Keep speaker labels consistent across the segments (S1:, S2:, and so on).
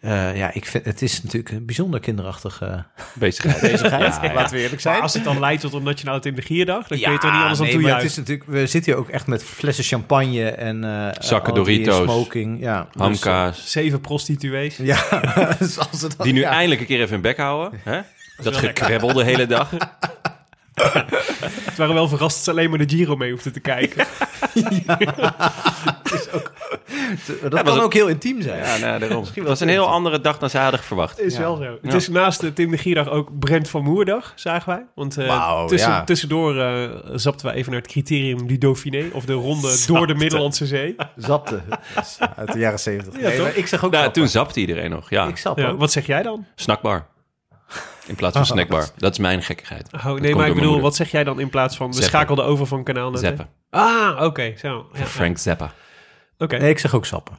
S1: Eh, ja, ik vind, het is natuurlijk een bijzonder kinderachtig eh,
S2: Bezig.
S1: bezigheid, laten we eerlijk
S3: Maar
S1: zijn.
S3: als het dan leidt tot een nationale Tim de Gierdag, dan kun je het er niet anders aan
S1: nee, maar
S3: toejuichen.
S1: het is natuurlijk, we zitten hier ook echt met flessen champagne en eh,
S2: Zakken
S1: al die
S2: Doritos.
S1: smoking. Ja, dus-
S2: Hamkaas.
S3: Zeven prostituees.
S1: ja, dus als het dan,
S2: Die nu
S1: ja.
S2: eindelijk een keer even in bek houden. Hè? Dat gekrebbel de hele dag.
S3: Het waren wel verrast dat ze alleen maar de Giro mee hoefden te kijken.
S1: Dat kan ook heel intiem zijn.
S2: Ja, nou, daarom. Het was een heel andere dag dan ze hadden verwacht.
S3: Is
S1: Ja.
S3: wel zo. Het
S2: Ja.
S3: is naast de Tim de Gierdag ook Brent van Moerdag, zagen wij. Want eh,
S1: Wauw,
S3: tussen,
S1: ja.
S3: tussendoor eh, zapten wij even naar het criterium du Dauphiné, of de ronde door de Middellandse Zee.
S1: Zapte. Dat is Uit de jaren zeventig.
S3: Ja, toch?
S1: ik zeg ook
S2: Nou,
S1: zappen.
S2: toen zapte iedereen nog. Ja,
S1: Ik zap
S3: Ja,
S1: ook.
S3: wat zeg jij dan?
S2: snackbar. In plaats van snackbar. Dat is mijn gekkigheid. komt
S3: Oh, nee,
S2: door
S3: maar ik
S2: mijn
S3: bedoel,
S2: moeder.
S3: wat zeg jij dan in plaats van... We
S2: Zappen.
S3: schakelden over van kanaal naar...
S2: Zeppen.
S3: Ah, oké, zo. Ja, ja.
S2: Frank Zappa.
S3: Oké,
S1: Nee, ik zeg ook sappen.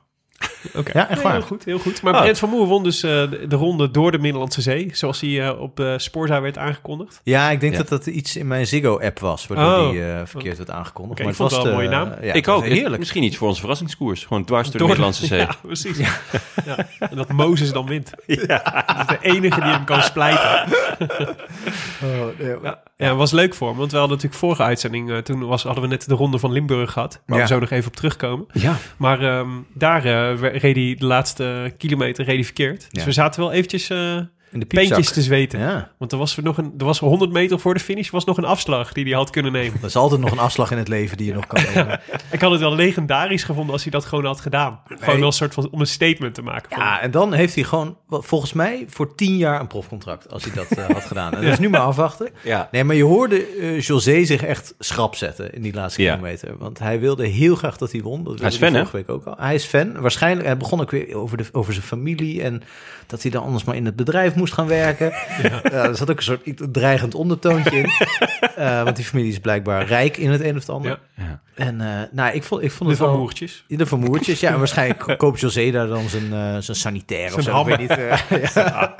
S3: oké.
S1: Ja, echt
S3: Nee,
S1: waar.
S3: heel goed, heel goed. Maar
S2: Oh.
S3: Brent van Moer won dus eh, de, de ronde door de Middellandse Zee, zoals hij eh, op eh Sporza werd aangekondigd.
S1: Ja, ik denk
S2: Ja.
S1: dat dat iets in mijn Ziggo-app was, waardoor
S3: Oh.
S1: die eh, verkeerd werd aangekondigd.
S3: Oké,
S1: maar
S3: ik
S1: het
S3: vond
S1: was
S3: het wel
S1: de-
S3: een mooie naam.
S1: ja,
S2: ik
S1: het
S2: ook.
S1: was Heerlijk.
S2: Misschien iets voor onze verrassingskoers. Gewoon dwars door, de Middellandse Zee.
S3: Ja, precies. Ja. En dat Mozes dan wint. Dat is de enige die hem kan splijten. Ja, ja, het was leuk voor hem. Want we hadden natuurlijk vorige uitzending... eh, toen was, hadden we net de Ronde van Limburg gehad. Waar we
S1: Ja.
S3: zo nog even op terugkomen.
S1: Ja.
S3: Maar ehm, daar eh, we- reed hij de laatste kilometer reed hij verkeerd. Dus
S1: Ja.
S3: we zaten wel eventjes eh
S1: In de piepzak.
S3: peentjes te zweten.
S1: Ja.
S3: Want er was, nog een, er was 100 meter voor de finish was nog een afslag die hij had kunnen nemen.
S1: Er is altijd nog een afslag in het leven die je nog kan nemen.
S3: Ik had het wel legendarisch gevonden als hij dat gewoon had gedaan. Gewoon wel een soort van om een statement te maken. van-
S1: Ja, Ah, en dan heeft hij gewoon, wel, volgens mij, voor tien jaar een profcontract. Als hij dat eh, had gedaan. En dat is nu maar afwachten.
S2: Ja.
S1: Nee, maar je hoorde eh, José zich echt schrap zetten in die laatste
S2: Ja.
S1: kilometer. Want hij wilde heel graag dat hij won. Dat wilde
S2: is fan, hè?
S1: vorige week ook al. Hij is fan. Waarschijnlijk, hij begon ook weer over, de, over zijn familie. En dat hij dan anders maar in het bedrijf moest gaan werken. Ja. er zat ook een soort iets- dreigend ondertoontje in. Eh, want die familie is blijkbaar rijk in het een of het ander.
S2: Ja.
S1: En eh, nou, ik vond, ik vond
S3: de
S1: het
S3: Van
S1: wel...
S3: Moertjes.
S1: In de vermoertjes, ja. En waarschijnlijk ko- koopt José daar dan zijn, eh zijn sanitair of zo. ik weet niet. eh, ja.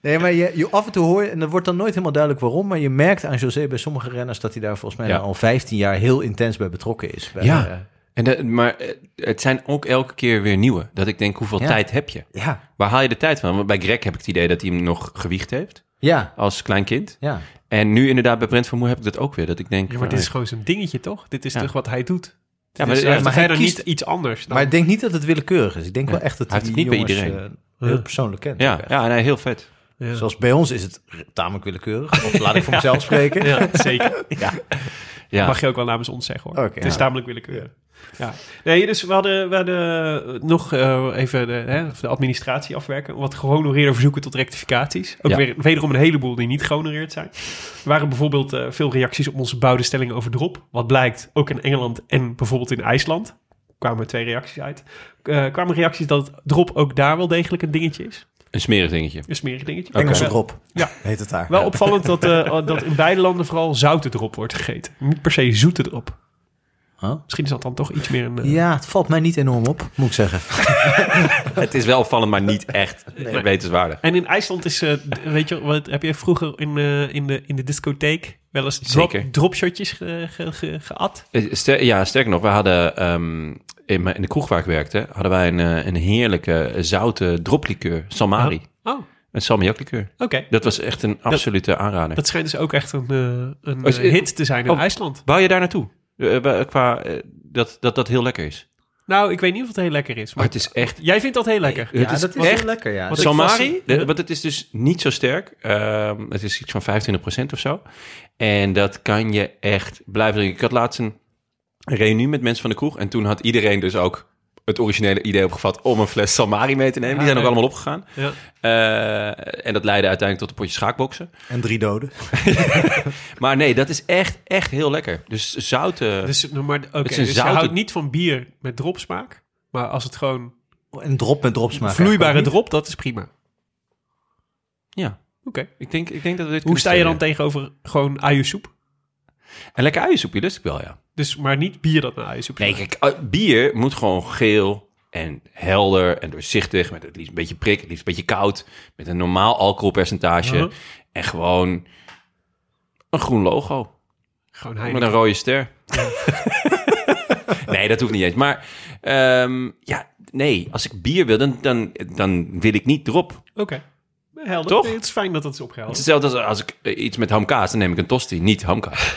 S1: nee, maar je, je, af en toe hoor je, en dat wordt dan nooit helemaal duidelijk waarom, maar je merkt aan José bij sommige renners dat hij daar volgens mij
S2: Ja.
S1: al 15 jaar heel intens bij betrokken is. Bij,
S2: Ja.
S1: eh,
S2: En de- maar eh, het zijn ook elke keer weer nieuwe. Dat ik denk, hoeveel
S1: Ja.
S2: tijd heb je?
S1: ja,
S2: Waar haal je de tijd van? Want bij Greg heb ik het idee dat hij hem nog gewiegd heeft.
S1: ja,
S2: Als klein kind.
S1: ja.
S2: En nu inderdaad bij Brent van Moer heb ik dat ook weer. Dat ik denk, eh,
S3: Ja, maar dit is gewoon zijn dingetje, toch? Dit is
S2: Ja.
S3: toch wat hij doet?
S2: Ja, maar
S3: maar,
S2: hij-
S1: Dus, eh, maar hij
S3: verder
S1: kiest-
S3: niet iets anders. Dan.
S1: Maar ik denk niet dat het willekeurig is. Ik denk
S2: Ja.
S1: wel echt dat
S2: Hij
S1: die
S2: heeft het niet bij
S1: jongens,
S2: iedereen.
S1: eh, heel
S3: Ja.
S1: persoonlijk kent. ook
S2: ja,
S1: echt.
S2: ja nee, heel vet.
S3: ja.
S1: Zoals bij ons is het tamelijk willekeurig. Of laat ik voor mezelf spreken.
S3: Ja, zeker.
S2: Ja.
S3: Mag je ook wel namens ons zeggen, hoor.
S1: Oké.
S3: het is
S1: Ja.
S3: tamelijk willekeurig. Ja. Nee, dus we hadden, we hadden nog eh, even de, hè, de administratie afwerken. Wat gehonoreerde verzoeken tot rectificaties. Ook
S2: Ja.
S3: weer wederom een heleboel die niet gehonoreerd zijn. Er waren bijvoorbeeld eh, veel reacties op onze bouwde stelling over drop. Wat blijkt, ook in Engeland en bijvoorbeeld in IJsland kwamen twee reacties uit. Eh, kwamen reacties dat drop ook daar wel degelijk een dingetje is.
S2: Een smerig dingetje.
S3: Een smerig dingetje.
S2: Engelse
S3: Wel-
S4: drop.
S3: Ja.
S4: Heet het daar.
S3: Wel opvallend dat, eh, dat in beide landen vooral zoute drop wordt gegeten. Niet per se zoete drop.
S2: Oh.
S4: Huh?
S3: Misschien is dat dan toch iets meer een... eh,
S4: Ja, het valt mij niet enorm op, moet ik zeggen.
S2: Het is wel opvallend, maar niet echt wetenswaardig.
S3: En in IJsland is, eh, d- weet je, wat, heb je vroeger in, eh, in, de, in de discotheek wel eens drop,
S2: Zeker.
S3: dropshotjes ge, ge, ge- geat?
S2: Eh, ster- ja, sterker nog, we hadden ehm, in, mijn- in de kroeg waar ik werkte, hadden wij een, eh, een heerlijke zoute droplikeur, Salmari.
S3: Oh, oké.
S2: Een salmiaklikeur. Dat was echt een absolute aanrader.
S3: Dat schijnt dus ook echt een, eh, een
S2: Als-
S3: eh, hit te zijn in
S2: Oh.
S3: IJsland.
S2: Bouw je daar naartoe? Eh, wa- qua eh, dat, dat dat heel lekker is.
S3: Nou, ik weet niet of het heel lekker is.
S2: Maar
S3: Maar
S2: het is echt
S3: jij vindt dat heel lekker.
S2: Het
S1: Ja,
S2: is
S1: dat is
S2: echt-
S1: heel lekker, ja.
S3: Wat ik
S2: Salmari,
S3: vast-
S2: de- want het is dus niet zo sterk. Ehm, het is iets van 25% of zo. En dat kan je echt blijven drinken. Ik had laatst een reunie met mensen van de kroeg. En toen had iedereen dus ook het originele idee opgevat om een fles Salmari mee te nemen. Die
S3: Ja,
S2: zijn ook
S3: leuk.
S2: allemaal opgegaan.
S3: Ja.
S2: Eh, en dat leidde uiteindelijk tot een potje schaakboksen.
S4: En drie doden.
S2: Maar nee, dat is echt, echt heel lekker. Dus zoute...
S3: Dus, nou, maar, oké,
S2: is een
S3: dus je
S2: zoute-
S3: houdt niet van bier met dropsmaak. Maar als het gewoon
S4: En drop met dropsmaak.
S3: vloeibare drop, dat is prima. Oké.
S2: ja, ik denk, ik denk dat we dit
S3: Hoe
S2: kunnen
S3: sta je dan
S2: stelen.
S3: tegenover gewoon ajusoep?
S2: Een lekker uiensoepje lust ik wel, ja.
S3: Dus, maar niet bier dat naar ajusoep
S2: Nee,
S3: smaakt.
S2: kijk, eh, bier moet gewoon geel en helder en doorzichtig. Met het liefst een beetje prik, het liefst een beetje koud. Met een normaal alcoholpercentage.
S3: Uh-huh.
S2: En gewoon een groen logo.
S3: Gewoon
S2: Met
S3: Heineken.
S2: een rode ster. nee, dat hoeft niet eens. Maar ehm, ja, nee, als ik bier wil, dan, dan, dan wil ik niet drop.
S3: Oké. Helder.
S2: Toch?
S3: Het is fijn dat dat is
S2: Het
S3: opgehaald.
S2: is hetzelfde als als ik eh, iets met hamkaas, dan neem ik een tosti, niet hamkaas.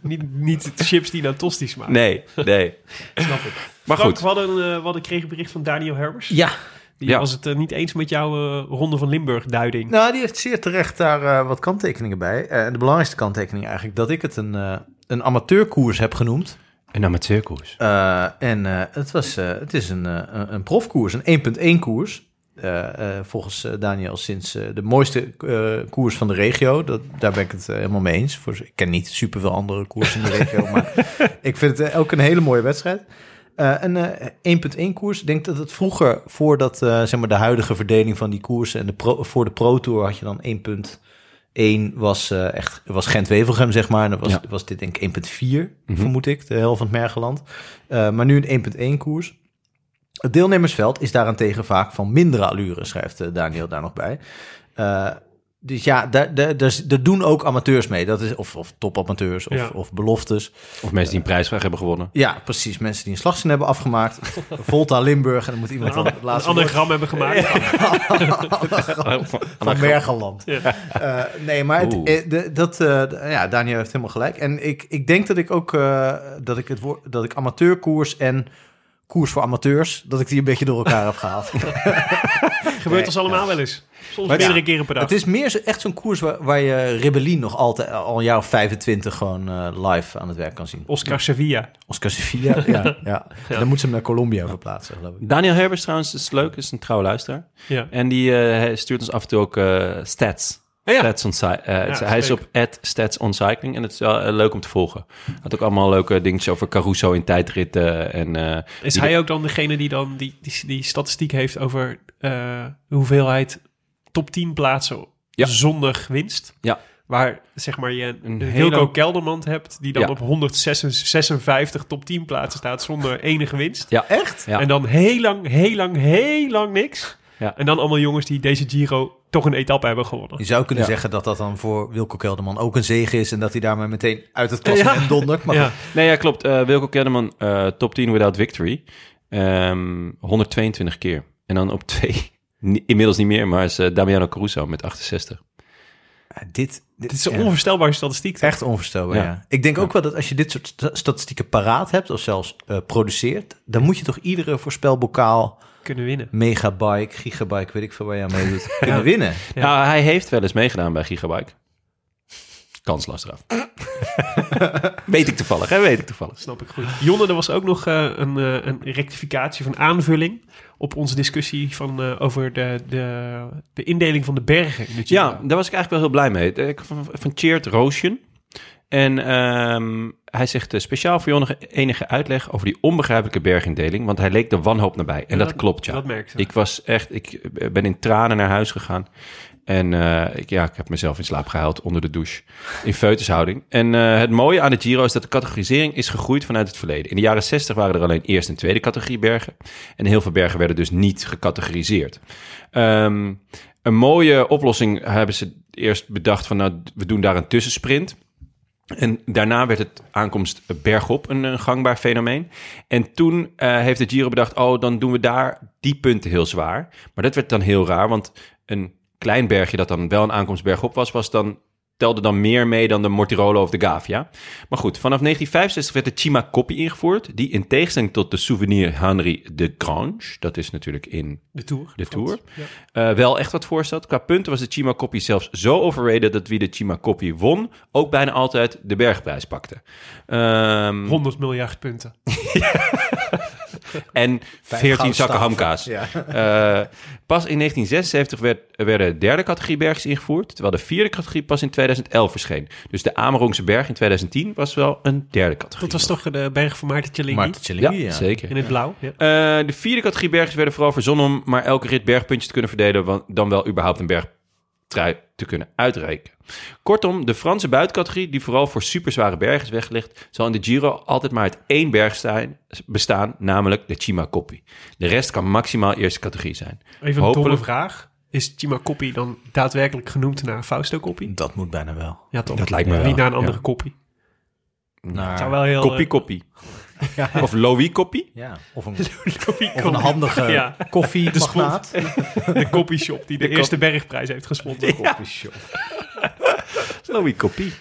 S3: Niet, niet chips die naar tosti's maken.
S2: Nee, nee.
S3: Snap ik.
S2: Maar
S3: Frank,
S2: goed,
S3: we hadden, eh, we hadden kregen bericht van Daniel Herbers.
S4: Ja.
S3: Die
S2: Ja.
S3: was het eh, niet eens met jouw eh, Ronde van Limburg duiding.
S1: Nou, die heeft zeer terecht daar eh, wat kanttekeningen bij. Eh, de belangrijkste kanttekening eigenlijk dat ik het een, eh, een amateurkoers heb genoemd.
S2: een amateurkoers.
S1: Eh, en eh, het, was, eh, het is een, eh, een- een profkoers, een 1.1 koers. Eh, eh, volgens eh, Daniel sinds eh, de mooiste eh, koers van de regio. Dat, daar ben ik het eh, helemaal mee eens. Voor, ik ken niet superveel andere koersen in de regio, maar ik vind het eh, ook een hele mooie wedstrijd. Eh, een eh, 1.1 koers. Ik denk dat het vroeger, voordat eh, zeg maar de huidige verdeling van die koersen en de pro- voor de Pro Tour had je dan 1.1 was eh, echt was Gent-Wevelgem zeg maar. En dan was,
S2: Ja.
S1: was dit denk ik 1.4 vermoed ik, de helft van het Mergeland. Eh, maar nu een 1.1 koers. Het deelnemersveld is daarentegen vaak van mindere allure, schrijft eh, Daniel daar nog bij. Eh, dus ja, daar, daar, daar, is- daar doen ook amateurs mee. Dat is, of, of topamateurs of,
S3: Ja.
S1: of beloftes.
S2: Of mensen die een prijsvraag hebben gewonnen.
S1: Ja, precies. Mensen die een slagzin hebben afgemaakt. Volta Limburg. En dan moet iemand dan het
S3: Een
S1: laatste woord
S3: anagram hebben gemaakt.
S2: Oh,
S1: van Mergeland. Eh, nee, maar het,
S2: Oeh.
S1: eh, de- dat, eh, d- ja, Daniel heeft helemaal gelijk. En ik, ik denk dat ik ook eh, dat ik het woord dat ik amateurkoers en koers voor amateurs, dat ik die een beetje door elkaar heb gehaald.
S3: Gebeurt ons allemaal wel eens. Soms
S1: Maar ja,
S3: meerdere keren per dag.
S1: Het is meer zo, echt zo'n koers waar, waar je Rebellin nog altijd al een jaar of 25 gewoon eh, live aan het werk kan zien.
S3: Oscar Sevilla.
S1: Oscar Sevilla, ja, ja. En Dan moet ze hem naar Colombia verplaatsen, geloof ik.
S2: Daniel Herbers trouwens is leuk, is een trouwe luisteraar.
S3: Ja.
S2: En die eh, stuurt ons af en toe ook eh, stats.
S3: Oh Ja, ja.
S2: Stats on cy- eh, het-
S3: dat is
S2: hij is
S3: leuk.
S2: op stats on cycling en het is wel eh, leuk om te volgen. Had ook allemaal leuke dingetjes over Caruso in tijdritten. En, eh,
S3: Is
S2: die-
S3: hij ook dan degene die dan die, die, die statistiek heeft over eh, de hoeveelheid top 10 plaatsen
S2: Ja.
S3: zonder winst?
S2: Ja.
S3: Waar zeg maar je
S2: Een
S3: een
S2: hele-
S3: Wilco Kelderman hebt die dan
S2: Ja.
S3: op 156 top 10 plaatsen staat zonder enige winst.
S2: Ja, echt? Ja.
S3: En dan heel lang, heel lang, heel lang niks.
S2: Ja.
S3: En dan allemaal jongens die deze Giro toch een etappe hebben gewonnen.
S1: Je zou kunnen
S2: Ja.
S1: zeggen dat dat dan voor Wilco Kelderman ook een zege is... en dat hij daarmee meteen uit het klassement dondert. Maar
S3: Ja.
S2: Nee, ja, klopt. Eh, Wilco Kelderman, eh, top 10 without victory. Ehm, 122 keer. En dan op twee, ni- inmiddels niet meer, maar is eh, Damiano Caruso met 68.
S1: Ja, dit, dit
S3: Dit is een onvoorstelbare statistiek. toch?
S1: echt onvoorstelbaar,
S2: Ja.
S1: ja. Ik denk ook wel dat als je dit soort sta- statistieken paraat hebt... of zelfs eh, produceert... dan moet je toch iedere voorspelbokaal,
S3: kunnen winnen.
S1: megabike, gigabike... weet ik veel waar je aan meedoet, kunnen winnen.
S3: Ja.
S2: Nou, hij heeft wel eens meegedaan bij Gigabyte. Kansloos eraf. weet ik toevallig, hè? Weet ik toevallig.
S3: Snap ik goed. Jonne, er was ook nog eh, een, eh, een rectificatie van aanvulling op onze discussie van, eh, over de, de, de indeling van de bergen. In de Giro.
S2: Ja, daar was ik eigenlijk wel heel blij mee. Ik van, van Cheert Roosjen. En ehm, hij zegt eh, speciaal voor jou nog enige uitleg over die onbegrijpelijke bergindeling, want hij leek de wanhoop nabij. En
S3: Ja,
S2: dat klopt, ja.
S3: dat merkte ik.
S2: Ik was echt, ik eh, ben in tranen naar huis gegaan. En eh, ik, ja, ik heb mezelf in slaap gehuild onder de douche. In feutushouding. En eh, het mooie aan de Giro is dat de categorisering is gegroeid vanuit het verleden. In de jaren 60 waren er alleen eerste en tweede categorie bergen. En heel veel bergen werden dus niet gecategoriseerd. Ehm, een mooie oplossing hebben ze eerst bedacht van... nou, we doen daar een tussensprint. En daarna werd het aankomst bergop een, een gangbaar fenomeen. En toen eh, heeft de Giro bedacht, oh, dan doen we daar die punten heel zwaar. Maar dat werd dan heel raar, want een klein bergje dat dan wel een aankomst bergop was, was dan, telde dan meer mee dan de Mortirolo of de Gavia. Maar goed, vanaf 1965 werd de Cima Coppi ingevoerd, die in tegenstelling tot de souvenir Henri de Grange, dat is natuurlijk in
S3: De Tour.
S2: de
S3: Frans.
S2: Tour. Eh, wel echt wat voorstelt. Qua punten was de Chima Coppi zelfs zo overrated dat wie de Chima Coppi won, ook bijna altijd de bergprijs pakte. Ehm,
S3: 100 miljard punten.
S2: en 14
S1: Vijf goudstaven.
S2: zakken hamkaas.
S1: Ja.
S2: Eh, pas in 1976 werd, werden de derde categorie bergs ingevoerd, terwijl de vierde categorie pas in 2011 verscheen. Dus de Amerongse berg in 2010 was wel een derde categorie.
S3: Dat was toch de berg van Maarten Tjelingi?
S1: Maarten Tjellingen,
S2: ja,
S1: ja.
S2: zeker.
S3: In het blauw. Ja.
S2: Eh, de vierde categorie bergjes werden vooral verzonnen om maar elke rit bergpuntjes te kunnen verdelen, want dan wel überhaupt een bergtrui te kunnen uitreiken. Kortom, de Franse buitencategorie, die vooral voor superzware bergen is weggelegd, zal in de Giro altijd maar uit één berg zijn, bestaan, namelijk de Cima Coppi. De rest kan maximaal eerste categorie zijn.
S3: Even een domme
S2: Hopelijk-
S3: vraag. Is Chima Coppi dan daadwerkelijk genoemd naar Fausto Coppi?
S1: Dat moet bijna wel.
S3: Ja, toch?
S2: Dat lijkt me wel,
S3: Niet naar een andere
S2: ja.
S3: Coppi.
S1: Naar,
S3: Zou wel heel...
S2: Coppi
S3: eh,
S2: Coppi. Of Louis Coppi.
S1: ja, of een,
S3: Coppi
S1: of een handige
S3: Ja.
S1: koffiemagnaat.
S3: De Coppi Shop die de,
S2: De
S3: eerste bergprijs heeft gesponsord. Ja.
S2: Louis Coppi.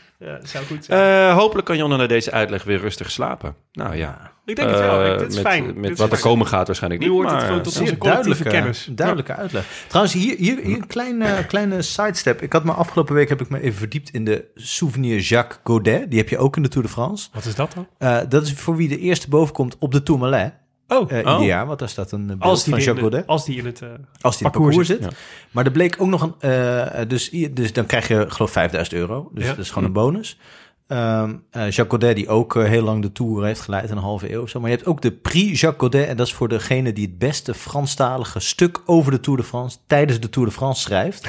S3: zou goed zijn.
S2: Eh, hopelijk kan Jonne na deze uitleg weer rustig slapen. Nou ja.
S3: ik denk het wel.
S2: Eh,
S3: Dit is
S2: met,
S3: fijn. Dit
S2: Met
S3: is
S2: wat er
S3: fijn.
S2: komen gaat waarschijnlijk
S3: Nu
S2: niet.
S3: hoort het
S2: maar-
S3: gewoon tot onze
S1: Zeer
S3: collectieve
S1: duidelijke,
S3: kennis.
S1: duidelijke uitleg. Trouwens, hier, hier, hier een kleine, kleine sidestep. Ik had me afgelopen week heb ik me even verdiept in de souvenir Jacques Godet. Die heb je ook in de Tour de France.
S3: Wat is dat dan?
S1: Eh, dat is voor wie de eerste boven komt op de Tourmalet.
S3: Oh,
S1: eh
S2: Oh.
S1: Ieder jaar, want daar staat een eh, beeld
S3: als, die
S1: van
S3: in
S1: Jacques
S3: de,
S1: Godet.
S3: als die in het... eh,
S1: Als die in het parcours
S3: parcours
S1: zit. Maar er bleek ook nog een... eh, dus, i- dus dan krijg je geloof 5000 euro. Dus
S3: Ja.
S1: dat is gewoon een bonus. Ehm eh, Jacques Godet, die ook eh, heel lang de Tour heeft geleid, een halve eeuw of zo. Maar je hebt ook de Prix Jacques Godet. En dat is voor degene die het beste Franstalige stuk over de Tour de France... tijdens de Tour de France schrijft.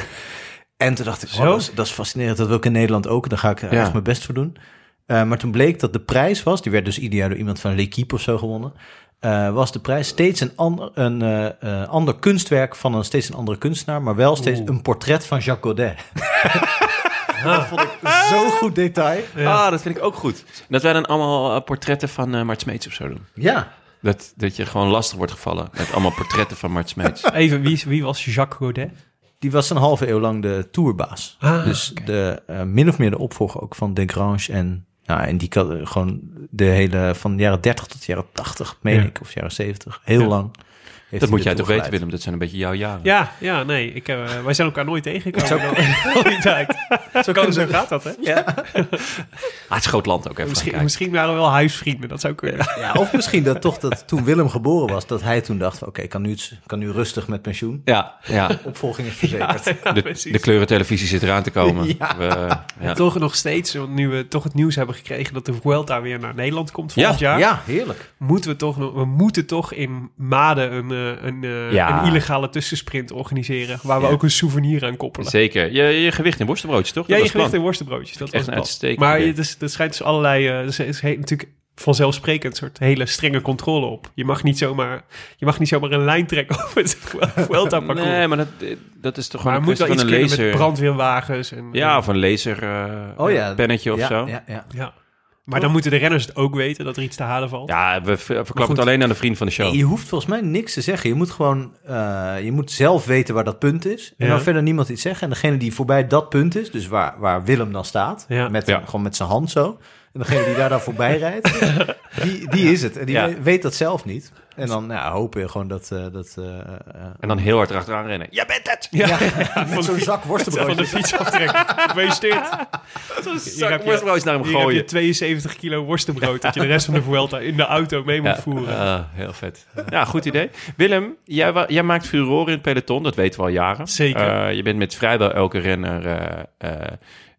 S1: En toen dacht ik,
S3: Zo?
S1: oh, dat, is, dat is fascinerend. Dat wil ik in Nederland ook. Daar ga ik eh,
S2: Ja.
S1: echt mijn best voor doen. Eh, maar toen bleek dat de prijs was... die werd dus ieder jaar door iemand van L'Equipe of zo gewonnen... eh, was de prijs steeds een, ander, een eh, eh, ander kunstwerk van een steeds een andere kunstenaar... maar wel steeds een portret van Jacques Godet. Dat vond ik zo goed detail.
S2: Ah, dat vind ik ook goed. En Dat wij dan allemaal eh, portretten van eh Mart Smeets of zo doen.
S1: Ja,
S2: Dat, dat je gewoon lastig wordt gevallen met allemaal portretten van Mart Smeets.
S3: Even, wie, is- wie was Jacques Godet?
S1: die was een halve eeuw lang de tourbaas.
S3: Ah,
S1: dus de, eh, min of meer de opvolger ook van De Grange en... Ja, en die kan eh, gewoon de hele van de jaren 30 tot de jaren 80, meen
S3: Ja.
S1: ik, of jaren 70. Heel
S3: Ja.
S1: lang. heeft
S2: Dat
S1: hij
S2: moet
S1: de
S2: jij
S1: Tour
S2: toch weten,
S1: geleid.
S2: Willem? Dat zijn een beetje jouw jaren.
S3: Ja, ja, nee. Ik, eh, wij zijn elkaar nooit tegengekomen. Nooit uit. Zo, kan, zo gaat dat, hè?
S2: Ah, het is groot land ook even.
S3: Misschien,
S2: gaan kijken.
S3: misschien waren we wel huisvrienden. Dat zou kunnen.
S1: Ja, of misschien dat toch dat toen Willem geboren was, dat hij toen dacht: van, oké, ik kan nu ik kan nu rustig met pensioen.
S2: Ja, ja.
S1: Opvolging is verzekerd.
S3: Ja,
S2: De,
S3: precies.
S2: de kleurentelevisie zit eraan te komen. We, eh, ja.
S3: Toch nog steeds, want nu we toch het nieuws hebben gekregen dat de Vuelta weer naar Nederland komt volgend
S2: Ja,
S3: jaar,
S1: Ja, heerlijk.
S3: moeten we toch nog, we moeten toch in Maden een, eh, een, eh,
S2: Ja.
S3: een illegale tussensprint organiseren, waar we
S2: Ja.
S3: ook een souvenir aan koppelen.
S2: Zeker. Je, je gewicht in worstenbroodjes, toch? Dat
S3: Ja, je
S2: was het
S3: gewicht in
S2: plan.
S3: worstenbroodjes, dat
S2: Echt
S3: was
S2: een
S3: het plan.
S2: uitstekend
S3: Maar
S2: idee.
S3: je, dus, er schijnt dus allerlei, eh, er is he- natuurlijk vanzelfsprekend soort hele strenge controle op. Je mag niet zomaar, je mag niet zomaar een lijn trekken over het Vuelta parcours.
S2: Nee, maar dat, dat is toch
S3: maar
S2: gewoon
S3: er
S2: een
S3: moet
S2: kwestie
S3: wel
S2: van
S3: iets
S2: een
S3: kunnen met
S2: laser.
S3: brandweerwagens. En,
S2: Ja, of een laser eh,
S1: Oh ja.
S2: pennetje of
S1: ja,
S2: zo.
S1: Ja, ja.
S3: ja. Maar dan moeten de renners het ook weten dat er iets te halen valt.
S2: Ja, we v-
S3: Maar
S2: verklappen
S3: goed.
S2: het alleen aan de vriend van de show.
S1: Je hoeft volgens mij niks te zeggen. Je moet gewoon, eh, je moet zelf weten waar dat punt is. En
S3: Ja.
S1: dan verder niemand iets zeggen. En degene die voorbij dat punt is, dus waar, waar Willem dan staat,
S3: Ja.
S1: Met,
S2: Ja.
S1: gewoon met zijn hand zo. En degene die daar dan voorbij rijdt, die, die is het. En die
S2: Ja.
S1: we- weet dat zelf niet. En dan nou ja, hopen we gewoon dat... eh, dat eh, eh,
S2: En dan heel hard erachteraan rennen. Je bent het!
S3: Ja,
S1: met zo'n zak
S3: van de
S1: worstenbroodjes.
S3: fiets aftrekken. Gefeliciteerd. Hier
S2: Zak
S3: heb je-
S2: worstenbroodjes naar hem
S3: Hier heb je
S2: gooien.
S3: 72 kilo worstenbrood dat je de rest van de Vuelta in de auto mee moet voeren.
S2: ah, heel vet. Ja, goed idee. Willem, jij, wa- jij maakt furore in het peloton. Dat weten we al jaren.
S3: Zeker.
S2: Eh, je bent met vrijwel elke renner eh, eh,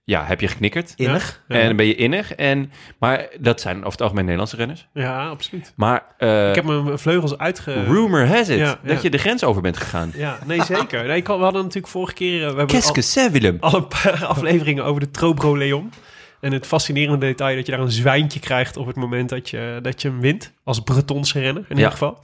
S2: ja, heb je geknikkerd.
S1: Innig.
S3: Ja.
S2: En dan ben je innig. En, maar dat zijn over het algemeen Nederlandse renners.
S3: Ja, absoluut.
S2: Maar eh,
S3: Ik heb mijn vleugels uitge...
S2: rumor has it
S3: ja,
S2: dat
S3: ja.
S2: je de grens over bent gegaan.
S3: Ja, nee, zeker. Nee, ik had- we hadden natuurlijk vorige keer... eh, We hebben
S2: Qu'est-ce
S3: al-
S2: que c'est, Willem?
S3: al een paar afleveringen over de Trobro Leon. En het fascinerende detail dat je daar een zwijntje krijgt op het moment dat je, dat je hem wint. Als Bretonse renner
S2: Ja.
S3: in ieder geval.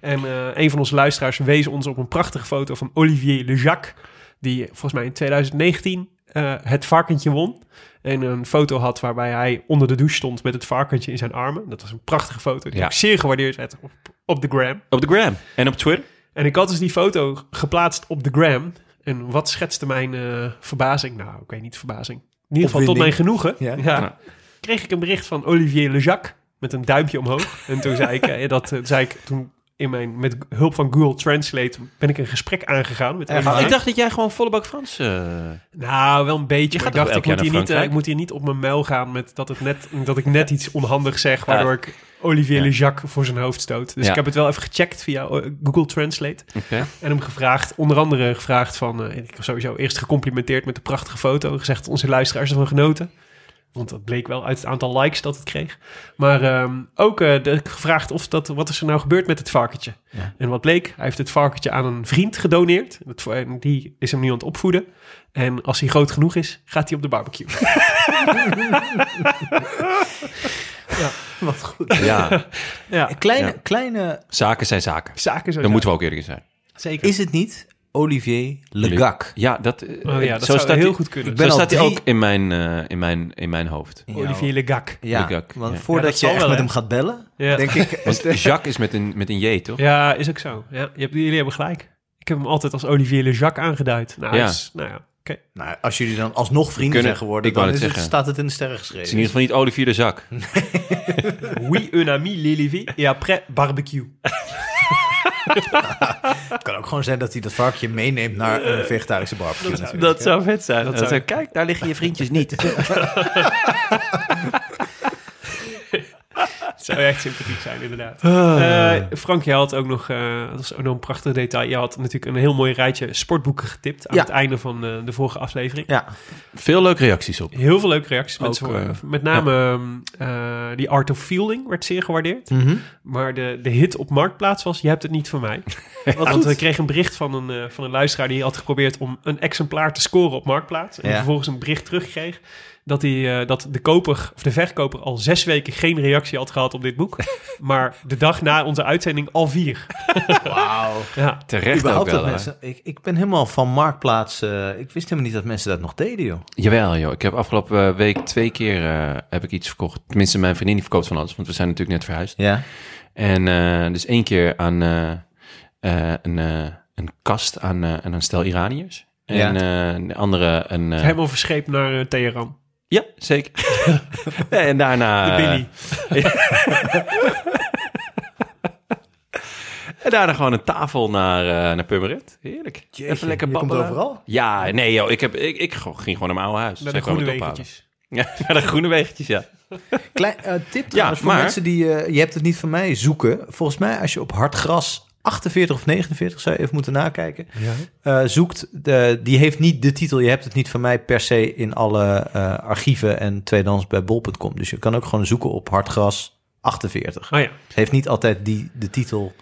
S3: En eh, een van onze luisteraars wees ons op een prachtige foto van Olivier Lejac. Die volgens mij in 2019 eh, het varkentje won. En een foto had waarbij hij onder de douche stond met het varkentje in zijn armen. Dat was een prachtige foto. Die
S2: Ja.
S3: heb ik zeer gewaardeerd werd op, op de gram.
S2: Op de gram en op Twitter.
S3: En ik had dus die foto geplaatst op de gram. En wat schetste mijn eh, verbazing? Nou, oké, niet verbazing. In ieder geval tot mijn genoegen.
S1: Ja.
S2: Ja.
S3: Kreeg ik een bericht van Olivier Lejac met een duimpje omhoog. En toen zei ik, eh, dat eh, zei ik toen in mijn, met hulp van Google Translate ben ik een gesprek aangegaan met Olivier.
S2: Ah, ik dacht dat jij gewoon volle bak Frans... eh,
S3: Nou, wel een beetje.
S2: Je
S3: maar Ik
S2: gaat toch
S3: dacht, ik
S2: elk
S3: moet,
S2: jaar
S3: hier
S2: naar
S3: niet, eh,
S2: Frankrijk?
S3: ik moet hier niet op mijn muil gaan met dat, het net, dat ik net iets onhandig zeg, waardoor ik
S2: Ja.
S3: Olivier Lejac voor zijn hoofd stoot. Dus
S2: Ja.
S3: ik heb het wel even gecheckt via eh, Google Translate.
S2: oké.
S3: En hem gevraagd, onder andere gevraagd van... eh, ik heb sowieso eerst gecomplimenteerd met de prachtige foto. Gezegd dat onze luisteraars ervan genoten. Want dat bleek wel uit het aantal likes dat het kreeg. Maar ehm, ook eh, de- gevraagd of dat, wat is er nou gebeurd met het varkentje.
S1: Ja.
S3: En wat bleek, hij heeft het varkentje aan een vriend gedoneerd. Het, v- en die is hem nu aan het opvoeden. En als hij groot genoeg is, gaat hij op de barbecue.
S1: Wat goed.
S2: Ja,
S3: ja,
S1: Kleine,
S2: Ja.
S1: kleine...
S2: zaken zijn zaken.
S3: zaken zo.
S2: Daar moeten we ook eerlijk in zijn.
S3: Zeker.
S1: Is het niet Olivier Legac?
S2: Ja, dat, eh,
S3: Oh ja, dat
S2: zo
S3: zou
S2: staat
S3: heel
S2: die-
S3: goed kunnen.
S1: Ik
S2: Zo
S1: ben al
S2: staat hij
S1: drie-
S2: ook in mijn, eh, in, mijn, in mijn hoofd.
S3: Olivier Legac.
S1: Ja,
S2: Legac,
S1: want
S2: ja.
S3: Ja, dat
S1: voordat
S3: zal
S1: je echt
S3: wel,
S1: met
S3: hè?
S1: hem gaat bellen,
S3: Ja.
S1: denk ik...
S2: Want Jacques is met een, met een J, toch?
S3: Ja, is ook zo. Ja, je hebt, jullie hebben gelijk. Ik heb hem altijd als Olivier Lejac aangeduid. Nou,
S2: Ja.
S3: dat is- nou ja, oké.
S1: Nou, als jullie dan alsnog vrienden
S2: Kunnen-
S1: zijn geworden,
S2: ik wou
S1: dan
S2: net
S1: is het,
S2: zeggen.
S1: staat het in de sterren
S2: Het is
S1: geschreven.
S2: in ieder geval niet Olivier de Zak.
S3: Oui, un ami, Lilivi. Et après, barbecue.
S1: Het kan ook gewoon zijn dat hij dat varkje meeneemt naar een vegetarische barbecue natuurlijk.
S2: Eh, zou vet zijn.
S3: Dat zou-
S2: Kijk, daar liggen je vriendjes niet.
S3: Het zou echt sympathiek zijn, inderdaad. Eh, Frank, je had ook nog, eh, dat is ook nog een prachtig detail, je had natuurlijk een heel mooi rijtje sportboeken getipt aan
S1: Ja.
S3: het einde van eh, de vorige aflevering.
S1: Ja,
S2: Veel leuke reacties op.
S3: Heel veel leuke reacties.
S2: Ook,
S3: Mensen,
S2: eh,
S3: met name ehm, eh, die Art of Fielding werd zeer gewaardeerd.
S1: Mhm.
S3: Maar de, de hit op Marktplaats was, je hebt het niet van mij. Want we kregen een bericht van een, eh, van een luisteraar die had geprobeerd om een exemplaar te scoren op Marktplaats. En die
S1: Ja.
S3: vervolgens een bericht terugkreeg dat, hij, eh, dat de koper of de verkoper al zes weken geen reactie had gehad op dit boek. maar de dag na onze uitzending al vier.
S1: wauw.
S3: Ja,
S2: Terecht ook
S1: Überhaupt
S2: wel.
S1: dat
S2: hè?
S1: mensen... Ik, ik ben helemaal van Marktplaats... eh, ik wist helemaal niet dat mensen dat nog deden, joh.
S2: Jawel, joh. Ik heb afgelopen eh, week twee keer eh, heb ik iets verkocht. Tenminste, mijn vriendin die verkoopt van alles, want we zijn natuurlijk net verhuisd.
S1: Ja.
S2: En eh, dus één keer aan eh, eh, een, eh, een kast aan, eh, aan een stel Iraniërs. En
S1: Ja.
S2: eh, de andere een... eh,
S3: helemaal verscheept naar eh, Teheran.
S2: Ja, zeker. en daarna...
S3: De Billy.
S2: En daarna gewoon een tafel naar, eh naar Purmerend. Heerlijk. Even lekker
S1: je komt
S2: babbelen.
S1: overal.
S2: Ja, nee joh, ik, heb, ik, ik ging gewoon naar mijn oude huis.
S3: Naar de
S2: Zij kwamen
S3: groene
S2: het ophalen.
S3: wegentjes.
S2: Ja, naar de groene wegentjes, ja.
S1: Klein eh, tip trouwens voor
S2: maar-
S1: mensen die... eh, je hebt het niet van mij zoeken. Volgens mij als je op hard gras 48 of 49, zou je even moeten nakijken... eh, zoekt, de, die heeft niet de titel... Je hebt het niet van mij per se in alle eh, archieven en tweedehands bij bol.com. Dus je kan ook gewoon zoeken op hard gras 48.
S3: Oh ja.
S1: Het heeft niet altijd die, de titel...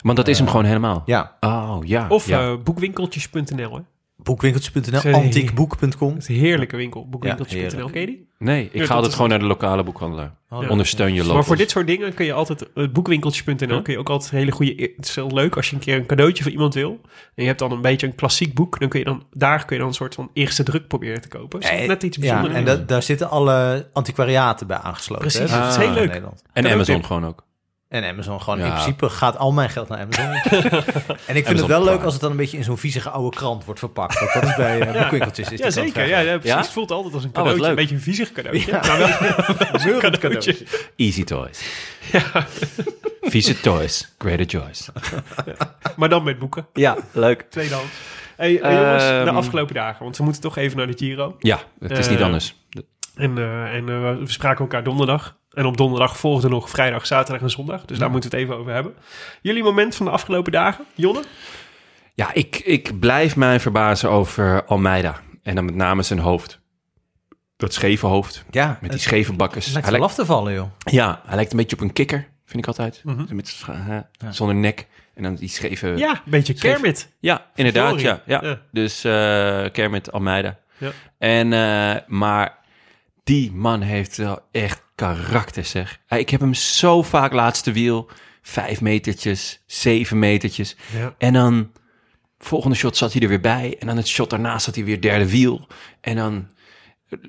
S2: Want dat is hem gewoon helemaal.
S1: Ja,
S2: Oh, ja.
S3: Of
S2: ja.
S3: eh, boekwinkeltjes.nl. Hè?
S1: boekwinkeltjes.nl,
S3: Sorry.
S1: antiekboek.com.
S3: Dat is een heerlijke winkel.
S1: Ja,
S3: Boekwinkeltjes.nl.
S1: heerlijk.
S3: Ken je die?
S2: nee, ik
S3: dat
S2: ga altijd
S3: is-
S2: gewoon naar de lokale boekhandelaar.
S1: Oh,
S2: Ondersteun je locals.
S3: Maar voor dit soort dingen kun je altijd eh, boekwinkeltjes.nl kun je ook altijd hele goede. Het is heel leuk als je een keer een cadeautje van iemand wil. En je hebt dan een beetje een klassiek boek. Dan kun je dan daar kun je dan een soort van eerste druk proberen te kopen. Dus dat is net iets
S1: Ja,
S3: bijzonders.
S1: en dat, daar zitten alle antiquariaten bij aangesloten.
S3: Precies, Ah.
S1: hè?
S2: dat is
S1: Dus
S3: heel
S1: in
S3: leuk.
S1: Nederland.
S2: En
S3: ook
S2: Amazon
S3: weer.
S2: gewoon ook.
S1: En Amazon gewoon.
S2: Ja.
S1: In principe gaat al mijn geld naar Amazon. en ik vind
S2: Amazon
S1: het wel leuk
S2: Prime.
S1: als het dan een beetje in zo'n viezige oude krant wordt verpakt. Want dat is bij eh, boekwinkeltjes. Is
S3: ja, zeker. Ja, ja, precies.
S2: Ja?
S3: Het voelt altijd als een
S2: wat
S3: cadeautje. een
S2: leuk.
S3: beetje een viezig cadeautje. Maar wel een cadeautje.
S2: Easy Toys. Ja. Vieze Toys. Greater Joys.
S3: Maar dan met boeken.
S2: Ja, leuk.
S3: Tweedehands. Hey, hey, jongens, de
S2: Ehm.
S3: afgelopen dagen. Want we moeten toch even naar de Giro.
S2: Ja, het is niet
S3: Eh,
S2: anders.
S3: En, eh, en eh, we spraken elkaar donderdag. En op donderdag volgde nog vrijdag, zaterdag en zondag. Dus daar moeten we het even over hebben. Jullie moment van de afgelopen dagen, Jonne?
S2: Ja, ik, ik blijf mij verbazen over Almeida. En dan met name zijn hoofd. dat scheve hoofd
S1: Ja,
S2: met die scheve bakkes.
S1: lijkt
S2: Hij
S1: wel
S2: lijkt,
S1: af te vallen, joh.
S2: ja, hij lijkt een beetje op een kikker, vind ik altijd. Met, scha- hè, Zonder nek en dan die scheve...
S3: Ja, een beetje
S2: Schreef-
S3: Kermit.
S2: Ja, inderdaad.
S3: Glory.
S2: Ja, ja.
S3: Ja.
S2: Dus eh Kermit Almeida.
S3: Ja.
S2: En, eh, maar die man heeft wel echt karakter, zeg. Hij- Ik heb hem zo vaak laatste wiel. Vijf metertjes, zeven metertjes.
S3: Ja.
S2: En dan, volgende shot zat hij er weer bij. En dan het shot daarna zat hij weer derde wiel. En dan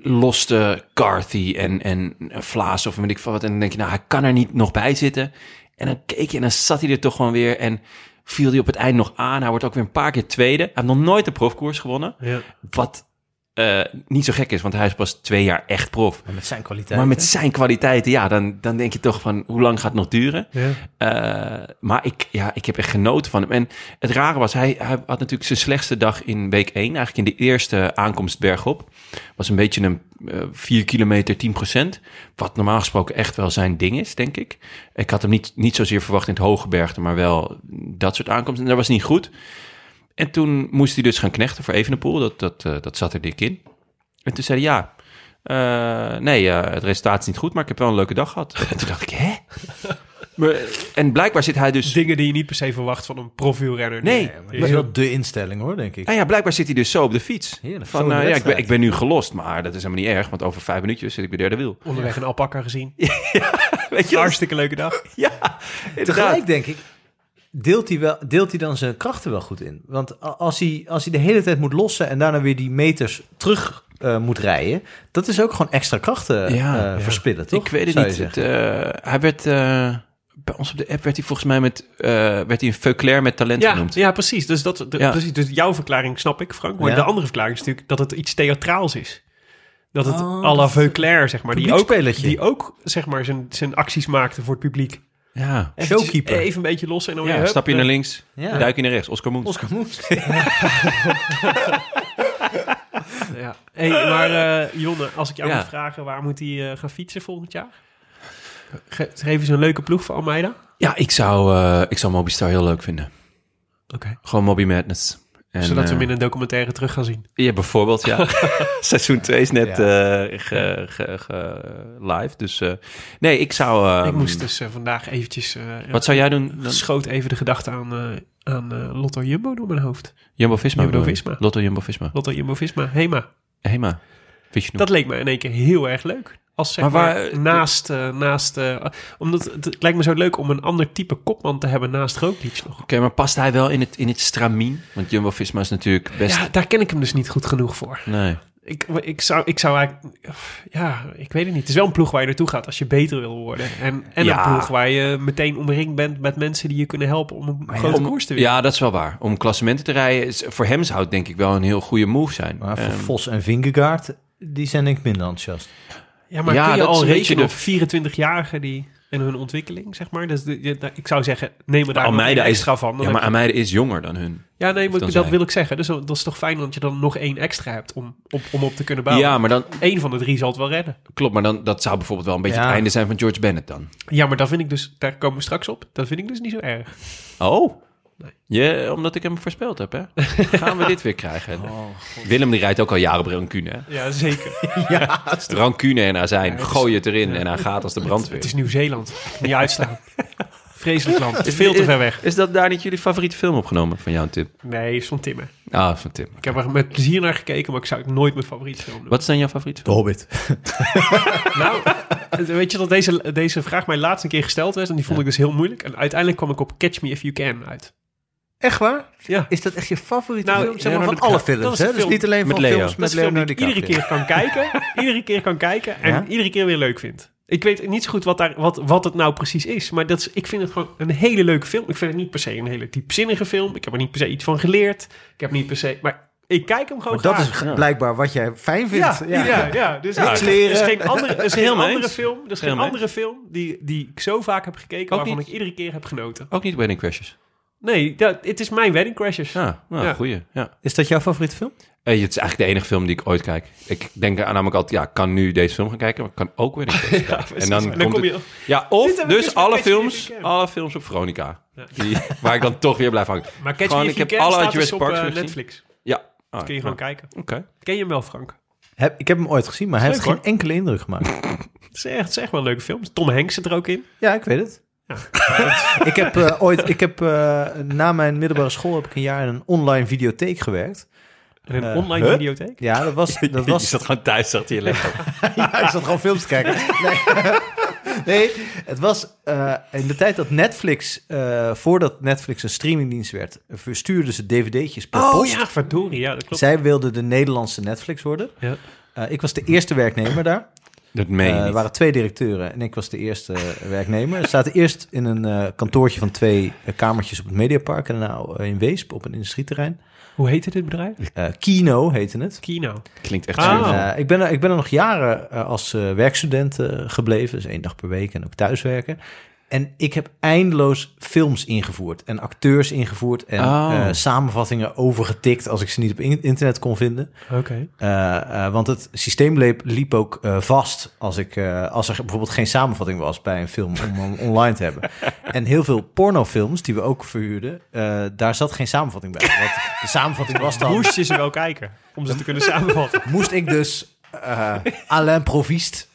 S2: loste Carthy en, en Vlaas of weet ik veel wat. En dan denk je, nou, hij kan er niet nog bij zitten. En dan keek je en dan zat hij er toch gewoon weer. En viel hij op het eind nog aan. Hij wordt ook weer een paar keer tweede. Hij heeft nog nooit de profkoers gewonnen.
S3: Ja.
S2: Wat eh, niet zo gek is, want hij is pas twee jaar echt prof.
S1: Maar met zijn kwaliteit.
S2: Maar met zijn kwaliteiten, ja, dan, dan denk je toch van... hoe lang gaat het nog duren?
S3: Ja.
S2: Eh, maar ik, ja, ik heb echt genoten van hem. En het rare was, hij, hij had natuurlijk zijn slechtste dag in week 1. Eigenlijk in de eerste aankomst bergop. Was een beetje een eh, 4 kilometer 10 Wat normaal gesproken echt wel zijn ding is, denk ik. Ik had hem niet, niet zozeer verwacht in het hoge bergte, maar wel dat soort aankomsten. En dat was niet goed. En toen moest hij dus gaan knechten voor Evenepoel. Dat, dat, eh, dat zat er dik in. En toen zei hij, ja... eh, nee, eh, het resultaat is niet goed, maar ik heb wel een leuke dag gehad. En toen dacht ik, hè? Maar, en blijkbaar zit hij dus.
S3: Dingen die je niet per se verwacht van een profielrenner.
S2: Nee,
S1: Dat is wel de instelling, hoor, denk ik.
S2: nou ja, blijkbaar zit hij dus zo op de fiets.
S1: Heerlijk, zo
S2: Van,
S1: in
S2: eh, ja,
S1: de
S2: ik, ben,
S1: wedstrijd.
S2: ik ben nu gelost, maar dat is helemaal niet erg, want over vijf minuutjes zit ik weer derde wiel.
S3: Onderweg een alpaca gezien.
S2: Weet je?
S3: Hartstikke leuke dag.
S2: Ja, inderdaad.
S1: Tegelijk denk ik, deelt hij, wel, deelt hij dan zijn krachten wel goed in? Want a- als hij, als hij de hele tijd moet lossen en daarna weer die meters terug eh, moet rijden, dat is ook gewoon extra krachten eh
S2: Ja, ja.
S1: verspillen, toch?
S2: Ik weet het
S1: Zou je
S2: niet. Het,
S1: zeggen.
S2: eh, hij werd. eh, bij ons op de app werd hij volgens mij met. eh, werd hij een Veuclair met talent
S3: Ja,
S2: genoemd.
S3: ja, precies. Dus, dat, de-
S2: Ja.
S3: precies. dus jouw verklaring snap ik, Frank. Maar
S1: Ja.
S3: de andere verklaring is natuurlijk dat het iets theatraals is. Dat
S1: Oh,
S3: het à la
S1: dat-
S3: Veuclair, zeg maar, die ook,
S1: Publiekspelletje.
S3: die ook zeg maar, zijn, zijn acties maakte voor het publiek.
S2: Ja.
S3: Eventjes
S1: Showkeeper.
S3: Even een beetje los en dan weer...
S2: Ja,
S3: hup,
S2: stap je
S3: Oh, eh,
S2: naar links,
S1: Ja.
S2: duik je naar rechts. Oscar Moens.
S1: Oscar Moes.
S3: Ja. Hey, maar eh, Jonne, als ik jou
S2: Ja.
S3: moet vragen, waar moet hij eh, gaan fietsen volgend jaar? Ge geef eens een leuke ploeg voor Almeida.
S2: Ja, ik zou, eh ik zou Mobistar heel leuk vinden.
S3: Oké.
S2: Gewoon Moby Madness. En,
S3: Zodat we
S2: eh,
S3: hem in een documentaire terug gaan zien.
S2: Ja, bijvoorbeeld, ja. Seizoen 2 is net eh, ge- ge- ge- live. Dus eh, nee, ik zou... eh,
S3: ik moest dus eh, vandaag eventjes... eh,
S2: Wat zou jij doen? Dan-
S3: schoot even de gedachte aan, eh, aan eh, Lotto Jumbo door mijn hoofd.
S2: Jumbo-Visma
S3: Jumbo
S2: bedoel je?
S3: Visma.
S2: Lotto Jumbo-Visma.
S3: Lotto Jumbo-Visma, Hema.
S2: Hema. Visma.
S3: Dat leek me in één keer heel erg leuk. Als zeg
S2: Maar
S3: maar,
S2: waar-
S3: naast... eh, naast eh, omdat het, het lijkt me zo leuk om een ander type kopman te hebben naast Roglic nog.
S2: Oké, maar past hij wel in het, in het stramien? Want Jumbo-Visma is natuurlijk best...
S3: Ja, daar ken ik hem dus niet goed genoeg voor.
S2: Nee.
S3: Ik, ik, zou, ik zou eigenlijk... Ja, ik weet het niet. Het is wel een ploeg waar je naartoe gaat als je beter wil worden. En, en
S2: Ja.
S3: een ploeg waar je meteen omringd bent met mensen die je kunnen helpen om een grote
S2: Om-
S3: koers te winnen.
S2: ja, dat is wel waar. Om klassementen te rijden, is, voor hem zou het denk ik wel een heel goede move zijn.
S1: Maar voor
S2: Ehm,
S1: Vos en Vingegaard, die zijn denk ik minder enthousiast.
S3: Ja, maar
S2: Ja,
S3: kun je
S2: dat is
S3: al
S2: een beetje
S3: rekenen op
S2: de-
S3: 24-jarigen die en hun ontwikkeling, zeg maar? Dus de- je- nou, ik zou zeggen, neem er daar nog
S2: Almeida
S3: één
S2: is-
S3: extra van. Dan
S2: ja,
S3: heb
S2: maar
S3: je-
S2: Almeida is jonger dan hun.
S3: ja, nee, maar
S2: dan
S3: ik- dat
S2: zij.
S3: wil ik zeggen. Dus dat is toch fijn dat je dan nog één extra hebt om op, om op te kunnen bouwen.
S2: Ja, maar dan...
S3: Eén van de drie zal het wel redden.
S2: Klopt, maar dan, dat zou bijvoorbeeld wel een beetje
S1: Ja.
S2: het einde zijn van George Bennett dan.
S3: Ja, maar dat vind ik dus, daar komen we straks op, dat vind ik dus niet zo erg.
S2: Oh. Ja, omdat ik hem voorspeld heb, hè? Gaan we dit weer krijgen?
S3: Oh,
S2: Willem die rijdt ook al jaren op rancune, hè?
S3: Ja, zeker.
S2: Rancune en azijn. Gooi het erin en hij gaat als de brandweer.
S3: het is Nieuw-Zeeland. Niet uitstaan. Vreselijk land. Het is veel te ver weg.
S2: Is dat daar niet jullie favoriete film opgenomen van jou, Tim?
S3: Nee, is van Timmer.
S2: Ah, van Tim.
S3: Ik heb er met plezier naar gekeken, maar ik zou het nooit mijn favoriet film noemen.
S2: Wat is dan jouw favoriete film?
S1: Hobbit.
S3: Nou, weet je dat deze, deze vraag mij laatst een keer gesteld werd en die vond ik dus heel moeilijk. En uiteindelijk kwam ik op Catch Me If You Can uit.
S1: Echt waar?
S3: Ja.
S1: Is dat echt je favoriete
S3: Nou,
S1: film? Zeg maar,
S3: Leonardo
S1: van alle
S3: DiCaprio. Dat
S1: films,
S3: is
S1: hè?
S3: een
S1: Dus
S3: film
S1: niet alleen
S2: met
S1: van
S2: Leo.
S1: films
S3: Dat
S1: met
S3: is een film
S1: Leonardo
S3: die ik iedere
S1: DiCaprio.
S3: keer kan kijken, iedere keer kan kijken en
S1: Ja?
S3: iedere keer weer leuk vindt. Ik weet niet zo goed wat, daar, wat, wat het nou precies is, maar dat is, ik vind het gewoon een hele leuke film. Ik vind het niet per se een hele diepzinnige film. Ik heb er niet per se iets van geleerd. Ik heb niet per se... Maar ik kijk hem gewoon
S1: Maar dat
S3: graag.
S1: is ge- blijkbaar wat jij fijn vindt.
S3: Ja, ja. ja, Dus
S2: Ja,
S3: ik-
S1: kleren.
S3: er is geen andere, er is geen
S2: Helemaal
S3: andere
S2: eens.
S3: film, er is geen
S2: Helemaal
S3: andere film die, die ik zo vaak heb gekeken,
S2: Ook
S3: waarvan
S2: niet.
S3: ik iedere keer heb genoten.
S2: Ook niet Wedding Crashers.
S3: Nee, dat, het is mijn Wedding Crashers.
S2: Ja, nou,
S3: Ja.
S2: goeie. Ja.
S1: Is dat jouw favoriete film?
S2: Eh, het is eigenlijk de enige film die ik ooit kijk. Ik denk aan namelijk altijd, ja, ik kan nu deze film gaan kijken, maar ik kan ook Wedding Crashers kijken. En dan, komt
S3: kom
S2: het-
S3: je...
S2: Ja,
S3: Dit
S2: of
S3: heb ik dus
S2: dus
S3: bij
S2: alle
S3: Catch Me If You
S2: films,
S3: Can.
S2: alle films op Veronica.
S3: Ja.
S2: Die, waar ik dan toch weer blijf hangen.
S3: Maar Catch
S2: Gewoon,
S3: Me
S2: ik
S3: If You
S2: heb
S3: Can
S2: alle
S3: staat
S2: uit
S3: dus
S2: US
S3: op
S2: Parks
S3: eh,
S2: gezien.
S3: Netflix.
S2: Ja. Ah,
S3: Kun je gewoon kijken.
S2: Oké.
S3: Ken je hem wel, Frank?
S1: Heb, ik heb hem ooit gezien, maar hij
S3: Is
S1: heeft
S3: leuk,
S1: geen enkele indruk gemaakt.
S3: Het is echt, het is echt wel een leuke film. Tom Hanks zit er ook in.
S1: ja, ik weet het. ik heb eh, ooit, ik heb eh, na mijn middelbare school heb ik een jaar in een online videotheek gewerkt.
S3: En een
S1: Eh,
S3: online
S1: huh?
S3: videotheek.
S1: Ja, dat was, dat was
S2: gewoon thuis, zat hij lekker.
S1: Ja, ik zat gewoon films te kijken. Nee, nee het was eh, in de tijd dat Netflix, eh, voordat Netflix een streamingdienst werd, verstuurden ze dvd'tjes per
S3: Oh
S1: post.
S3: ja, verdorie. Ja, dat klopt.
S1: Zij wilden de Nederlandse Netflix worden.
S3: Ja.
S1: Eh, ik was de eerste werknemer daar.
S2: Dat meen je
S1: Eh,
S2: niet.
S1: er waren twee directeuren en ik was de eerste eh, werknemer. We zaten eerst in een eh, kantoortje van twee eh, kamertjes op het Mediapark en daarna eh, in Weesp op een industrieterrein.
S3: Hoe heette dit bedrijf?
S1: Eh, Kino heette het.
S3: Kino.
S2: Klinkt echt
S3: Ah.
S2: zuur.
S1: En, eh, ik, ben er, ik ben er nog jaren eh, als eh, werkstudent eh, gebleven. Dus één dag per week en ook thuiswerken. En ik heb eindeloos films ingevoerd. En acteurs ingevoerd. En
S2: Oh.
S1: eh, samenvattingen overgetikt als ik ze niet op in- internet kon vinden.
S3: Oké.
S1: Eh, eh, want het systeem leep- liep ook eh, vast als, ik, eh, als er bijvoorbeeld geen samenvatting was bij een film om hem online te hebben. En heel veel pornofilms die we ook verhuurden, eh, daar zat geen samenvatting bij. Want de samenvatting was dan
S3: Moest je ze wel kijken, om ze te kunnen samenvatten.
S1: moest ik dus eh Alain Provist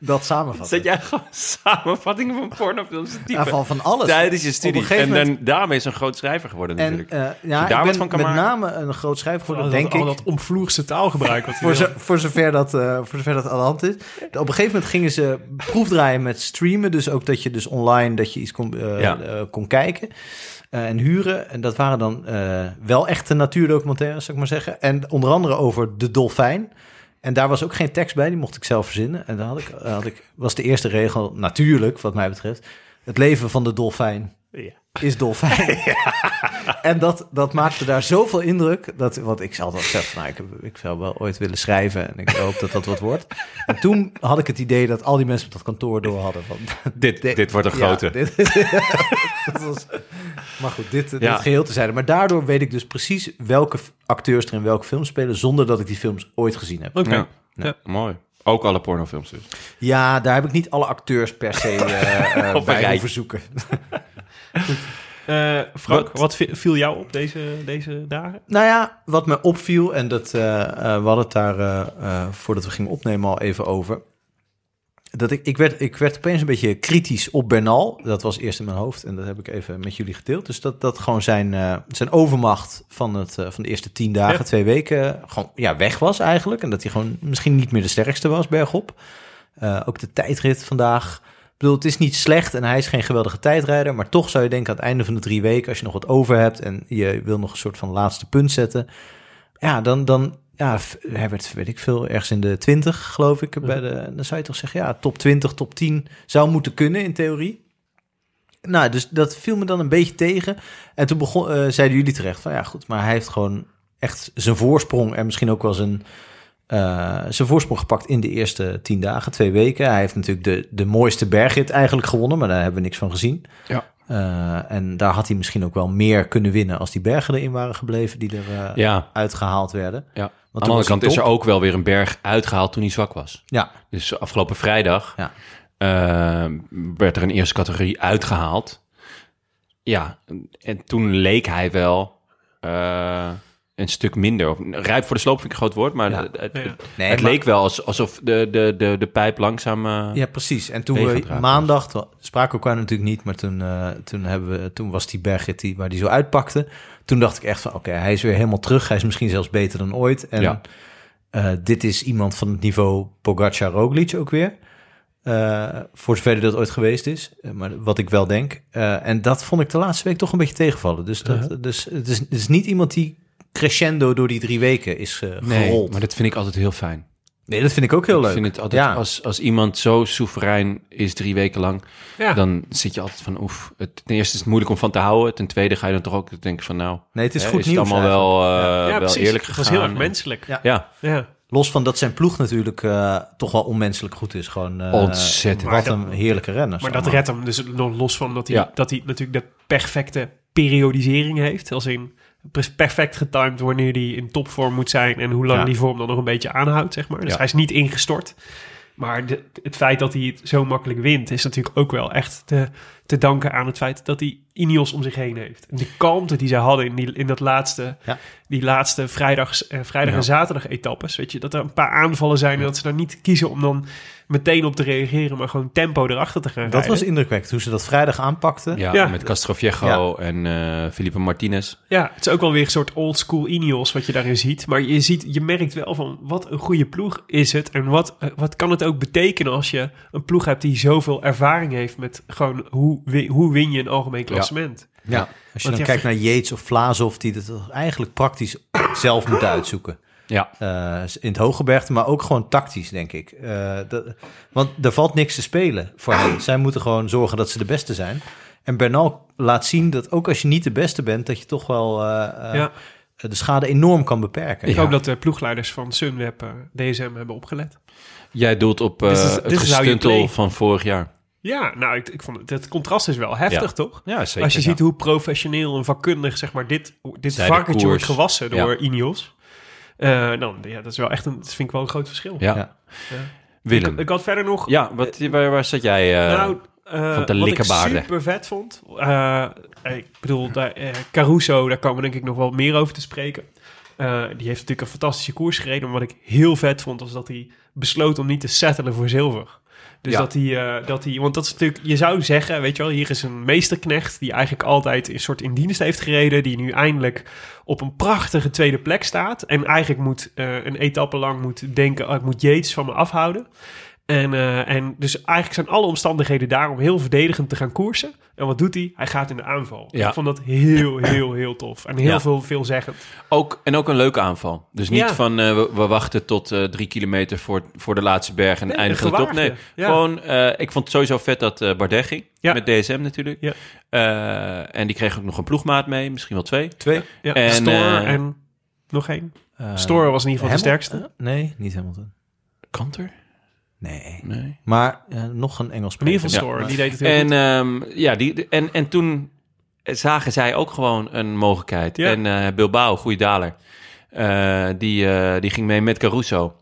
S1: dat samenvatten.
S2: Zet jij gewoon samenvattingen van pornofilms te typen?
S1: Ja, van, van alles.
S2: Tijdens je
S1: Op
S2: studie.
S1: een gegeven
S2: En
S1: moment.
S2: dan, daarmee is een groot schrijver geworden
S1: En
S2: natuurlijk.
S1: eh, ja,
S2: daar
S1: ik
S2: wat
S1: ben
S2: van kan
S1: met
S2: maken.
S1: name een groot schrijver geworden,
S3: Al
S1: denk
S3: dat, al
S1: ik.
S3: dat omvloerse taalgebruik. Wat
S1: Voor,
S3: voor
S1: zo, voor, zover dat, eh, voor zover dat aan de hand is. Op een gegeven moment gingen ze proefdraaien met streamen. Dus ook dat je dus online dat je iets kon, eh,
S2: Ja.
S1: eh, kon kijken eh, en huren. En dat waren dan eh, wel echte natuurdocumentaires, zou ik maar zeggen. En onder andere over de dolfijn. En daar was ook geen tekst bij, die mocht ik zelf verzinnen. En daar had ik, eh, had ik, was de eerste regel, natuurlijk, wat mij betreft... het leven van de dolfijn
S3: Ja.
S1: is dolfijn. En dat, dat maakte daar zoveel indruk. Dat, want ik zal dat zeggen, nou, ik, heb- ik zou wel ooit willen schrijven. En ik hoop dat dat wat wordt. En toen had ik het idee dat al die mensen op dat kantoor door hadden. Van,
S2: dit,
S1: de-
S2: dit wordt een
S1: ja,
S2: grote.
S1: dit- dat was, maar goed, dit, dit
S2: Ja.
S1: geheel te zijn. Maar daardoor weet ik dus precies welke f- acteurs er in welke film spelen... zonder dat ik die films ooit gezien heb.
S3: Oké.
S2: Ja.
S3: Ja.
S2: Mooi. Ook alle pornofilms dus.
S1: Ja, daar heb ik niet alle acteurs per se eh, eh,
S2: Op een
S1: bij
S2: rij.
S1: hoeven zoeken.
S3: Eh, Frank,
S2: Wat-
S3: wat vi- viel jou op deze, deze dagen?
S1: Nou ja, wat me opviel, en dat, eh, eh, we hadden het daar eh, eh, voordat we gingen opnemen al even over. Dat ik, ik, werd, ik werd opeens een beetje kritisch op Bernal. Dat was eerst in mijn hoofd en dat heb ik even met jullie gedeeld. Dus dat, dat gewoon zijn, eh, zijn overmacht van, het, eh, van de eerste tien dagen,
S3: Ja.
S1: twee weken, eh, gewoon ja, weg was eigenlijk. En dat hij gewoon misschien niet meer de sterkste was bergop. Eh, ook de tijdrit vandaag. Ik bedoel, het is niet slecht en hij is geen geweldige tijdrijder. Maar toch zou je denken aan het einde van de drie weken, als je nog wat over hebt en je wil nog een soort van laatste punt zetten. Ja, dan, dan ja, f- hij werd, weet ik veel, ergens in de 20, geloof ik. Bij
S2: Mhm.
S1: de, dan zou je toch zeggen, ja, top 20, top 10 zou moeten kunnen in theorie. Nou, dus dat viel me dan een beetje tegen. En toen begon, eh, zeiden jullie terecht van ja, goed, maar hij heeft gewoon echt zijn voorsprong en misschien ook wel zijn, eh, zijn voorsprong gepakt in de eerste tien dagen, twee weken. Hij heeft natuurlijk de, de mooiste bergrit eigenlijk gewonnen, maar daar hebben we niks van gezien.
S2: Ja.
S1: Eh, en daar had hij misschien ook wel meer kunnen winnen als die bergen erin waren gebleven die er eh,
S2: Ja.
S1: uitgehaald werden.
S2: ja. Aan de
S1: toen
S2: andere
S1: was
S2: kant
S1: hij
S2: is er
S1: top.
S2: ook wel weer een berg uitgehaald toen hij zwak was.
S1: Ja,
S2: Dus afgelopen vrijdag
S1: Ja.
S2: eh, werd er een eerste categorie uitgehaald. Ja, en toen leek hij wel eh, een stuk minder. Of, Rijp voor de sloop vind ik een groot woord, maar
S1: Ja.
S2: het, het-
S3: Ja.
S2: het-
S1: Nee,
S2: het
S1: maar-
S2: leek wel als- alsof de, de, de, de pijp langzaam... eh,
S1: Ja, precies. En toen
S2: Tegen
S1: we
S2: het raken
S1: maandag, toen spraken we elkaar natuurlijk niet, maar toen, eh, toen, hebben we, toen was die bergrit die, waar die zo uitpakte. Toen dacht ik echt van, oké, hij is weer helemaal terug. Hij is misschien zelfs beter dan ooit. En
S2: Ja.
S1: eh, dit is iemand van het niveau Pogacar Roglic ook weer. Eh, voor zover hij dat ooit geweest is. Eh, maar wat ik wel denk. Eh, en dat vond ik de laatste week toch een beetje tegenvallen. Dus, dat, dus het, is, het is niet iemand die crescendo door die drie weken is eh,
S2: nee,
S1: gerold.
S2: maar dat vind ik altijd heel fijn.
S1: nee, dat vind ik ook heel leuk.
S2: Ik vind het altijd,
S1: Ja.
S2: als, als iemand zo soeverein is drie weken lang,
S3: Ja.
S2: dan zit je altijd van oef. Het, ten eerste is het moeilijk om van te houden. Ten tweede ga je dan toch ook denken van nou,
S1: Nee, het is
S2: hè,
S1: goed
S2: het
S1: nieuws
S2: allemaal wel, eh,
S3: ja,
S2: wel eerlijk
S3: Het
S2: gegaan.
S3: was heel erg
S2: en-
S3: menselijk.
S1: Ja.
S2: Ja,
S3: Ja.
S1: Los van dat zijn ploeg natuurlijk eh, toch wel onmenselijk goed is. Gewoon, eh,
S2: Ontzettend.
S1: Wat een heerlijke renner.
S3: Maar dat redt hem dus nog los van dat hij,
S2: Ja.
S3: dat hij natuurlijk de perfecte periodisering heeft. Als in pres- perfect getimed wanneer hij in topvorm moet zijn en hoe lang
S1: Ja.
S3: die vorm dan nog een beetje aanhoudt, zeg maar. Dus
S2: Ja.
S3: hij is niet ingestort. Maar de- het feit dat hij het zo makkelijk wint is natuurlijk ook wel echt de te danken aan het feit dat hij Ineos om zich heen heeft. En de kalmte die zij hadden in, die, in dat laatste,
S1: Ja.
S3: die laatste vrijdags, eh, vrijdag
S2: Ja.
S3: en zaterdag etappes. Weet je, dat er een paar aanvallen zijn en dat ze daar niet kiezen om dan meteen op te reageren, maar gewoon tempo erachter te gaan
S1: Dat was
S3: rijden.
S1: indrukwekkend hoe ze dat vrijdag aanpakten.
S2: Ja,
S3: Ja.
S2: met Castroviejo en eh Felipe Martinez.
S3: Ja, het is ook wel weer een soort old school Ineos wat je daarin ziet. Maar je, ziet, je merkt wel van wat een goede ploeg is het. En wat, eh, wat kan het ook betekenen als je een ploeg hebt die zoveel ervaring heeft met gewoon hoe, wi- hoe win je een algemeen klassement.
S1: Ja, als je
S3: Want
S1: dan
S3: ja,
S1: kijkt naar Yates of Vlaasov, die dat toch eigenlijk praktisch zelf moeten uitzoeken.
S2: Ja.
S1: Eh, in het Hogebergte, maar ook gewoon tactisch, denk ik. Eh, dat, want er valt niks te spelen voor hen. Zij moeten gewoon zorgen dat ze de beste zijn. En Bernal laat zien dat ook als je niet de beste bent, dat je toch wel eh, eh,
S3: Ja.
S1: de schade enorm kan beperken.
S3: Ik
S2: Ja.
S3: hoop dat de ploegleiders van Sunweb eh, DSM hebben opgelet.
S2: Jij doelt op eh,
S3: Dit is-
S2: het
S3: dit is how you
S2: gestuntel
S3: play.
S2: van vorig jaar.
S3: Ja, nou, ik, ik vond het, het contrast is wel heftig,
S2: Ja.
S3: toch?
S2: Ja, zeker.
S3: als je ziet hoe professioneel en vakkundig zeg maar, dit, dit
S2: Zij de
S3: varkentje wordt
S2: koers.
S3: gewassen
S2: Ja.
S3: door Ineos. Eh, dan, ja, dat is wel echt een, dat vind ik wel een groot verschil.
S2: Ja.
S1: Ja.
S2: Willem.
S3: Ik had verder nog
S2: ja, wat, waar, waar zat jij? eh,
S3: nou, eh,
S2: van de
S3: wat ik
S2: likkebaarden.
S3: super vet vond. eh, ik bedoel, daar, eh, Caruso, daar komen we denk ik nog wel meer over te spreken. Eh, die heeft natuurlijk een fantastische koers gereden. Maar wat ik heel vet vond, was dat hij besloot om niet te settelen voor zilver. Dus
S2: Ja.
S3: dat, hij, eh, dat hij, want dat is natuurlijk, je zou zeggen, weet je wel, hier is een meesterknecht die eigenlijk altijd een soort in dienst heeft gereden, die nu eindelijk op een prachtige tweede plek staat en eigenlijk moet eh, een etappe lang moet denken, oh, ik moet Yates van me afhouden. En, eh, en dus eigenlijk zijn alle omstandigheden daar om heel verdedigend te gaan koersen. En wat doet hij? Hij gaat in de aanval.
S2: Ja.
S3: Ik vond dat heel, heel, heel tof. En heel
S2: Ja.
S3: veel veelzeggend.
S2: Ook, en ook een leuke aanval. Dus niet
S3: Ja.
S2: van eh, we, we wachten tot eh, drie kilometer voor, voor de laatste berg en
S3: Nee,
S2: eindigen het op. Nee,
S3: gewaagde. Ja.
S2: gewoon, eh, ik vond het sowieso vet dat eh Bardet ging.
S3: Ja.
S2: Met DSM natuurlijk.
S3: Ja.
S2: Eh, en die kreeg ook nog een ploegmaat mee, misschien wel twee.
S1: Twee.
S3: Ja.
S2: En,
S3: Store
S2: eh,
S3: en nog één.
S1: Eh,
S3: Store was in ieder geval de
S1: Hamilton?
S3: sterkste.
S1: Eh, nee, niet Hamilton.
S2: Kanter?
S1: Nee.
S2: Nee.
S1: Maar eh, nog een Engels
S3: In ieder geval
S1: spreker.
S3: Store,
S1: Ja.
S3: die deed het heel
S2: En,
S3: goed.
S2: ehm, ja, die, de- en, en toen zagen zij ook gewoon een mogelijkheid.
S3: Ja.
S2: En eh, Bilbao, goede daler, eh, die, eh, die ging mee met Caruso.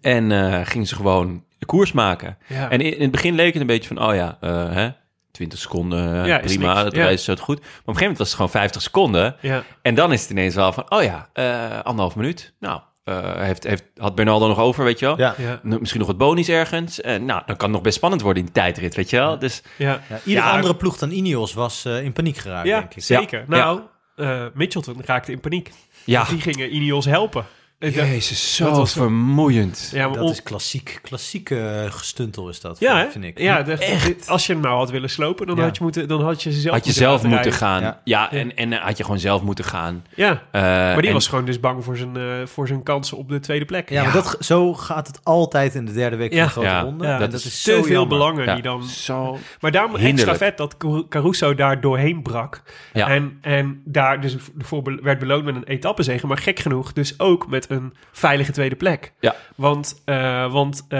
S2: En eh ging ze gewoon koers maken.
S3: Ja.
S2: En in, in het begin leek het een beetje van, oh ja, eh, hè, 20 seconden, eh,
S3: Ja, is
S2: prima,
S3: niks.
S2: dat
S3: Ja.
S2: rijdt zo goed. Maar op een gegeven moment was het gewoon 50 seconden.
S3: ja.
S2: En dan is het ineens wel van, oh ja, eh, anderhalf minuut. Nou, eh, heeft, heeft, had Bernardo nog over, weet je wel.
S1: Ja.
S3: Ja.
S2: N- Misschien nog wat bonies ergens. Eh, nou, dan kan het nog best spannend worden in die tijdrit, weet je wel. Dus
S3: Ja.
S1: Ja, iedere
S3: Ja.
S1: andere ploeg dan Ineos was eh, in paniek geraakt,
S3: Ja,
S1: denk ik.
S3: zeker.
S2: Ja.
S3: Nou, eh, Mitchelton raakte in paniek.
S2: ja.
S3: Die gingen Ineos helpen. Ik dacht,
S2: Jezus, zo
S3: dat was-
S2: vermoeiend.
S3: ja, maar
S1: Dat
S3: on-
S1: is klassiek. Klassieke eh, gestuntel is dat,
S3: ja, hè?
S1: vind ik.
S3: Ja, dacht, dit- als je hem nou had willen slopen, dan,
S1: Ja.
S3: had, je moeten, dan had je ze zelf
S2: Had je zelf
S3: laten
S2: moeten
S3: rijden.
S2: gaan. Ja,
S1: Ja.
S2: en, en eh, had je gewoon zelf moeten gaan.
S3: Ja,
S2: Eh,
S3: maar die
S2: en-
S3: was gewoon dus bang voor zijn, eh, voor zijn kansen op de tweede plek.
S1: Ja, maar dat, ge- zo gaat het altijd in de derde week
S3: Ja.
S1: van de grote
S2: Ja.
S1: ronde.
S3: Ja,
S1: En
S3: dat,
S1: dat,
S3: is
S1: is
S3: te
S1: zo
S3: veel
S1: jammer.
S3: belangen
S2: Ja.
S3: die dan...
S2: Zo...
S3: Maar daarom extra
S2: Hinderlijk.
S3: vet dat Caru- Caruso daar doorheen brak.
S2: Ja.
S3: En, en daar dus voor be- werd beloond met een etappezege. Maar gek genoeg dus ook met een veilige tweede plek.
S2: Ja.
S3: Want, eh, want eh,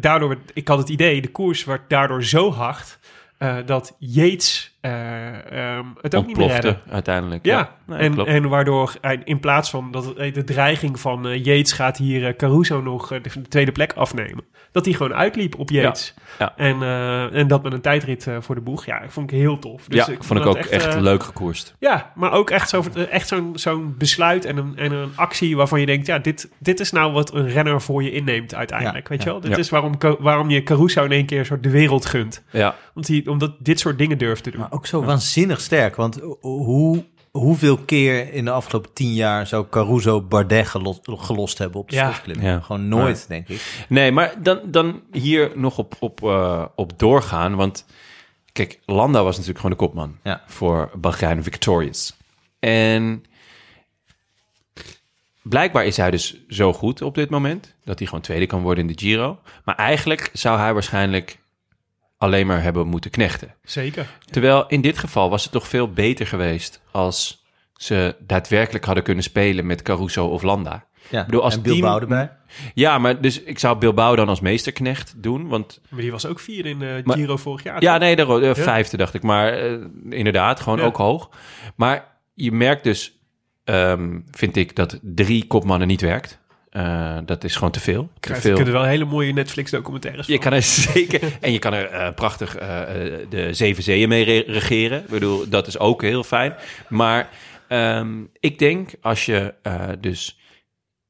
S3: daardoor, werd- ik had het idee, de koers werd daardoor zo hard... eh, dat Yates eh, ehm, het ook niet meer redde.
S2: Ontplofte uiteindelijk.
S3: Ja,
S2: Nee,
S3: en,
S2: klopt.
S3: en waardoor hij in plaats van dat eh, de dreiging van eh, Yates gaat hier eh, Caruso nog eh, de tweede plek afnemen. Dat hij gewoon uitliep op Yates.
S2: Ja,
S3: En, eh, en dat met een tijdrit eh, voor de boeg. Ja, ik vond ik heel tof. Dus
S2: ja, vond ik ook
S3: dat
S2: echt,
S3: eh,
S2: leuk gekoerst.
S3: Ja, maar ook echt zo'n echt zo'n zo'n besluit en een, en een actie waarvan je denkt... ja, dit, dit is nou wat een renner voor je inneemt
S1: Ja,
S3: uiteindelijk, weet je
S1: ja.
S3: wel? Dit
S2: Ja.
S3: is waarom, Ca- waarom je Caruso in één keer een soort de wereld gunt.
S2: Ja,
S3: Omdat hij omdat dit soort dingen durft te doen.
S1: Maar ook zo waanzinnig sterk. Want hoe, hoeveel keer in de afgelopen tien jaar zou Caruso Bardet gelo- gelost hebben op de
S3: Ja.
S1: slotklim?
S2: Ja.
S1: Gewoon nooit, denk ik.
S2: Nee, maar dan, dan hier nog op, op, eh, op doorgaan. Want kijk, Landa was natuurlijk gewoon de kopman
S1: Ja.
S2: voor Bahrein Victorious. En blijkbaar is hij dus zo goed op dit moment... dat hij gewoon tweede kan worden in de Giro. Maar eigenlijk zou hij waarschijnlijk alleen maar hebben moeten knechten.
S3: Zeker.
S2: Terwijl in dit geval was het toch veel beter geweest... als ze daadwerkelijk hadden kunnen spelen met Caruso of Landa.
S1: Ja.
S2: bedoel, als
S1: en
S2: team-
S1: Bilbao erbij.
S2: Ja, maar dus ik zou Bilbao dan als meesterknecht doen, want
S3: Maar die was ook vier in eh,
S2: Maar-
S3: Giro vorig jaar.
S2: ja,
S3: toch?
S2: nee, de ro- eh, vijfde dacht ik. Maar eh, inderdaad, gewoon
S3: Ja.
S2: ook hoog. Maar je merkt dus, ehm, vind ik, dat drie kopmannen niet werkt. Eh, Eh, dat is gewoon te veel. Te
S3: Krijgt-
S2: veel.
S3: kunnen wel hele mooie Netflix-documentaires.
S2: Je kan er zeker. En je kan er eh, prachtig eh, eh, de zeven zeeën mee re- regeren. Ik bedoel, dat is ook heel fijn. Maar ehm, ik denk als je eh, dus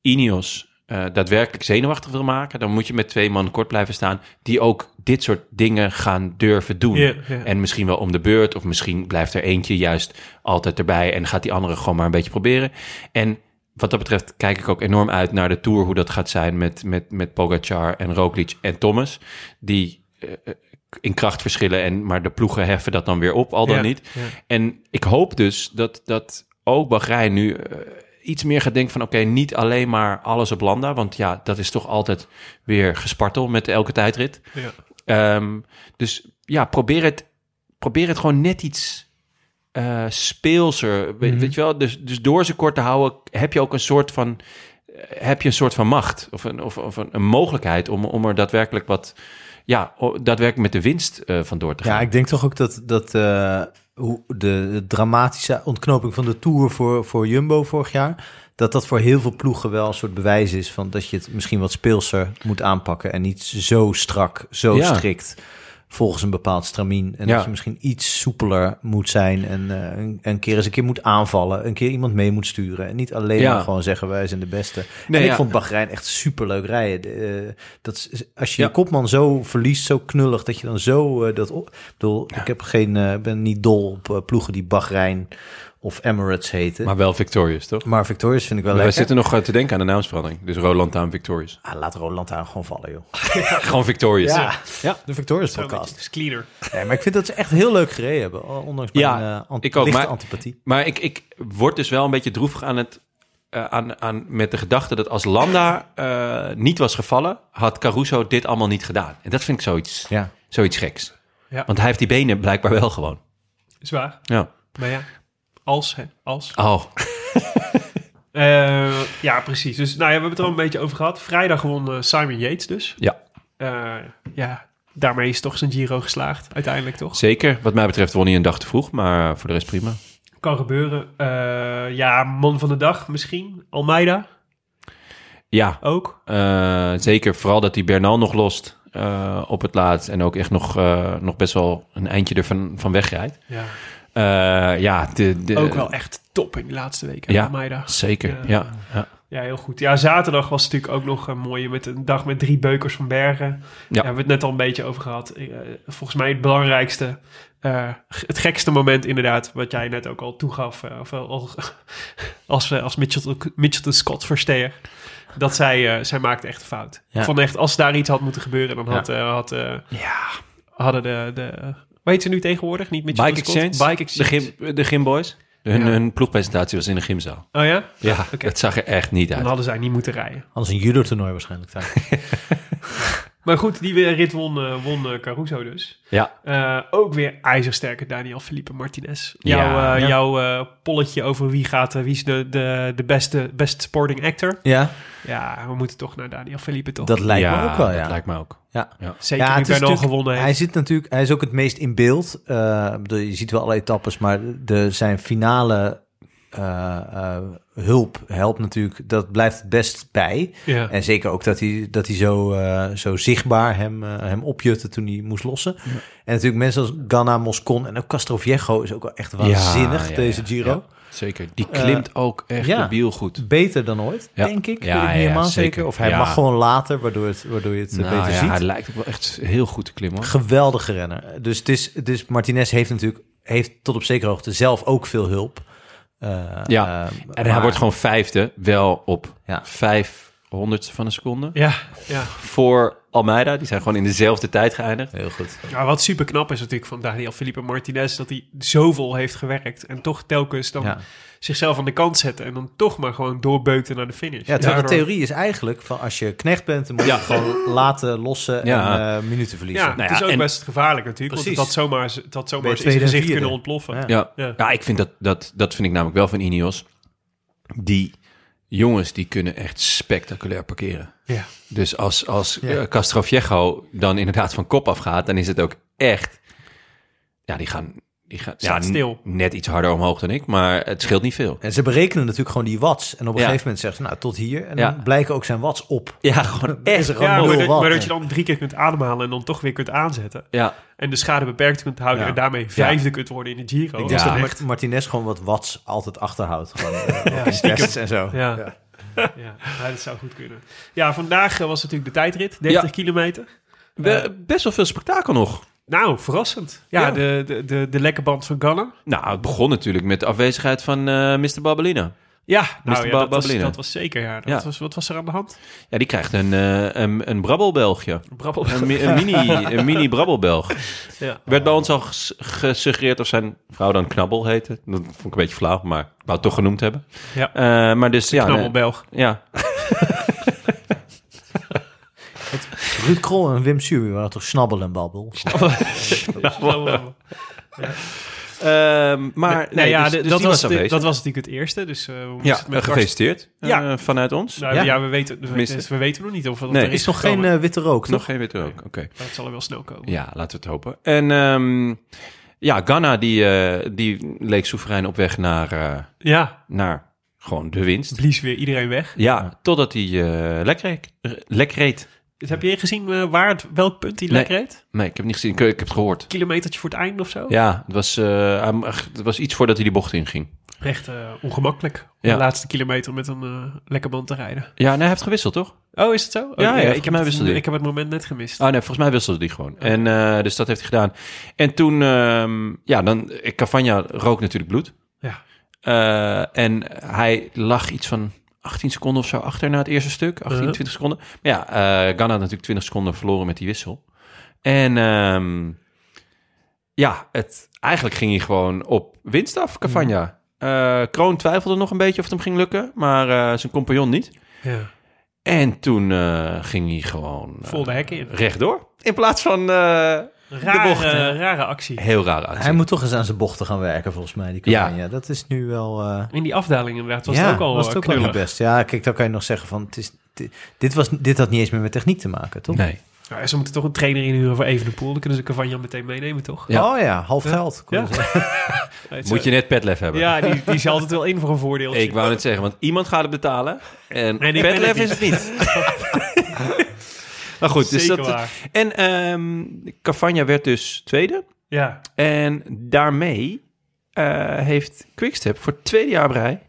S2: Ineos eh, daadwerkelijk zenuwachtig wil maken, dan moet je met twee man kort blijven staan die ook dit soort dingen gaan durven doen.
S3: Ja, ja.
S2: En misschien wel om de beurt, of misschien blijft er eentje juist altijd erbij en gaat die andere gewoon maar een beetje proberen. En wat dat betreft kijk ik ook enorm uit naar de tour, hoe dat gaat zijn met, met, met Pogacar en Roglic en Thomas, die eh, eh, in kracht verschillen, en, maar de ploegen heffen dat dan weer op, al dan
S3: Ja,
S2: niet.
S3: ja.
S2: En ik hoop dus dat, dat ook Bahrein nu eh, iets meer gaat denken van... oké, niet alleen maar alles op Landa... want ja, dat is toch altijd weer gespartel met elke tijdrit.
S3: Ja.
S2: Ehm, dus ja, probeer het, probeer het gewoon net iets eh, speelser.
S1: Mhm.
S2: We- Weet je wel? Dus, dus door ze kort te houden heb je ook een soort van... eh, Heb je een soort van macht of een, of, of een, een mogelijkheid om, om er daadwerkelijk wat... Ja, o- daadwerkelijk met de winst eh, vandoor te gaan.
S1: Ja, ik denk toch ook dat, dat eh, hoe de dramatische ontknoping van de Tour voor, voor Jumbo vorig jaar... dat dat voor heel veel ploegen wel een soort bewijs is... van dat je het misschien wat speelser moet aanpakken... en niet zo strak, zo
S2: Ja.
S1: strikt volgens een bepaald stramien. En
S2: Ja.
S1: dat je misschien iets soepeler moet zijn... en eh, een, een keer eens een keer moet aanvallen... een keer iemand mee moet sturen... en niet alleen
S2: Ja.
S1: maar gewoon zeggen wij zijn de beste.
S2: Nee,
S1: en ik
S2: ja.
S1: vond Bahrein echt superleuk rijden. De, eh, dat is- als je
S2: Ja.
S1: je kopman zo verliest, zo knullig, dat je dan zo eh, dat op. Ik bedoel, ik heb geen, eh, ben niet dol op eh, ploegen die Bahrein of Emirates heten. Maar,
S2: Maar wel victorious, toch?
S1: Victorious vind ik wel
S2: We
S1: lekker.
S2: zitten nog eh, te denken aan de naamsverandering. Dus Roland Taam Victorious.
S1: Ah, laat Roland aan gewoon vallen, joh.
S2: Gewoon Victorious.
S1: Ja, ja de Victorious podcast.
S3: is cleaner.
S1: Nee, maar ik vind dat ze echt heel leuk gereden hebben, al- ondanks mijn
S2: Ja,
S1: eh, ant-
S2: ik ook,
S1: lichte
S2: maar-
S1: antipathie.
S2: Maar ik, ik word dus wel een beetje droevig aan het, eh, aan, aan, met de gedachte dat als Landa eh, niet was gevallen, had Caruso dit allemaal niet gedaan. En dat vind ik zoiets,
S1: Ja.
S2: zoiets geks.
S3: Ja.
S2: Want hij heeft die benen blijkbaar wel gewoon.
S3: Is waar.
S2: Ja.
S3: Maar ja, als, hè, als.
S2: Oh,
S3: Eh, ja, precies. Dus nou ja, we hebben het er al een beetje over gehad. Vrijdag won eh, Simon Yates dus.
S2: Ja.
S3: Eh, ja, daarmee is toch zijn Giro geslaagd, uiteindelijk toch?
S2: zeker. Wat mij betreft won hij een dag te vroeg, maar voor de rest prima.
S3: Kan gebeuren. Eh, ja, man van de dag misschien. Almeida
S2: Ja,
S3: ook.
S2: eh, zeker. Vooral dat hij Bernal nog lost eh, op het laatst. En ook echt nog, eh, nog best wel een eindje ervan van wegrijdt.
S3: Ja,
S2: Eh, ja, de, de,
S3: ook wel echt top in de laatste weken.
S2: Ja.
S3: Almeida.
S2: Zeker,
S3: Ja.
S2: ja. ja.
S3: Ja, heel goed. Ja, zaterdag was natuurlijk ook nog een mooie met een dag met drie beukers van Bergen. Ja. Daar hebben we het net al een beetje over gehad. Eh, volgens mij het belangrijkste, eh, g- het gekste moment inderdaad, wat jij net ook al toegaf, eh, of wel al, als, eh, als Mitchell, Mitchell de Scott versteer, dat zij, eh, zij maakte echt een fout.
S1: Ja.
S3: Ik vond echt, als daar iets had moeten gebeuren, dan had, eh, had, eh, hadden de, de, hoe heet ze nu tegenwoordig? Niet Mitchell
S2: Bike
S3: de Scott?
S2: Exchange?
S3: Bike
S2: De,
S3: Exchange.
S2: gym, de Gymboys? Hun,
S3: Ja.
S2: hun ploegpresentatie was in de gymzaal.
S3: Oh ja?
S2: Ja,
S3: oké.
S2: dat zag er echt niet
S3: Dan
S2: uit.
S3: hadden zij niet moeten rijden.
S1: Anders een judo-toernooi waarschijnlijk daar.
S3: Maar goed, die weer- rit won, eh, won eh, Caruso dus.
S2: Ja,
S3: Eh, ook weer ijzersterke Daniel Felipe Martinez. Jouw,
S2: Ja.
S3: eh,
S1: Ja.
S3: jouw eh, polletje over wie gaat, eh, wie is de, de, de beste best sporting actor.
S1: ja,
S3: Ja, we moeten toch naar Daniel Felipe toch.
S1: dat lijkt me ook wel,
S2: dat
S1: ja.
S2: lijkt me ook.
S1: ja.
S3: Zeker
S1: Ja,
S3: nu
S1: het is
S3: Bernal
S1: natuurlijk-
S3: gewonnen
S1: Hij
S3: heeft.
S1: zit natuurlijk, hij is ook het meest in beeld. Eh, ik bedoel, je ziet wel alle etappes, maar de, zijn finale eh, eh, hulp helpt natuurlijk. Dat blijft het best bij.
S3: Ja.
S1: En zeker ook dat hij, dat hij zo, eh, zo zichtbaar hem, eh, hem opjutte toen hij moest lossen. En natuurlijk mensen als Ganna, Moscon en ook Castro Viejo is ook wel echt waanzinnig,
S2: ja,
S1: deze
S2: ja,
S1: Giro.
S2: ja. zeker. Die
S3: Eh,
S2: klimt ook echt
S1: ja.
S2: debiel goed.
S1: Beter dan ooit,
S2: Ja.
S1: denk
S2: Ja,
S1: ik. Weet ik niet
S2: ja,
S1: helemaal zeker.
S2: zeker.
S1: Of hij
S2: Ja.
S1: mag gewoon later, waardoor, het, waardoor je het eh,
S2: Nou
S1: beter
S2: ja,
S1: ziet.
S2: hij lijkt ook wel echt heel goed te klimmen. hoor.
S1: Geweldige renner. Dus, het is, dus Martinez heeft natuurlijk heeft tot op zekere hoogte zelf ook veel hulp. Eh,
S2: Ja.
S1: eh,
S2: En hij
S1: maar-
S2: wordt gewoon vijfde, wel op
S1: Ja.
S2: vijfhonderdste van een seconde.
S3: Ja, ja.
S2: Voor Almeida, die zijn gewoon in dezelfde tijd geëindigd.
S1: Heel goed.
S3: Ja, Nou, wat super knap is natuurlijk van Daniel Felipe Martinez... dat hij zoveel heeft gewerkt en toch telkens dan
S1: Ja.
S3: zichzelf aan de kant zette... en dan toch maar gewoon doorbeukte naar de finish.
S1: Ja, terwijl de
S3: Daardoor-
S1: theorie is eigenlijk van als je knecht bent, dan moet je gewoon laten lossen en
S2: Ja.
S1: eh, minuten verliezen.
S3: Ja,
S2: Nou
S3: het
S2: ja,
S3: is ook
S2: en-
S3: best gevaarlijk natuurlijk...
S1: Precies.
S3: want het had zomaar, z- het had
S1: Ben
S3: zomaar
S1: je
S3: in zijn
S1: tweede en
S3: gezicht
S1: vierde.
S3: kunnen ontploffen.
S1: Ja.
S2: Ja,
S3: Ja.
S2: ja. ik vind dat, dat, dat vind ik namelijk wel van Ineos. Die jongens, die kunnen echt spectaculair parkeren.
S3: Ja.
S2: Dus als, als
S1: Ja.
S2: eh, Castroviejo dan inderdaad van kop afgaat, dan is het ook echt... Ja, die gaan, Die gaat
S3: Staat
S2: ja, n-
S3: stil.
S2: net iets harder omhoog dan ik, maar het scheelt niet veel.
S1: En ze berekenen natuurlijk gewoon die watts. En op een
S2: Ja.
S1: gegeven moment zeggen ze, nou, tot hier. En
S2: Ja.
S1: dan blijken ook zijn watts op.
S2: Ja, gewoon
S1: Dan is er gewoon
S3: Ja,
S1: nul
S3: maar, dat,
S1: watt.
S3: maar dat je dan drie keer kunt ademhalen en dan toch weer kunt aanzetten.
S2: Ja,
S3: En de schade beperkt kunt houden
S1: Ja.
S3: en daarmee vijfde kunt worden in de Giro.
S1: Ik
S3: Ja.
S1: denk dat
S3: Oh, Ja.
S1: Mart- Martinez gewoon wat watts altijd achterhoudt. Gewoon, eh, ook in tests en zo.
S3: Ja. Ja. Ja, dat zou goed kunnen. Ja, vandaag eh, was natuurlijk de tijdrit, 30
S2: Ja.
S3: kilometer.
S2: we- best wel veel spektakel nog.
S3: Nou, verrassend. Ja,
S2: Ja.
S3: De, de, de, de lekke band van Ganna.
S2: Nou, het begon natuurlijk met de afwezigheid van eh Mr. Babelina.
S3: Ja, nou,
S2: Mr.
S3: ja dat, was,
S2: Babbelina.
S3: dat was zeker. Ja. Dat
S2: Ja.
S3: Was, wat was er aan de hand?
S2: Ja, die krijgt een, eh een, een brabbelbelgje.
S3: Brabbel.
S2: Een, mi- een mini, een mini brabbelbelg.
S3: Ja.
S2: Werd bij ons al ges- gesuggereerd of zijn vrouw dan knabbel heette. Dat vond ik een beetje flauw, maar ik wou het toch genoemd hebben.
S3: Ja.
S2: Eh, maar dus, ja,
S3: Knabbel
S2: nee,
S3: Belg.
S2: ja,
S1: Ruud Krol en Wim Suur waren toch snabbel en babbel?
S2: Ehm, maar nee,
S3: nee, ja,
S2: dus-
S3: de-
S2: dus
S3: dat,
S2: die
S3: was de-
S2: aanwezig.
S3: dat was natuurlijk het eerste. Dus, eh, we moesten
S2: ja,
S3: het met
S2: eh,
S3: Karsten-
S2: gefeliciteerd eh,
S3: Ja.
S2: vanuit ons.
S3: Nou, ja.
S1: Ja.
S3: we, weten, we,
S2: Tenminste.
S3: weten, we weten nog niet of dat
S2: Nee,
S3: er
S1: Er is nog geen
S3: gekomen.
S1: eh, witte rook,
S2: Nog
S1: toch?
S2: geen witte rook, oké.
S3: Dat zal er wel snel komen.
S2: Ja, laten we het hopen. En ehm, ja, Ghana die, eh, die leek soeverein op weg naar, eh,
S3: Ja,
S2: naar gewoon de winst.
S3: blies weer iedereen weg.
S2: Ja, totdat hij eh lek, reed, R- lek reed.
S3: Dus heb je gezien eh, waar het, welk punt hij
S2: Nee.
S3: lekker reed?
S2: Nee, ik heb het niet gezien. Ik, ik heb het gehoord.
S3: Kilometertje voor het einde of zo?
S2: Ja, het was, eh, hij mag- het was iets voordat hij die bocht inging.
S3: Echt eh, ongemakkelijk om
S2: Ja.
S3: de laatste kilometer met een eh, lekker band te rijden.
S2: Ja, nee, hij heeft gewisseld, toch?
S3: Oh, is het zo? Oh,
S2: Ja, ja, volgens
S3: ik, heb
S2: mij
S3: het,
S2: wisselde hij.
S3: ik heb het moment net gemist.
S2: Ah nee, volgens mij wisselde die gewoon. En eh, dus dat heeft hij gedaan. En toen, ehm, ja, dan eh, Cavagna rook natuurlijk bloed.
S3: Ja.
S2: Eh, en hij lag iets van 18 seconden of zo achter na het eerste stuk, 18,
S3: Uh-huh.
S2: 20 seconden. Maar ja, eh Ghana had natuurlijk 20 seconden verloren met die wissel. En ehm, ja, het, eigenlijk ging hij gewoon op winst af, Cavagna. Eh, Kroon twijfelde nog een beetje of het hem ging lukken, maar eh, zijn compagnon niet.
S3: Ja.
S2: En toen eh, ging hij gewoon... eh,
S3: Vol de hek in.
S2: rechtdoor. In plaats van eh,
S3: Rare,
S2: bocht, hè?
S3: rare actie.
S2: heel raar actie.
S1: Hij moet toch eens aan zijn bochten gaan werken, volgens mij. Die
S2: Ja.
S1: campagne. Dat is nu wel... eh,
S3: In die afdaling inderdaad was
S1: ja,
S3: het ook al eh,
S1: was het ook al
S3: knullig.
S1: niet best. Ja, kijk, dan kan je nog zeggen van... Het is, dit, dit was, dit had niet eens meer met techniek te maken, toch?
S2: Nee.
S3: Ja, ze moeten toch een trainer inhuren voor Evenepoel. Dan kunnen ze Cavagna meteen meenemen, toch?
S2: Ja.
S1: Oh ja, half geld. kon je
S3: Ja.
S1: zeggen.
S2: Moet je net petlef hebben.
S3: Ja, die, die zal altijd wel in voor een voordeel.
S2: Ik wou net zeggen, want iemand gaat het betalen. En,
S3: En ik ben
S2: petlef
S3: het
S2: is het niet. maar goed, dus
S3: Zeker
S2: dat...
S3: waar.
S2: En ehm Cavagna werd dus tweede.
S3: Ja,
S2: En daarmee eh, heeft Quickstep voor het tweede jaar op rij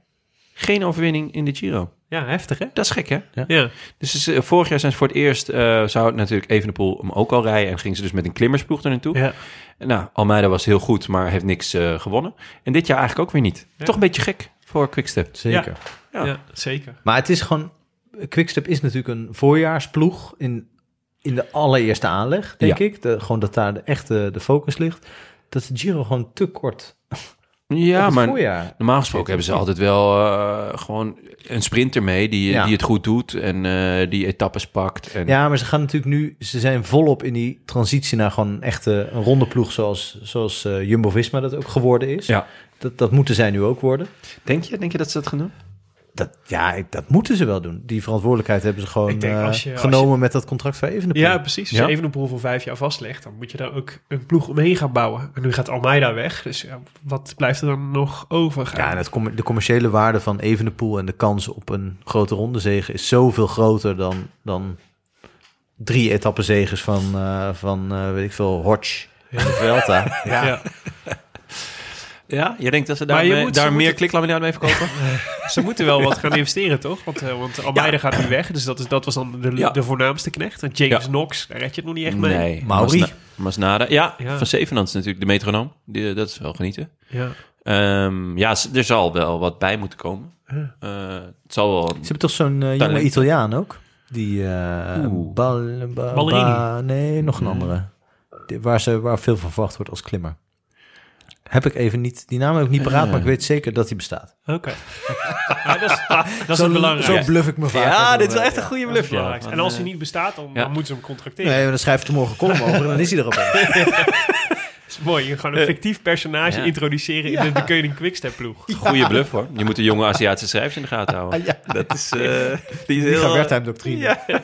S2: geen overwinning in de Giro.
S3: ja heftig hè?
S2: Dat is gek, hè?
S3: Ja.
S2: Dus ze- vorig jaar zijn ze voor het eerst... eh zou natuurlijk Evenepoel hem ook al rijden... en gingen ze dus met een klimmersploeg er naartoe.
S3: ja.
S2: Nou, Almeida was heel goed, maar heeft niks eh, gewonnen. En dit jaar eigenlijk ook weer niet. Toch een beetje gek voor Quickstep.
S1: Zeker.
S2: Ja.
S3: Ja, zeker.
S1: Maar het is gewoon... Quickstep is natuurlijk een voorjaarsploeg in, in de allereerste aanleg, denk
S2: Ja.
S1: ik. De, gewoon dat daar de echte de focus ligt. Dat is Giro gewoon te kort op
S2: Ja,
S1: het
S2: maar
S1: voorjaar.
S2: normaal gesproken hebben ze altijd wel eh, gewoon een sprinter mee... die,
S1: Ja.
S2: die het goed doet en eh, die etappes pakt. En,
S1: Ja, maar ze gaan natuurlijk nu, ze zijn volop in die transitie naar gewoon een echte een ronde ploeg zoals, zoals eh, Jumbo-Visma dat ook geworden is.
S2: Ja.
S1: Dat, dat moeten zij nu ook worden.
S2: Denk, je, denk je dat ze dat gaan doen?
S1: Dat, ja, ik- dat moeten ze wel doen. Die verantwoordelijkheid hebben ze gewoon
S3: Ik denk
S1: eh,
S3: als je- als
S1: genomen met dat contract van Evenepoel.
S3: Ja, precies. Als
S2: Ja.
S3: je even een pool voor vijf jaar vastlegt, dan moet je daar ook een ploeg omheen gaan bouwen. En nu gaat Almeida weg, dus ja, wat blijft er dan nog over?
S1: Ja, en het, com- de commerciële waarde van Evenepoel en de kans op een grote rondezege is zoveel groter dan, dan drie etappenzeges van, eh, van eh, weet ik veel, Hodge. Ja. Vuelta.
S3: Ja.
S2: Ja, je denkt dat ze
S3: Maar
S2: daar,
S3: je
S2: mee-
S3: moet- ze
S2: daar meer
S3: moeten-
S2: kliklaminaat mee verkopen?
S3: Ze moeten wel wat gaan investeren, toch? Want, eh, want Almeida
S2: Ja.
S3: gaat nu weg, dus dat, is, dat was dan de,
S2: Ja.
S3: de voornaamste knecht. En James
S2: Ja.
S3: Knox, daar red je het nog niet echt mee.
S1: Mauri.
S2: Masna- Masnada. Ja,
S3: Ja.
S2: van Zevenans natuurlijk, de metronoom. Die, eh, dat is wel genieten.
S3: Ja.
S2: Ehm, ja, ze- er zal wel wat bij moeten komen.
S3: Ja.
S2: Eh, het zal wel...
S1: Ze hebben toch zo'n eh, jonge
S2: Talent.
S1: Italiaan ook? Die eh
S2: Oeh.
S1: Bal- ba-
S3: Ballerini.
S1: ba- nee, nog een andere. Die- waar, ze, waar veel van verwacht wordt als klimmer. Heb ik even niet, die naam heb ik niet paraat, maar ik weet zeker dat hij bestaat.
S3: Oké. Ja, dat is, dat is het
S1: Zo
S3: belangrijkste.
S1: bluff ik me vaak.
S2: een goede
S3: Dat is het belangrijkste. En als hij niet bestaat, dan,
S2: Ja.
S3: dan moeten ze hem contracteren.
S1: Nee, maar dan schrijft hij morgen een column over en dan is hij erop.
S3: Dat is mooi. Je gewoon een fictief personage
S2: Ja.
S3: introduceren in de, de Koning Quickstep ploeg.
S2: Goede bluff hoor. Je moet de jonge Aziatische schrijvers in de gaten houden. Dat is, eh, die is
S1: Die
S2: heel...
S1: gaan Wertheim doctrine.
S2: Eh.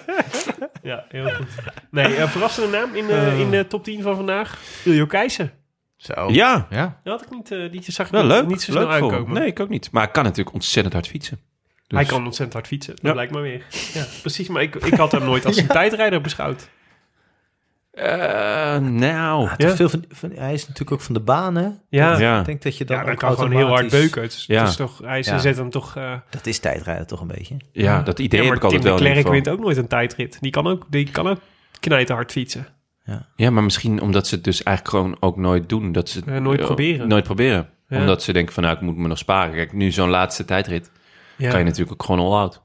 S3: Ja, heel goed. Nee, eh, verrassende naam in, de in de top 10 van vandaag. Iljo Keijzer.
S5: Zo.
S2: Ja,
S5: Ja.
S3: Dat had ik niet, eh, die zag ik
S2: wel
S3: niet,
S2: Nou, leuk.
S3: niet zo snel
S2: leuk voor hem.
S3: aankomen.
S2: Nee, ik ook niet. Maar hij kan natuurlijk ontzettend hard fietsen. Dus-
S3: Hij kan ontzettend hard fietsen, dat
S2: Ja.
S3: blijkt maar weer. Ja, precies, maar ik, ik had hem nooit als een tijdrijder beschouwd.
S2: Eh, nou,
S1: Te
S3: Ja.
S1: Veel van, van- hij is natuurlijk ook van de banen.
S3: Ja, ja,
S1: Ik
S2: ja.
S1: denk dat je dan
S3: maar hij
S1: ook
S3: kan gewoon heel hard
S1: automatisch-
S3: beuken. Het is,
S2: Ja.
S3: het is toch, hij is-
S1: Ja.
S3: zet hem toch... eh
S1: Dat is tijdrijden toch een beetje.
S2: ja, dat idee
S3: ja,
S2: heb
S3: maar
S2: ik altijd wel.
S3: Tim de
S2: in ieder
S3: Klerk
S2: geval.
S3: wint ook nooit een tijdrit. Die kan ook, die kan ook knijterhard fietsen.
S2: Ja, maar misschien omdat ze het dus eigenlijk gewoon ook nooit doen. Dat ze het
S3: Eh, nooit
S2: eh,
S3: proberen.
S2: Nooit proberen.
S3: Ja.
S2: Omdat ze denken van, nou, ik moet me nog sparen. Kijk, nu zo'n laatste tijdrit
S3: Ja,
S2: kan je natuurlijk ook gewoon all-out.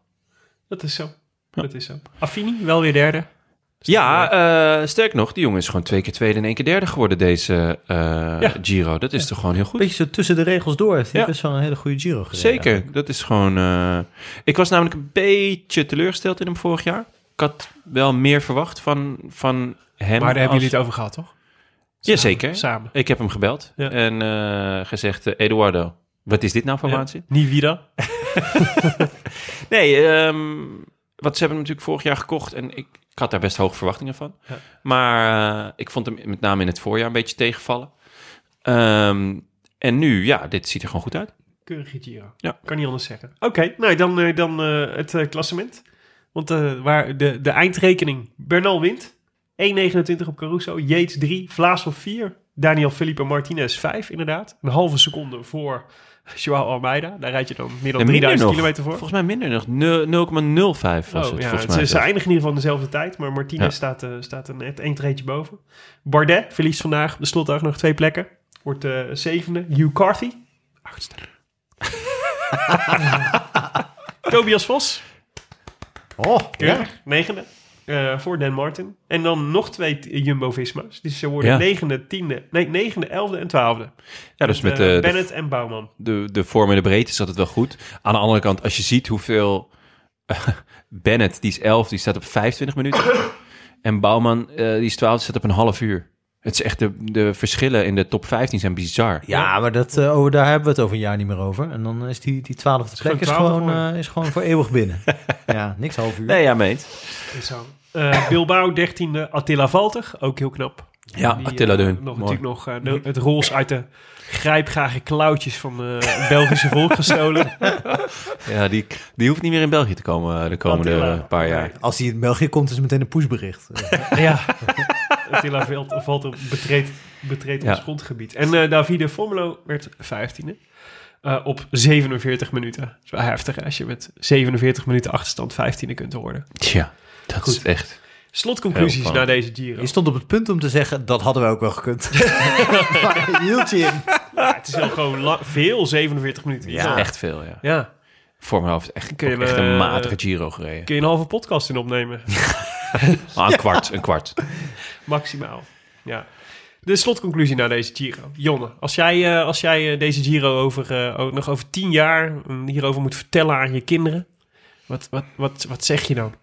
S3: dat is zo. Dat is zo. Affini, wel weer derde.
S2: Ja, eh sterk nog, die jongen is gewoon twee keer tweede en één keer derde geworden deze eh,
S3: Ja.
S2: Giro. Dat is toch gewoon heel goed?
S1: beetje zo tussen de regels door. Heeft hij
S2: Ja.
S1: best wel een hele goede Giro gereden.
S2: Zeker, dat is gewoon... eh, ik was namelijk een beetje teleurgesteld in hem vorig jaar. Ik had wel meer verwacht van, van hem.
S3: Maar daar hebben
S2: als-
S3: jullie het over gehad, toch?
S2: Jazeker.
S3: Samen.
S2: Ik heb hem gebeld
S3: Ja.
S2: en eh, gezegd, eh, Eduardo, wat is dit nou voor
S3: Ja.
S2: waanzin?
S3: Niet wie dan?
S2: Nee, ehm want ze hebben hem natuurlijk vorig jaar gekocht en ik, ik had daar best hoge verwachtingen van.
S3: Ja.
S2: Maar eh, ik vond hem met name in het voorjaar een beetje tegenvallen. Ehm, en nu, ja, dit ziet er gewoon goed uit.
S3: Keurige Giro.
S2: Ja.
S3: Kan niet anders zeggen. Oké, nou dan, eh, dan eh, het eh, klassement. Want eh, waar de, de eindrekening. Bernal wint. 1,29 op Caruso. Yates 3. Vlaasov 4. Daniel Felipe Martinez 5 inderdaad. Een halve seconde voor Joao Almeida. Daar rijd je dan meer dan
S2: En minder
S3: 3000
S2: nog.
S3: kilometer voor. Oh,
S2: Volgens mij minder nog. Nul- 0,05 was het,
S3: ja,
S2: volgens
S3: ze,
S2: mij.
S3: ze eindigen in ieder geval in dezelfde tijd. Maar Martinez
S2: Ja.
S3: staat, eh, staat er net één treetje boven. Bardet verliest vandaag op de slotdag nog twee plekken. Wordt eh, zevende. Hugh Carthy. Achtste. Tobias Vos.
S5: Oh, ja.
S3: Keurig. Negende. eh, voor Dan Martin. En dan nog twee t- Jumbo-Visma's. Dus ze worden
S2: Ja.
S3: negende, tiende. Nee, negende, elfde en twaalfde.
S2: ja, dus met
S3: Eh,
S2: de, de,
S3: Bennett en Bouwman.
S2: de, de vorm en de breedte zat het wel goed. Aan de andere kant, als je ziet hoeveel... eh, Bennett, die is 11, die staat op 25 minuten. en Bouwman, eh, die is 12, die staat op een half uur. Het is echt, de, de verschillen in de top 15 zijn bizar.
S1: Ja, maar dat, eh, over, daar hebben we het over een jaar niet meer over. En dan is die, die twaalfde
S3: gewoon
S1: plek is
S3: 12
S1: gewoon,
S3: geworden.
S1: eh, is gewoon voor eeuwig binnen. ja, niks half uur.
S2: Nee, ja, meet.
S3: En Zo. Eh, Bilbao, dertiende. Attila Valter. Ook heel knap.
S2: Ja,
S3: Die,
S2: Attila
S3: eh,
S2: Deun.
S3: Nog,
S2: Mooi.
S3: natuurlijk nog eh, de- het roze uit de grijpgrage klauwtjes van eh, het Belgische volk gestolen.
S2: Ja, die, die hoeft niet meer in België te komen eh, de komende
S3: Attila.
S2: eh, paar jaar.
S1: Als hij in België komt, is het meteen een pushbericht.
S3: Nee. Ja. Attila Valt, valt op, betreedt betreed ons
S2: Ja.
S3: grondgebied. En eh, Davide Formelo werd vijftiende. eh op 47 minuten. Dat is wel heftig als je met 47 minuten achterstand 15e kunt worden.
S2: Tja, dat
S3: Goed.
S2: is echt... Heel
S3: Slotconclusies
S2: spannend.
S3: na deze Giro.
S1: Je stond op het punt om te zeggen, dat hadden we ook wel gekund. maar je hield je in.
S3: Ja, Ah, het is wel gewoon la- veel 47 minuten.
S2: Ja, echt veel, ja.
S3: ja.
S2: Voor mijn hoofd echt,
S3: Kun je eh,
S2: echt een
S3: me-
S2: matige Giro gereden.
S3: Kun je een halve podcast in opnemen?
S2: Ah, een kwart, een kwart.
S3: Maximaal. Ja. De slotconclusie naar deze Giro. Jonne, als jij, eh, als jij eh, deze Giro over, eh, o- nog over tien jaar mm, hierover moet vertellen aan je kinderen, wat, wat, wat, wat zeg je dan?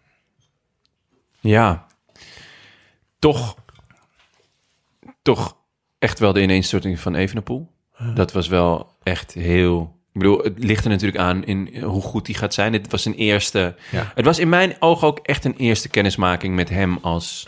S2: Ja. Toch, toch echt wel de ineenstorting van Evenepoel. Dat was wel echt heel... Ik bedoel, het ligt er natuurlijk aan in hoe goed die gaat zijn. Dit was een eerste...
S1: Ja.
S2: Het was in mijn ogen ook echt een eerste kennismaking met hem als,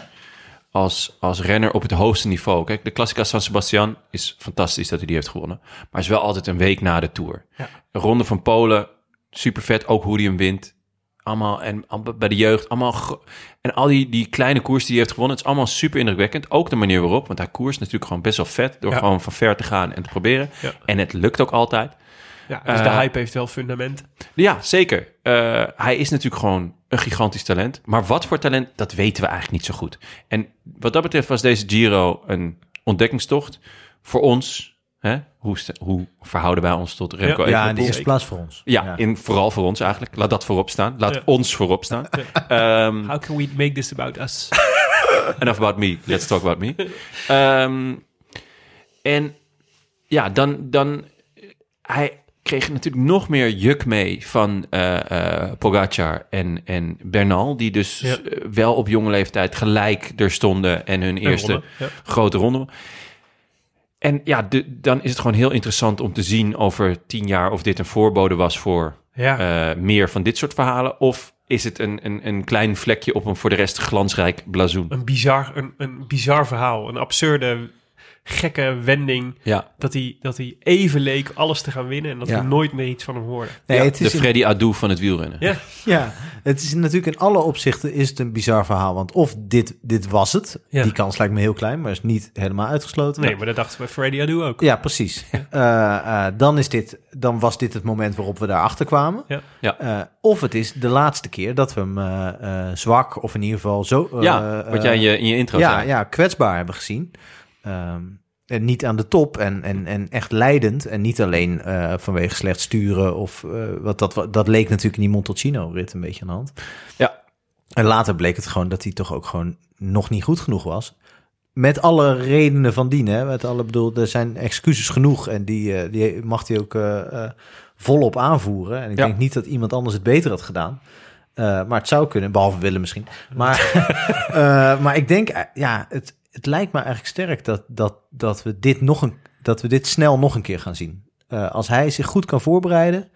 S2: als, als renner op het hoogste niveau. Kijk, de Classica San Sebastian is fantastisch dat hij die heeft gewonnen. Maar is wel altijd een week na de Tour. De Ronde van Polen, super vet. Ook hoe hij hem wint. Allemaal en amb- bij de jeugd, allemaal. gro- En al die, die kleine koers die hij heeft gewonnen, het is allemaal super indrukwekkend. Ook de manier waarop, want hij koerst natuurlijk gewoon best wel vet. Door
S3: Ja.
S2: gewoon van ver te gaan en te proberen.
S3: Ja.
S2: En het lukt ook altijd.
S3: Ja, dus de
S2: Eh,
S3: hype heeft wel fundament.
S2: Ja, zeker. Eh, hij is natuurlijk gewoon een gigantisch talent. Maar wat voor talent, dat weten we eigenlijk niet zo goed. En wat dat betreft was deze Giro een ontdekkingstocht voor ons. Hè? Hoe, st- hoe verhouden wij ons tot Remco
S3: Ja,
S1: Ja, in de
S2: Evenepoel?
S1: eerste plaats voor ons.
S2: Ja, In, vooral voor ons eigenlijk. Laat dat voorop staan. Laat
S3: Ja.
S2: ons voorop staan. Ehm,
S3: How can we make this about us?
S2: enough about me. Let's talk about me. Ehm, en ja, dan, dan... Hij kreeg natuurlijk nog meer juk mee van eh eh, Pogacar en, en Bernal... die dus
S3: Ja.
S2: eh, wel op jonge leeftijd gelijk er stonden... en hun eerste
S3: ronde, ja.
S2: grote ronde... En ja, de- dan is het gewoon heel interessant om te zien over tien jaar of dit een voorbode was voor
S3: Ja.
S2: eh, meer van dit soort verhalen. Of is het een, een, een klein vlekje op een voor de rest glansrijk blazoen?
S3: Een bizar, een, een bizar verhaal. Een absurde gekke wending.
S2: Ja.
S3: Dat hij, dat hij even leek alles te gaan winnen en dat
S1: Ja.
S3: we nooit meer iets van hem hoorden.
S1: Nee,
S2: Ja,
S1: het is
S2: de
S1: een-
S2: Freddy Adu van het wielrennen.
S3: Ja.
S1: Ja, het is natuurlijk in alle opzichten is het een bizar verhaal. Want of dit, dit was het,
S3: Ja.
S1: die kans lijkt me heel klein, maar is niet helemaal uitgesloten.
S3: Nee, maar dat dachten we bij Freddy Adu ook.
S1: Ja, precies. Eh, eh, dan, is dit, dan was dit het moment waarop we daarachter kwamen.
S3: Ja.
S2: Ja.
S1: Eh, of het is de laatste keer dat we hem eh, eh, zwak of in ieder geval zo... eh,
S2: ja, wat jij in je, in je intro
S1: ja,
S2: zei.
S1: ja, kwetsbaar hebben gezien. Ehm, en niet aan de top en, en, en echt leidend. En niet alleen eh, vanwege slecht sturen. Of, eh, wat dat, wa- dat leek natuurlijk in die Montalcino-rit een beetje aan de hand.
S2: Ja.
S1: En later bleek het gewoon dat hij toch ook gewoon nog niet goed genoeg was. Met alle redenen van dien. Hè? Met alle, bedoel, er zijn excuses genoeg. En die, eh, die mag hij ook eh, eh, volop aanvoeren. En ik
S2: Ja.
S1: denk niet dat iemand anders het beter had gedaan. Eh, maar het zou kunnen, behalve Willem misschien. Maar, eh, maar ik denk, eh, ja, het, het lijkt me eigenlijk sterk dat, dat, dat, we dit nog een, dat we dit snel nog een keer gaan zien. Eh, als hij zich goed kan voorbereiden.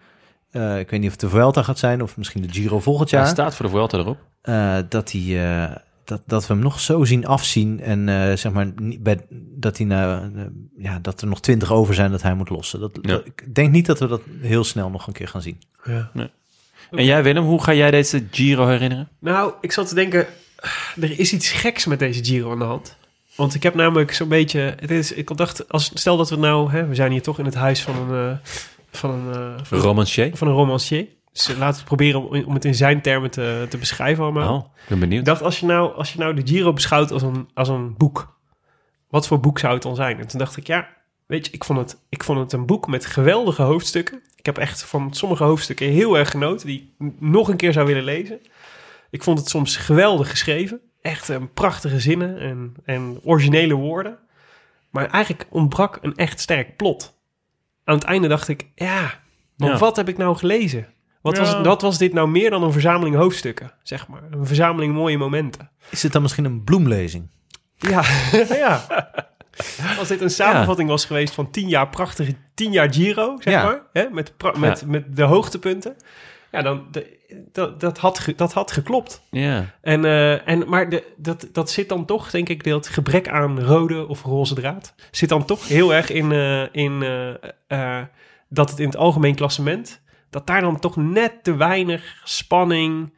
S1: eh, ik weet niet of het de Vuelta gaat zijn of misschien de Giro volgend jaar.
S2: Hij staat voor de Vuelta erop.
S1: eh, dat, hij, eh, dat, dat we hem nog zo zien afzien. En eh, zeg maar niet bij, dat, hij, nou, eh, ja, dat er nog twintig over zijn dat hij moet lossen. Dat,
S2: Ja.
S1: dat- ik denk niet dat we dat heel snel nog een keer gaan zien.
S2: En jij Willem, hoe ga jij deze Giro herinneren?
S3: Nou, ik zat te denken, er is iets geks met deze Giro aan de hand. Want ik heb namelijk zo'n beetje, het is, ik dacht, als, stel dat we nou, hè, we zijn hier toch in het huis van een, eh, van een, eh, van,
S2: Romancier?
S3: van een romancier. Dus eh, laten we proberen om, om het in zijn termen te, te beschrijven allemaal.
S2: Oh, ik ben benieuwd.
S3: Ik dacht, als je nou, als je nou de Giro beschouwt als een, als een boek, wat voor boek zou het dan zijn? En toen dacht ik, ja, weet je, ik vond het, ik vond het een boek met geweldige hoofdstukken. Ik heb echt van sommige hoofdstukken heel erg genoten, die ik n- nog een keer zou willen lezen. Ik vond het soms geweldig geschreven. Echt een prachtige zinnen en, en originele woorden. Maar eigenlijk ontbrak een echt sterk plot. Aan het einde dacht ik, ja, maar
S2: Ja.
S3: wat heb ik nou gelezen? Wat,
S2: Ja.
S3: was, wat was dit nou meer dan een verzameling hoofdstukken, zeg maar? Een verzameling mooie momenten.
S1: Is het dan misschien een bloemlezing?
S3: Ja, ja. Als dit een samenvatting was geweest van tien jaar prachtige, tien jaar Giro, zeg
S1: Ja.
S3: maar, hè, met, pra- met, met de hoogtepunten, ja, dan de- dat, dat, had ge- dat had geklopt.
S2: Ja.
S3: En, eh, en, maar de, dat, dat zit dan toch, denk ik, dat gebrek aan rode of roze draad, zit dan toch heel erg in, eh, in eh, eh, dat het in het algemeen klassement, dat daar dan toch net te weinig spanning,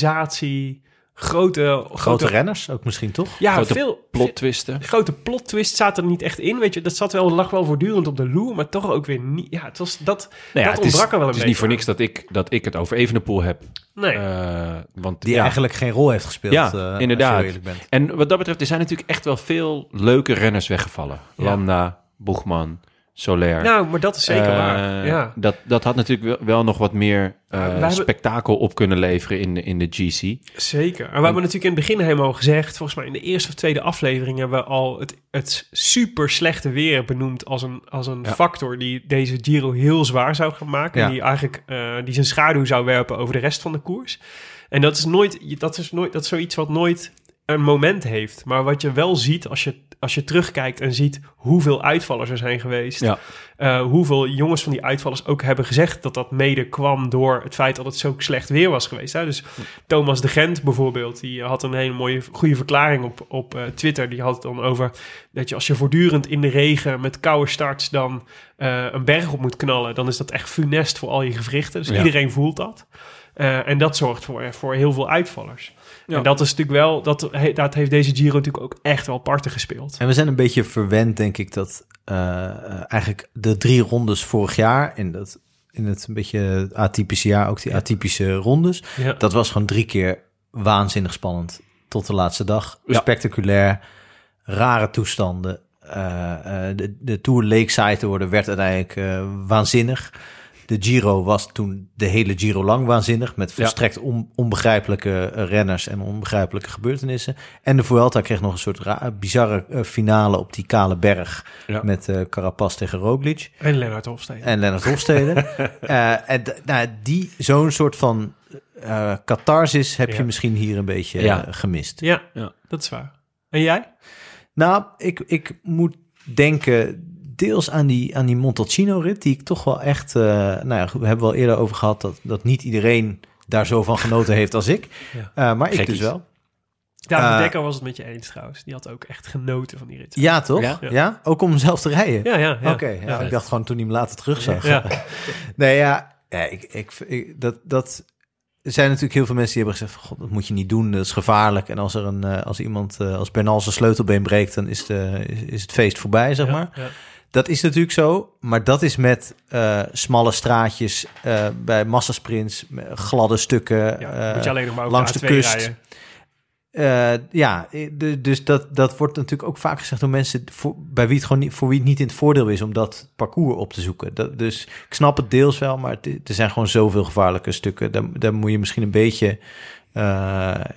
S3: sensatie, grote, grote,
S1: Grote renners ook misschien, toch?
S3: ja,
S2: grote
S3: veel,
S2: Plot twisten.
S3: grote plot twist zat er niet echt in. Weet je, dat zat wel, lag wel voortdurend op de loer, maar toch ook weer niet. Ja, het was dat.
S2: Nou ja,
S3: dat
S2: het is,
S3: ontbrak er wel een
S2: het is
S3: beetje.
S2: niet voor niks dat ik, dat ik het over Evenepoel heb.
S3: Nee.
S2: Eh, want,
S1: Die
S2: ja.
S1: eigenlijk geen rol heeft gespeeld.
S2: Ja,
S1: eh,
S2: inderdaad.
S1: Als je heel eerlijk bent.
S2: En wat dat betreft, er zijn natuurlijk echt wel veel leuke renners weggevallen. Landa, Boegman, Soler.
S3: nou, maar dat is zeker
S2: Eh,
S3: waar. Ja.
S2: dat, dat had natuurlijk wel, wel nog wat meer eh,
S3: wij hebben-
S2: spektakel op kunnen leveren in de, in de GC.
S3: Zeker. En we hebben natuurlijk in het begin helemaal gezegd, volgens mij in de eerste of tweede aflevering hebben we al het, het super slechte weer benoemd als een, als een factor die deze Giro heel zwaar zou gaan maken.
S1: Ja.
S3: Die eigenlijk eh, die zijn schaduw zou werpen over de rest van de koers. En dat is nooit, dat is nooit, dat is zoiets wat nooit een moment heeft. Maar wat je wel ziet als je, als je terugkijkt en ziet hoeveel uitvallers er zijn geweest.
S2: Ja.
S3: Eh, hoeveel jongens van die uitvallers ook hebben gezegd dat dat mede kwam door het feit dat het zo slecht weer was geweest. Hè? Dus Thomas de Gent bijvoorbeeld, die had een hele mooie goede verklaring op, op eh, Twitter. Die had het dan over dat je als je voortdurend in de regen met koude starts dan eh, een berg op moet knallen, dan is dat echt funest voor al je gewrichten. Dus
S2: Ja.
S3: iedereen voelt dat. Eh, en dat zorgt voor, voor heel veel uitvallers. En dat is natuurlijk wel, dat, he- dat heeft deze Giro natuurlijk ook echt wel parten gespeeld.
S1: En we zijn een beetje verwend, denk ik, dat eh, eh, eigenlijk de drie rondes vorig jaar... in, dat, in het een beetje atypische jaar, ook die atypische rondes...
S3: Ja.
S1: dat was gewoon drie keer waanzinnig spannend. Tot de laatste dag.
S2: Ja.
S1: Spectaculair, rare toestanden. Eh, eh, de, de Tour leek saai te worden, werd uiteindelijk eh, waanzinnig. De Giro was toen de hele Giro lang waanzinnig... met volstrekt on- onbegrijpelijke eh, renners en onbegrijpelijke gebeurtenissen. En de Vuelta kreeg nog een soort ra- bizarre eh, finale op die kale berg...
S2: Ja.
S1: met eh Carapaz tegen Roglic.
S3: En Lennart Hofstede.
S1: En Lennart Hofstede. Eh, en d- nou, die, zo'n soort van eh catharsis heb
S3: Ja.
S1: je misschien hier een beetje eh,
S2: Ja.
S1: gemist.
S3: Ja,
S2: Ja.
S3: dat is waar. En jij?
S1: Nou, ik, ik moet denken deels aan die, aan die Montalcino-rit, die ik toch wel echt... eh, nou ja, we hebben wel eerder over gehad dat, dat niet iedereen daar zo van genoten heeft als ik.
S3: Ja.
S1: Eh, maar ik
S2: Gekkies.
S1: dus wel.
S3: David
S1: Eh,
S3: Dekker was het met je eens trouwens. Die had ook echt genoten van die rit.
S1: Ja, toch? Ja?
S2: Ja.
S1: Ook om hem zelf te rijden?
S3: ja, ja. ja.
S1: Oké, ja,
S3: Ja.
S1: ik dacht gewoon toen hij hem later terugzag.
S3: Ja.
S1: Nee, ja, ja ik, ik, ik- dat, dat er zijn natuurlijk heel veel mensen die hebben gezegd... Van, God, dat moet je niet doen, dat is gevaarlijk. En als, er een, eh, als iemand, eh, als Bernal zijn sleutelbeen breekt... dan is, de, is, is het feest voorbij, zeg
S3: Ja,
S1: maar.
S3: ja.
S1: Dat is natuurlijk zo, maar dat is met eh, smalle straatjes... eh, bij massasprints, met gladde stukken...
S3: Ja,
S1: eh,
S3: moet je alleen nog maar over
S1: langs
S3: de
S1: de
S3: A2
S1: kust. Oh,
S3: rijden.
S1: eh, ja, de- dus dat, dat wordt natuurlijk ook vaak gezegd door mensen voor, bij wie het gewoon niet, voor wie het niet in het voordeel is om dat parcours op te zoeken. Dat, dus ik snap het deels wel, maar het, er zijn gewoon zoveel gevaarlijke stukken. Daar, daar moet je misschien een beetje, eh,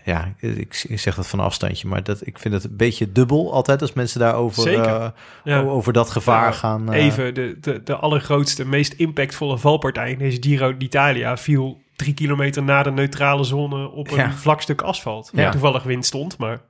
S1: ja, ik, ik zeg dat van een afstandje, maar dat, ik vind het een beetje dubbel altijd als mensen daarover
S3: Zeker.
S1: eh,
S3: Ja.
S1: o- over dat gevaar
S3: Ja,
S1: gaan. eh,
S3: Even, de, de, de allergrootste, meest impactvolle valpartij in deze Giro d'Italia viel drie kilometer na de neutrale zone op een
S1: Ja.
S3: vlak stuk asfalt.
S1: Ja.
S3: Ja. Toevallig wind stond, maar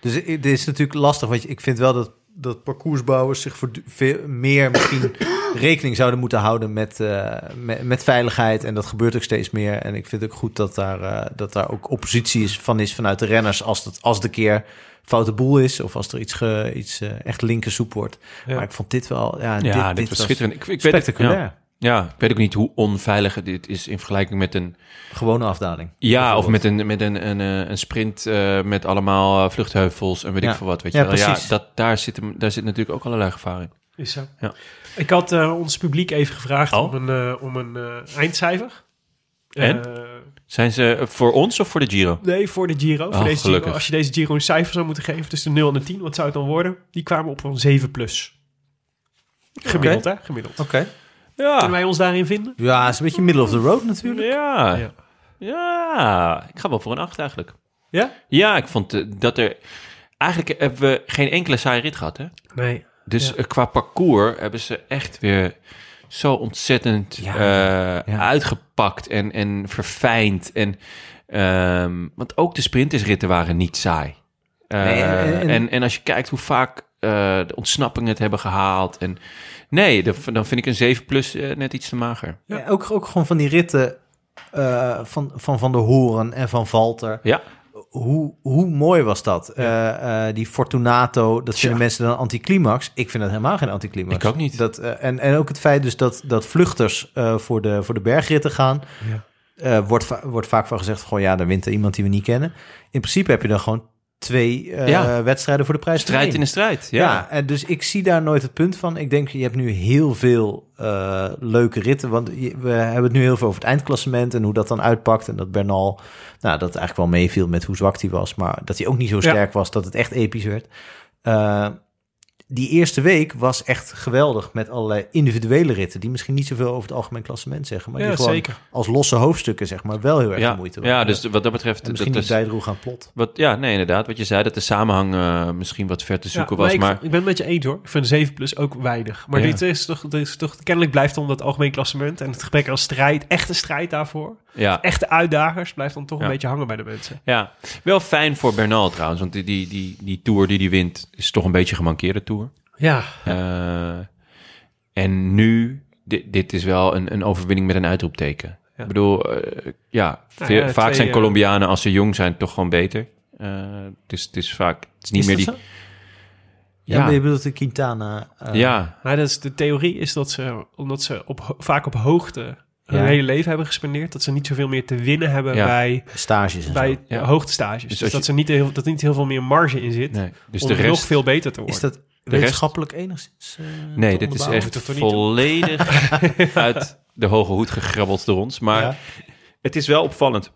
S1: Dus i- dit is natuurlijk lastig, want ik vind wel dat, dat parcoursbouwers zich voor veel meer misschien rekening zouden moeten houden met, eh, met, met veiligheid. En dat gebeurt ook steeds meer. En ik vind het ook goed dat daar, eh, dat daar ook oppositie is van is vanuit de renners als, dat, als de keer foute boel is of als er iets, ge, iets eh, echt linkersoep wordt.
S3: Ja.
S1: Maar ik vond dit wel... Ja,
S2: Ja, dit,
S1: dit,
S2: was schitterend. Ik, ik weet het-
S1: Spectaculair.
S2: ja. Ja, ik weet ook niet hoe onveilig dit is in vergelijking met een...
S1: Gewone afdaling.
S2: Ja, of met een, met een, een, eh, een sprint eh, met allemaal eh, vluchtheuvels en weet
S1: Ja.
S2: ik veel wat. Weet
S1: Ja,
S2: je wel. ja
S1: precies.
S2: dat, daar, zit, hem- daar zit natuurlijk ook allerlei gevaar in.
S3: is zo.
S2: Ja.
S3: Ik had eh, ons publiek even gevraagd
S2: Oh.
S3: om een, eh, om een eh, eindcijfer.
S2: En?
S3: Eh,
S2: Zijn ze voor ons of voor de Giro?
S3: Nee, voor de Giro. voor deze Giro.
S2: Oh, gelukkig.
S3: Als je deze Giro een cijfer zou moeten geven tussen 0 en de 10, wat zou het dan worden? Die kwamen op een 7 plus. Gemiddeld, hè? Gemiddeld.
S1: Oké.
S3: Kunnen
S2: Ja,
S3: wij ons daarin vinden?
S1: Ja, het is een beetje middle of the road natuurlijk.
S2: ja,
S3: Ja.
S2: ja. Ik ga wel voor een 8 eigenlijk.
S3: Ja?
S2: Ja, ik vond eh, dat er... Eigenlijk hebben we geen enkele saaie rit gehad, hè?
S3: Nee.
S2: Dus
S3: Ja.
S2: eh, qua parcours hebben ze echt weer zo ontzettend eh,
S1: ja.
S2: uitgepakt en, en verfijnd. En, ehm, want ook de sprintersritten waren niet saai. Eh,
S1: Nee, en- en-
S2: en, en, als je kijkt hoe vaak eh, de ontsnappingen het hebben gehaald. En, nee, dan, dan vind ik een 7 plus eh, net iets te mager.
S1: Ja, ook, ook gewoon van die ritten eh, van, van Van der Horen en van Valter.
S2: Ja.
S1: Hoe, hoe mooi was dat? Eh, eh, die Fortunato, dat vinden mensen dan anticlimax. Ik vind dat helemaal geen anticlimax.
S2: Ik ook niet.
S1: Dat, eh, en, en ook het feit dus dat, dat vluchters eh, voor, de, voor de bergritten gaan... eh, wordt, va- wordt vaak van gezegd, gewoon ja, dan wint er iemand die we niet kennen. In principe heb je dan gewoon twee eh,
S2: Ja.
S1: wedstrijden voor de prijs. van
S2: Strijd
S1: één.
S2: in de strijd, ja.
S1: Ja. en dus ik zie daar nooit het punt van. Ik denk, je hebt nu heel veel eh, leuke ritten. Want je- we hebben het nu heel veel over het eindklassement en hoe dat dan uitpakt. En dat Bernal, nou, dat eigenlijk wel meeviel met hoe zwak hij was. Maar dat hij ook niet zo
S3: Ja.
S1: sterk was, dat het echt episch werd. Eh, die eerste week was echt geweldig met allerlei individuele ritten... die misschien niet zoveel over het algemeen klassement zeggen... maar
S3: Ja,
S1: die gewoon
S3: zeker.
S1: als losse hoofdstukken zeg maar wel heel erg
S2: ja,
S1: de moeite
S2: ja,
S1: waren.
S2: dus wat dat betreft...
S1: en misschien
S2: dat
S1: niet
S2: is-
S1: bijdroeg aan plot.
S2: wat, ja, nee, inderdaad. Wat je zei, dat de samenhang eh, misschien wat ver te zoeken
S3: Ja,
S2: was.
S3: ik,
S2: maar
S3: ik ben het met je eens hoor. Ik vind 7 plus ook weinig. Maar
S2: Ja.
S3: dit is toch, dit is toch kennelijk blijft dan dat algemeen klassement en het gebrek aan strijd, echte strijd daarvoor.
S2: ja,
S3: Echte uitdagers blijft dan toch
S2: Ja.
S3: een beetje hangen bij de mensen.
S2: Ja, wel fijn voor Bernal trouwens, want die, die, die, die tour die hij wint is toch een beetje een gemankeerde tour.
S3: Ja.
S2: Eh, en nu, dit, dit is wel een, een overwinning met een uitroepteken.
S3: Ja.
S2: Ik bedoel, eh, ja,
S3: Nou
S2: ve-
S3: ja,
S2: vaak
S3: twee,
S2: zijn
S3: eh,
S2: Colombianen als ze jong zijn toch gewoon beter. Eh, dus het is vaak, het is niet
S1: Is
S2: meer
S1: dat
S2: die...
S1: zo? Ja,
S2: Ja,
S1: maar
S2: ja,
S1: je bedoelt de Quintana... eh,
S2: ja,
S3: Maar dat is, de theorie is dat ze, omdat ze op, ho- vaak op hoogte hun
S1: Ja.
S3: hele leven hebben gespendeerd, dat ze niet zoveel meer te winnen hebben
S2: Ja.
S3: bij,
S1: Stages en zo.
S3: bij
S2: Ja.
S3: hoogtestages.
S2: Dus
S3: Dus,
S2: als
S3: dat,
S2: je-
S3: ze niet heel, dat er niet heel veel meer marge in zit
S2: nee. dus
S3: om
S2: de rest...
S3: nog veel beter te worden.
S1: Is dat
S2: rest-
S1: wetenschappelijk enigszins? eh,
S2: nee,
S1: te
S2: dit is
S1: onderbouwen?
S2: echt
S3: Moeten we toch niet doen?
S2: volledig uit de hoge hoed gegrabbeld door ons. Maar
S1: Ja.
S2: Het is wel opvallend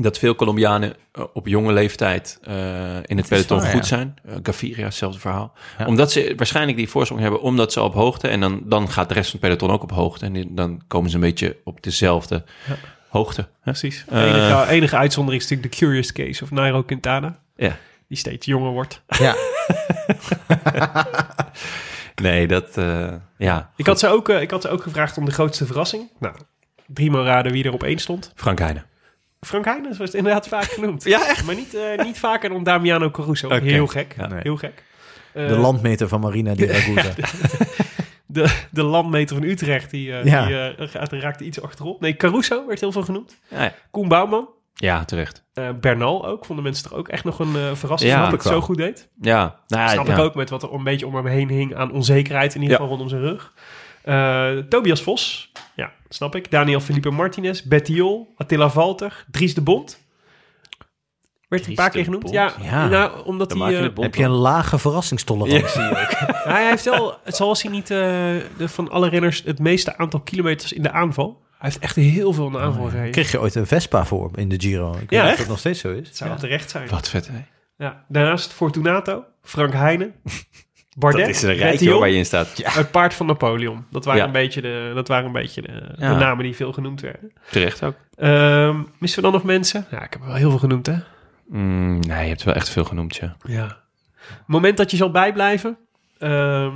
S2: dat veel Colombianen eh, op jonge leeftijd eh, in het
S1: is
S2: peloton
S1: waar,
S2: goed
S1: ja.
S2: zijn. Eh, Gaviria, hetzelfde verhaal.
S1: Ja.
S2: Omdat ze waarschijnlijk die voorsprong hebben, omdat ze op hoogte... en dan, dan gaat de rest van het peloton ook op hoogte. En die- dan komen ze een beetje op dezelfde hoogte. hè?
S3: Precies.
S2: Eh,
S3: enige, enige uitzondering is natuurlijk de Curious Case of Nairo Quintana,
S2: Ja.
S3: die steeds jonger wordt.
S1: Ja,
S2: Nee, dat... eh, ja,
S3: Ik had, ze ook, eh, ik had ze ook gevraagd om de grootste verrassing. Nou, drie maar raden wie er op één stond.
S2: Frank Heijnen.
S3: Frank Heijnens was inderdaad vaak genoemd. ja, echt? Maar niet, eh, niet vaker dan Damiano Caruso.
S2: Oké.
S3: Heel gek.
S2: Ja.
S1: Nee.
S3: Heel gek. Eh,
S1: de landmeter van Marina di Ragusa.
S3: de, de landmeter van Utrecht, die, eh,
S1: Ja.
S3: die eh, gaat- raakte iets achterop. Nee, Caruso werd heel veel genoemd.
S2: Ja, ja.
S3: Koen Bouwman,
S2: Ja, terecht.
S3: Eh, Bernal ook, vonden mensen toch ook echt nog een eh verrassing
S2: Ja,
S3: dat hij het
S2: wel.
S3: zo goed deed.
S2: Ja, nou, ja,
S3: Snap
S2: ja.
S3: ik ook met wat er een beetje om hem heen hing aan onzekerheid in ieder
S2: Ja.
S3: geval rondom zijn rug. Eh, Tobias Vos, ja, snap ik. Daniel Felipe Martinez, Bettiol, Attila Valter, Dries de Bond. Werd
S2: Dries
S3: een paar
S2: de
S3: keer genoemd.
S2: Bond?
S3: Ja,
S1: Ja.
S3: Nou, omdat
S2: Dan
S3: hij...
S2: maak je
S3: eh,
S2: het bond
S1: Heb je een lage verrassingstolerantie?
S3: Nou, hij heeft wel, het zal als hij niet eh, de, van alle renners het meeste aantal kilometers in de aanval. Hij heeft echt heel veel in de
S2: Oh,
S3: aanval gereden.
S1: Kreeg je ooit een Vespa voor in de Giro? Ik weet
S3: Ja,
S1: niet of
S3: echt?
S1: dat nog steeds zo is.
S3: Het zou wel terecht zijn.
S2: Wat vet, hè?
S3: Ja. Daarnaast Fortunato, Frank Heijnen, Bardet,
S2: Dat is een
S3: Bettiol,
S2: rijtje waar je in staat. Ja,
S3: het paard van Napoleon. Dat waren
S2: Ja.
S3: een beetje, de, dat waren een beetje de,
S2: Ja.
S3: de namen die veel genoemd werden.
S2: terecht ook.
S3: Ehm, missen we dan nog mensen? Ja, ik heb er wel heel veel genoemd, hè?
S2: Mm, nee, je hebt wel echt veel genoemd, ja.
S3: Ja. Moment dat je zal bijblijven. Ehm,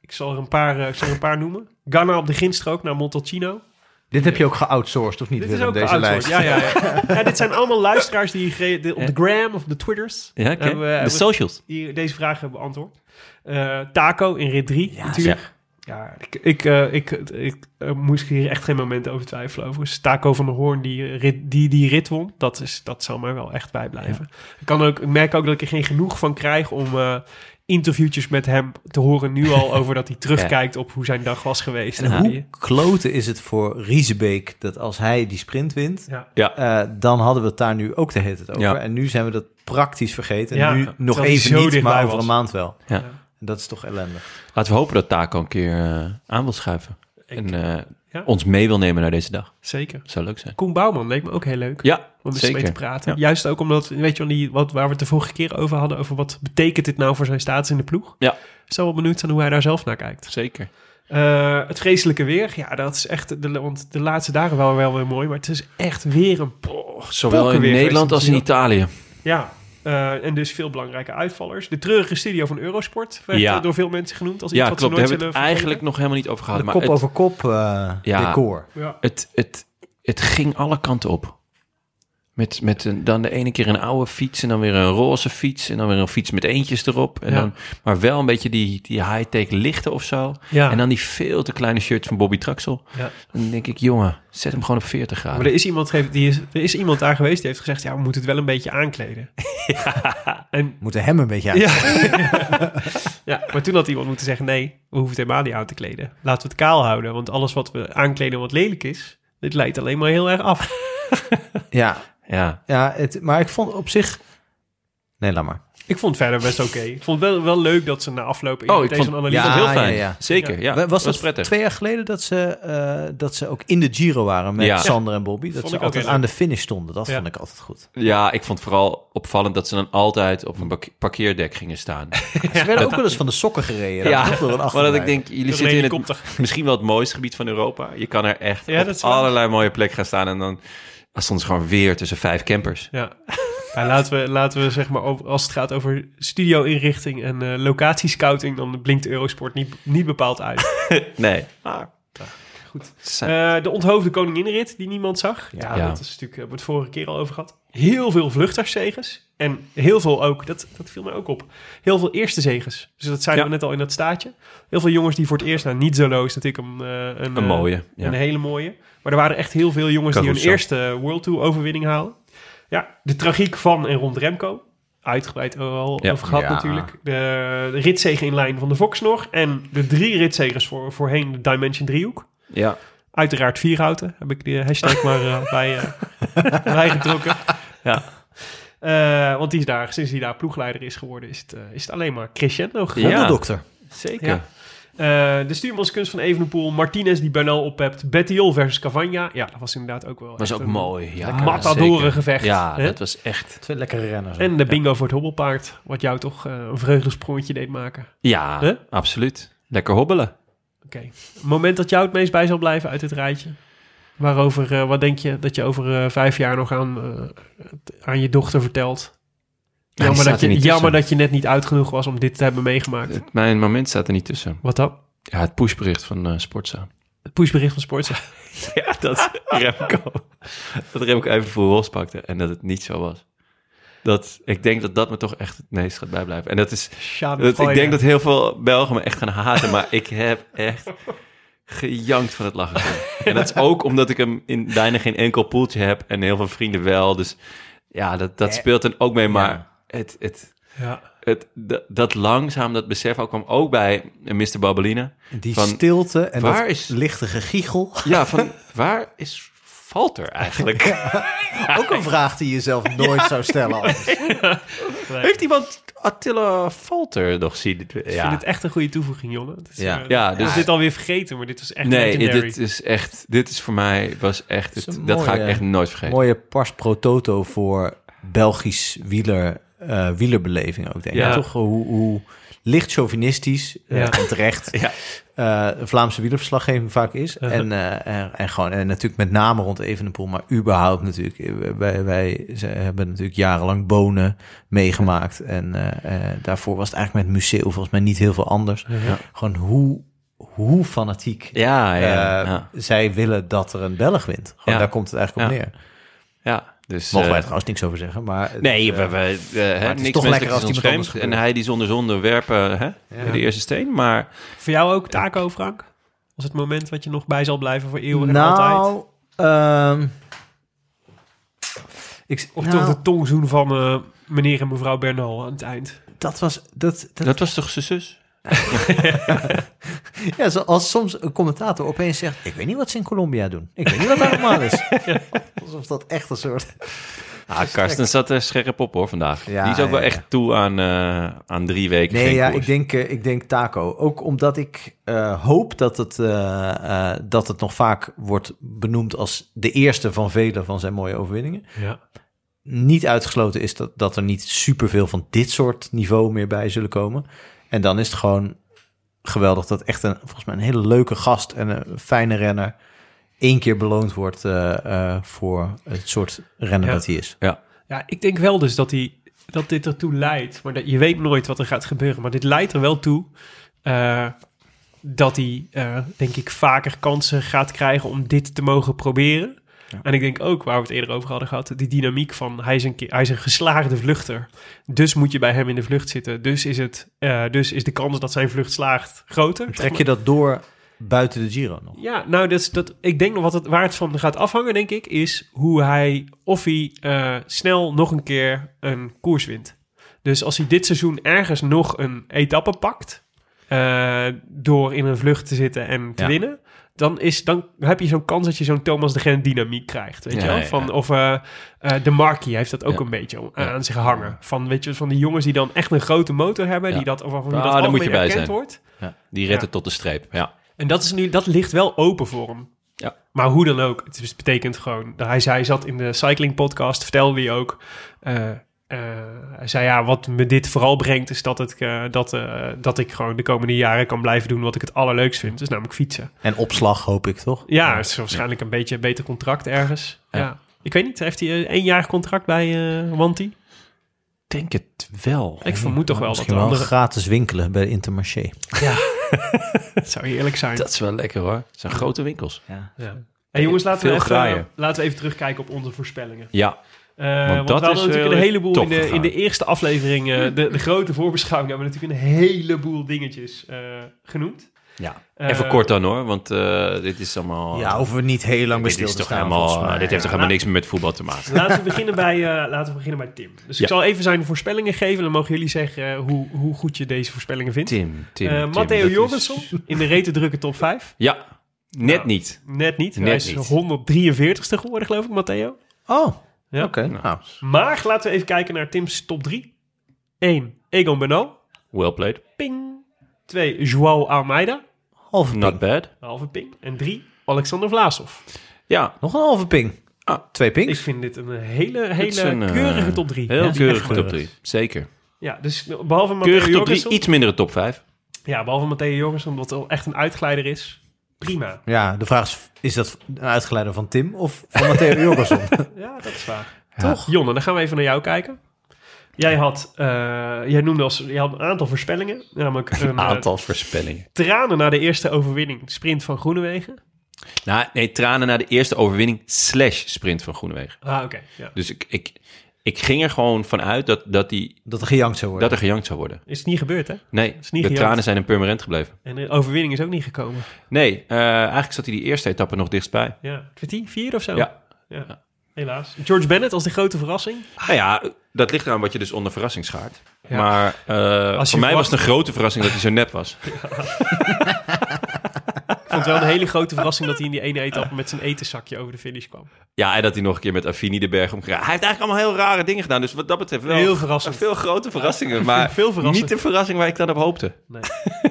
S3: ik, zal er een paar, eh, ik zal er een paar noemen. Ghana op de ginstrook naar Montalcino.
S1: Dit heb je ook geoutsourced, of niet?
S3: Dit is
S1: Willem,
S3: ook
S1: deze lijst.
S3: geoutsourced. Ja, ja, ja. ja, dit zijn allemaal luisteraars die ge- de- op de gram of de twitters
S2: Ja, oké.
S3: hebben we-
S2: de
S3: hebben we-
S2: socials.
S3: die deze vragen hebben beantwoord. Eh, Taco in rit 3 natuurlijk.
S2: zeg.
S3: Ja, ik, ik, eh, ik, ik eh, moest hier echt geen moment over twijfelen. Overigens, Taco van der Hoorn die eh, rit, die, die rit won, dat, is, dat zal mij wel echt bijblijven. Ik, kan ook, ik merk ook dat ik er geen genoeg van krijg om eh, interviewtjes met hem te horen nu al over dat hij terugkijkt op hoe zijn dag was geweest.
S1: En
S3: En
S1: hoe
S3: die-
S1: kloten is het voor Riesebeek dat als hij die sprint wint,
S3: ja.
S1: eh, dan hadden we het daar nu ook de hele tijd over.
S2: Ja.
S1: En nu zijn we dat praktisch vergeten.
S3: Ja,
S1: nu
S3: terwijl
S1: nog
S3: hij zo
S1: even niet,
S3: dichtbij
S1: maar over
S3: was.
S1: een maand wel.
S2: Ja.
S1: En dat is toch ellendig.
S2: Laten we hopen dat Taco een keer eh, aan wil schuiven. en eh,
S3: ja.
S2: ons mee wil nemen naar deze dag.
S3: Zeker.
S2: Dat zou leuk zijn.
S3: Koen Bouwman leek me ook heel leuk.
S2: Ja,
S3: om eens mee te
S2: zeker.
S3: praten.
S2: Ja.
S3: Juist ook omdat, weet je, wel, die, wat, waar we het de vorige keer over hadden, over wat betekent dit nou voor zijn status in de ploeg.
S2: Ja.
S3: Ik ben wel benieuwd aan hoe hij daar zelf naar kijkt.
S2: Zeker.
S3: Eh, het vreselijke weer, ja, dat is echt, de, want de laatste dagen wel, wel weer mooi, maar het is echt weer een poch,
S2: Zowel in
S3: weer
S2: Nederland als in Italië.
S3: Ja, eh, en dus veel belangrijke uitvallers. De treurige studio van Eurosport werd
S2: Ja.
S3: eh, door veel mensen genoemd als iets
S2: Ja,
S3: wat
S2: klopt.
S3: ze
S2: Daar
S3: nooit
S2: hebben we
S3: zullen
S2: het
S3: vergeten.
S2: eigenlijk nog helemaal niet over gehad.
S1: De
S2: Maar
S1: kop
S2: het,
S1: over kop eh,
S2: Ja.
S1: decor.
S3: Ja.
S2: het, het, het ging alle kanten op. Met, met een, dan de ene keer een oude fiets en dan weer een roze fiets en dan weer een fiets met eentjes erop. En
S3: Ja.
S2: dan, maar wel een beetje die, die high-tech lichten of zo.
S3: Ja.
S2: En dan die veel te kleine shirts van Bobby Traxel.
S3: Ja.
S2: Dan denk ik, jongen, zet hem gewoon op 40 graden.
S3: Maar er is, iemand, ge- die is, er is iemand daar geweest die heeft gezegd, ja, we moeten het wel een beetje aankleden. En
S1: Moeten hem een beetje uit.
S3: Ja, maar toen had iemand moeten zeggen: nee, we hoeven het helemaal niet aan te kleden. Laten we het kaal houden, want alles wat we aankleden wat lelijk is, dit leidt alleen maar heel erg af.
S1: Ja,
S2: Ja,
S1: ja het, maar ik vond op zich... Nee, laat maar.
S3: Ik vond het verder best oké. Ik vond het wel, wel leuk dat ze na afloop in
S2: Oh, ik
S3: deze
S2: vond-
S3: analyse.
S1: ja,
S2: heel fijn.
S1: ja, ja.
S2: Zeker. Ja.
S1: was
S2: dat
S1: dat
S2: prettig?
S1: twee jaar geleden dat ze, eh, dat ze ook in de Giro waren met
S2: Ja.
S1: Sander en Bobby? Dat
S3: Vond
S1: ze
S3: ik ook
S1: altijd
S3: heel
S1: aan de finish stonden. Dat
S3: Ja.
S1: vond ik altijd goed.
S2: Ja, ik vond vooral opvallend dat ze dan altijd op een bak- parkeerdek gingen staan.
S1: Ze werden ook wel eens van de sokken gereden.
S2: Ja,
S1: Dat was toch wel een
S2: maar dat ik
S1: achterblijver.
S2: denk, jullie
S3: Door een
S2: zitten in
S3: helikopter.
S2: het misschien wel het mooiste gebied van Europa. Je kan er echt
S3: Ja,
S2: op
S3: dat is waar.
S2: allerlei mooie plekken gaan staan en dan dan stonden ze gewoon weer tussen vijf campers.
S3: Ja. Maar laten we, laten we zeg maar, over, als het gaat over studio-inrichting en eh locatiescouting, dan blinkt Eurosport niet, niet bepaald uit. Ah,
S2: Nee.
S3: goed.
S2: Zijn-
S3: Eh, de onthoofde koninginrit, die niemand zag. Ja,
S2: Ja.
S3: dat is natuurlijk, hebben we het vorige keer al over gehad. Heel veel vluchterszegers. En heel veel ook, dat, dat viel mij ook op. Heel veel eerste zegens. Dus dat zeiden
S2: Ja.
S3: we net al in dat staatje. Heel veel jongens die voor het eerst, nou niet Zolo is natuurlijk een, eh,
S2: een
S3: een, eh,
S2: mooie. Oh Ja.
S3: Een hele mooie. Maar er waren echt heel veel jongens die
S2: Caruso.
S3: hun eerste World Tour overwinning halen. Ja, de tragiek van en rond Remco. Uitgebreid al
S2: Ja.
S3: over gehad
S1: Ja.
S3: natuurlijk. De, de ritzegen in lijn van de Vox nog. En de drie ritzegers voor, voorheen de Dimension driehoek.
S2: ja.
S3: Uiteraard Vierhouten, heb ik de hashtag maar eh, bij, eh, bijgetrokken.
S2: Ja.
S3: Eh, want die is daar, sinds hij daar ploegleider is geworden, is het, eh, is het alleen maar crescendo gegaan.
S2: Ja.
S1: Honderdokter.
S2: Zeker.
S3: Ja. Eh, de stuurmanskunst van Evenepoel, Martinez die Bernal ophebt, Bettiol versus Cavagna. Ja, dat was inderdaad ook wel
S2: Was
S3: echt
S2: ook
S3: een
S2: mooi. Oh Ja, zeker.
S3: matadorengevecht.
S2: Ja,
S3: hè?
S2: dat was echt.
S1: Twee lekkere renners.
S3: En de bingo voor het hobbelpaard, wat jou toch eh, een vreugdesprongetje deed maken.
S2: Ja,
S3: Hè?
S2: absoluut. Lekker hobbelen.
S3: Oké. Moment dat jou het meest bij zal blijven uit het rijtje. Waarover, eh, wat denk je dat je over eh, vijf jaar nog aan, eh, t- aan je dochter vertelt?
S2: die
S3: Jammer,
S2: staat
S3: dat
S2: er
S3: je,
S2: niet
S3: jammer
S2: tussen. Eh,
S3: dat je net niet uit genoeg was om dit te hebben meegemaakt.
S2: Het- mijn moment staat er niet tussen.
S3: Wat dan?
S2: Ja, het pushbericht van eh Sportza.
S3: Het pushbericht van Sportza.
S2: Ja, dat Remco. Dat Remco even voor Ros pakte en dat het niet zo was. Dat, ik denk dat dat me toch echt het meest gaat bijblijven. En dat is, dat, ik denk dat heel veel Belgen me echt gaan haten, maar ik heb echt gejankt van het lachen. en dat is ook omdat ik hem in bijna geen enkel poeltje heb en heel veel vrienden wel. Dus ja, dat, dat speelt dan ook mee. Maar het, het,
S3: Ja.
S2: het, dat, dat langzaam, dat besef ook kwam ook bij Mr. Babelina.
S1: Die
S2: Van,
S1: stilte en
S2: waar
S1: dat
S2: is-
S1: lichte gegiegel.
S2: Ja, van waar is Walter eigenlijk?
S1: Ook een vraag die je zelf nooit zou stellen. anders.
S2: Heeft iemand Attila Falter nog zien?
S3: Ik vind het echt een goede toevoeging, jongen. Het is,
S1: Ja.
S3: eh,
S2: Ja,
S3: ik
S2: dus-
S3: was dit alweer vergeten, maar dit was echt
S2: Nee,
S3: legendary.
S2: dit is echt, dit is voor mij, was echt,
S1: Het is
S2: het-
S1: een
S2: dat ga ik
S1: mooie-
S2: echt nooit vergeten.
S1: Mooie pars pro toto voor Belgisch wieler, eh, wielerbeleving ook, denk ik.
S2: Ja.
S1: Toch hoe, hoe licht chauvinistisch eh,
S3: Ja.
S1: en terecht
S2: Ja.
S1: eh, Vlaamse wielerverslaggeving vaak is. En, eh, en, en gewoon, en natuurlijk met name rond Evenepoel, maar überhaupt natuurlijk. eh, Wij, wij ze hebben natuurlijk jarenlang bonen meegemaakt. En eh, eh, daarvoor was het eigenlijk met Museeuw volgens mij niet heel veel anders. Gewoon hoe, hoe fanatiek
S2: Ja, ja,
S1: eh,
S2: ja,
S1: zij willen dat er een Belg wint. Gewoon,
S2: Ja.
S1: Daar komt het eigenlijk op
S2: Ja.
S1: neer.
S2: ja. Dus,
S1: Mogen wij
S2: eh,
S1: trouwens niks over zeggen, maar... het,
S2: Nee,
S1: eh,
S2: we, we, eh, hè,
S1: het
S2: niks
S1: is toch
S2: menselijks
S1: lekker
S2: is
S1: als die met
S2: ontvreemd.
S1: anders gebeurt.
S2: En hij die zonder zonde werpen hè, de eerste steen. Maar
S3: Voor jou ook taco, Frank? Was het moment wat je nog bij zal blijven voor eeuwig en altijd?
S1: nou, ehm, ik,
S3: Of
S1: nou,
S3: toch de tongzoen van eh, meneer en mevrouw Bernal aan het eind?
S1: dat was... Dat, dat,
S2: dat was toch zijn zus?
S1: ja, zoals soms een commentator opeens zegt... Ik weet niet wat ze in Colombia doen. Ik weet niet wat daar normaal is. Alsof dat echt een soort...
S2: Ah, Karsten zat er scherp op hoor vandaag.
S1: Ja,
S2: die is ook wel
S1: ja, ja.
S2: echt toe aan, eh, aan drie weken
S1: Nee,
S2: geen
S1: ja,
S2: koers.
S1: ik denk, eh, ik denk taco. Ook omdat ik eh, hoop dat het, eh, eh, dat het nog vaak wordt benoemd als de eerste van vele van zijn mooie overwinningen.
S3: Ja.
S1: niet uitgesloten is dat, dat er niet superveel van dit soort niveau meer bij zullen komen. En dan is het gewoon geweldig dat echt een, volgens mij een hele leuke gast en een fijne renner één keer beloond wordt eh, eh, voor het soort renner
S3: Ja.
S1: dat hij is.
S3: Ja, ik denk wel dus dat, die, dat dit ertoe leidt. Maar dat, je weet nooit wat er gaat gebeuren. Maar dit leidt er wel toe eh, dat hij, eh, denk ik, vaker kansen gaat krijgen om dit te mogen proberen. En ik denk ook, waar we het eerder over hadden gehad, die dynamiek van hij is een, ki- hij is een geslaagde vluchter. Dus moet je bij hem in de vlucht zitten. Dus is, het, eh, dus is de kans dat zijn vlucht slaagt groter.
S1: Trek je dat door buiten de Giro nog?
S3: Ja, nou, dat is, dat, ik denk nog wat het, waar het van gaat afhangen, denk ik, is hoe hij, of hij eh, snel nog een keer een koers wint. Dus als hij dit seizoen ergens nog een etappe pakt, eh, door in een vlucht te zitten en te
S1: Ja.
S3: winnen, dan, is, dan heb je zo'n kans dat je zo'n Thomas de Gent dynamiek krijgt, weet je
S2: Ja,
S3: wel?
S2: ja,
S3: Van,
S2: ja.
S3: Of eh, eh, de Marquis heeft dat ook
S2: Ja.
S3: een beetje aan,
S2: Ja.
S3: aan zich hangen. Van, weet je, van die jongens die dan echt een grote motor hebben,
S2: Ja.
S3: die dat, of waarvan
S2: Ah,
S3: die dat
S2: daar moet
S3: algemeen
S2: je bij
S3: erkend
S2: zijn.
S3: wordt.
S2: Ja, die redt
S3: Ja.
S2: het tot de streep. Ja.
S3: En dat, is nu, dat ligt wel open voor hem.
S2: Ja.
S3: Maar hoe dan ook, het is- betekent gewoon... Hij, zei, hij zat in de cycling podcast, vertelde hij ook... eh, eh, hij zei, ja, wat me dit vooral brengt... is dat, het, eh, dat, eh, dat ik gewoon de komende jaren kan blijven doen... wat ik het allerleukst vind, dus namelijk fietsen.
S1: En opslag hoop ik toch?
S3: Ja, het is waarschijnlijk een beetje een beter contract ergens. Ja. Ik weet niet, heeft hij eh, een jaar contract bij eh Wanty?
S2: Ik denk het wel.
S3: Ik vermoed toch wel dat
S1: Misschien
S3: de
S1: wel
S3: andere...
S1: gratis winkelen bij Intermarché.
S3: Zou je eerlijk zijn.
S2: Dat is wel lekker hoor. Het zijn grote winkels.
S3: Ja. Hey, jongens, laten we,
S2: Veel
S3: even, eh,
S2: graaier.
S3: laten we even terugkijken op onze voorspellingen.
S2: Ja,
S3: Eh, want
S2: Want
S3: we
S2: dat
S3: hadden
S2: is
S3: natuurlijk een
S2: heel
S3: heleboel
S2: top
S3: in de,
S2: gegaan.
S3: in de eerste aflevering, eh, de, de grote voorbeschouwing, hebben we natuurlijk een heleboel dingetjes eh, genoemd.
S2: ja.
S3: Eh,
S2: even kort dan hoor, want eh, dit is allemaal...
S1: Ja, hoeven we niet heel lang bij
S2: dit
S1: stil
S2: is
S1: te
S2: toch
S1: staan.
S2: helemaal... eh,
S1: volgens mij.
S2: dit heeft toch helemaal niks meer met voetbal te maken.
S3: Laten we, beginnen bij, eh, laten we beginnen bij Tim. Dus ik
S2: Ja.
S3: zal even zijn voorspellingen geven en dan mogen jullie zeggen eh, hoe, hoe goed je deze voorspellingen vindt.
S2: Tim, Tim,
S3: Eh,
S2: Tim,
S3: Matteo
S2: dat is-
S3: Jorgensen in de rete drukke top 5.
S2: Ja, net
S3: Nou.
S2: niet.
S3: Net niet.
S2: Net
S3: Hij is
S2: niet.
S3: 143ste geworden, geloof ik, Matteo.
S1: Oh,
S3: Ja.
S1: oké. Nou,
S3: Maar laten we even kijken naar Tim's top 3. 1. Egon Bernal.
S2: Well played.
S3: Ping. 2. Joao Almeida.
S1: halve ping.
S2: Not bad.
S3: Een halve ping. En drie, Alexander Vlaasov.
S2: Ja,
S1: Nog een halve ping.
S2: Ah,
S1: Twee
S3: Ik
S1: pings.
S3: vind dit een hele,
S2: Het is
S3: hele
S2: een, eh,
S3: keurige top drie.
S2: heel
S1: Ja, die
S2: keurige
S1: echt
S2: top
S1: keurig.
S2: 3. Zeker.
S3: eh, Ja, dus behalve Matteo
S2: Keurige top 3,
S3: Jorgensen.
S2: iets mindere top 5.
S3: Ja, behalve Matteo Jorgensen, wat wel echt een uitglijder is. Prima.
S1: Ja, de vraag is, is dat een uitgeleider van Tim of van Matteo Jorgensen?
S3: Ja, dat is waar. Toch? Jonne, dan gaan we even naar jou kijken. Jij had, eh, jij noemde als, jij had een aantal voorspellingen. Namelijk een, eh,
S2: Aantal voorspellingen.
S3: tranen na de eerste overwinning. Sprint van Groenewegen.
S2: Nou, nee, tranen na de eerste overwinning slash sprint van Groenewegen.
S3: Ah, oké. Ja.
S2: Dus ik, ik, Ik ging er gewoon vanuit dat, dat, die,
S1: Dat er gejankt zou worden.
S2: dat er gejankt zou worden.
S3: Is het niet gebeurd, hè?
S2: Nee, de
S3: is niet gejankt.
S2: tranen zijn hem permanent gebleven.
S3: En de overwinning is ook niet gekomen.
S2: Nee, eh, eigenlijk zat hij die eerste etappe nog dichtstbij.
S3: Ja, werd die vier of zo?
S2: Ja.
S3: Ja. Helaas. George Bennett als de grote verrassing.
S2: Nou ja, dat ligt eraan wat je dus onder verrassing schaart.
S3: Ja.
S2: Maar eh
S3: Als je
S2: voor mij was
S3: verwacht-
S2: het een grote verrassing dat hij zo nep was.
S3: Ik vond het wel een hele grote verrassing dat hij in die ene etappe met zijn etenzakje over de finish kwam.
S2: Ja, en dat hij nog een keer met Affini de berg omgeraakt. Hij heeft eigenlijk allemaal heel rare dingen gedaan. Dus wat dat betreft wel
S3: Heel verrassend.
S2: veel grote verrassingen. Maar
S3: Veel verrassend.
S2: niet de verrassing waar ik dan op hoopte.
S3: Nee.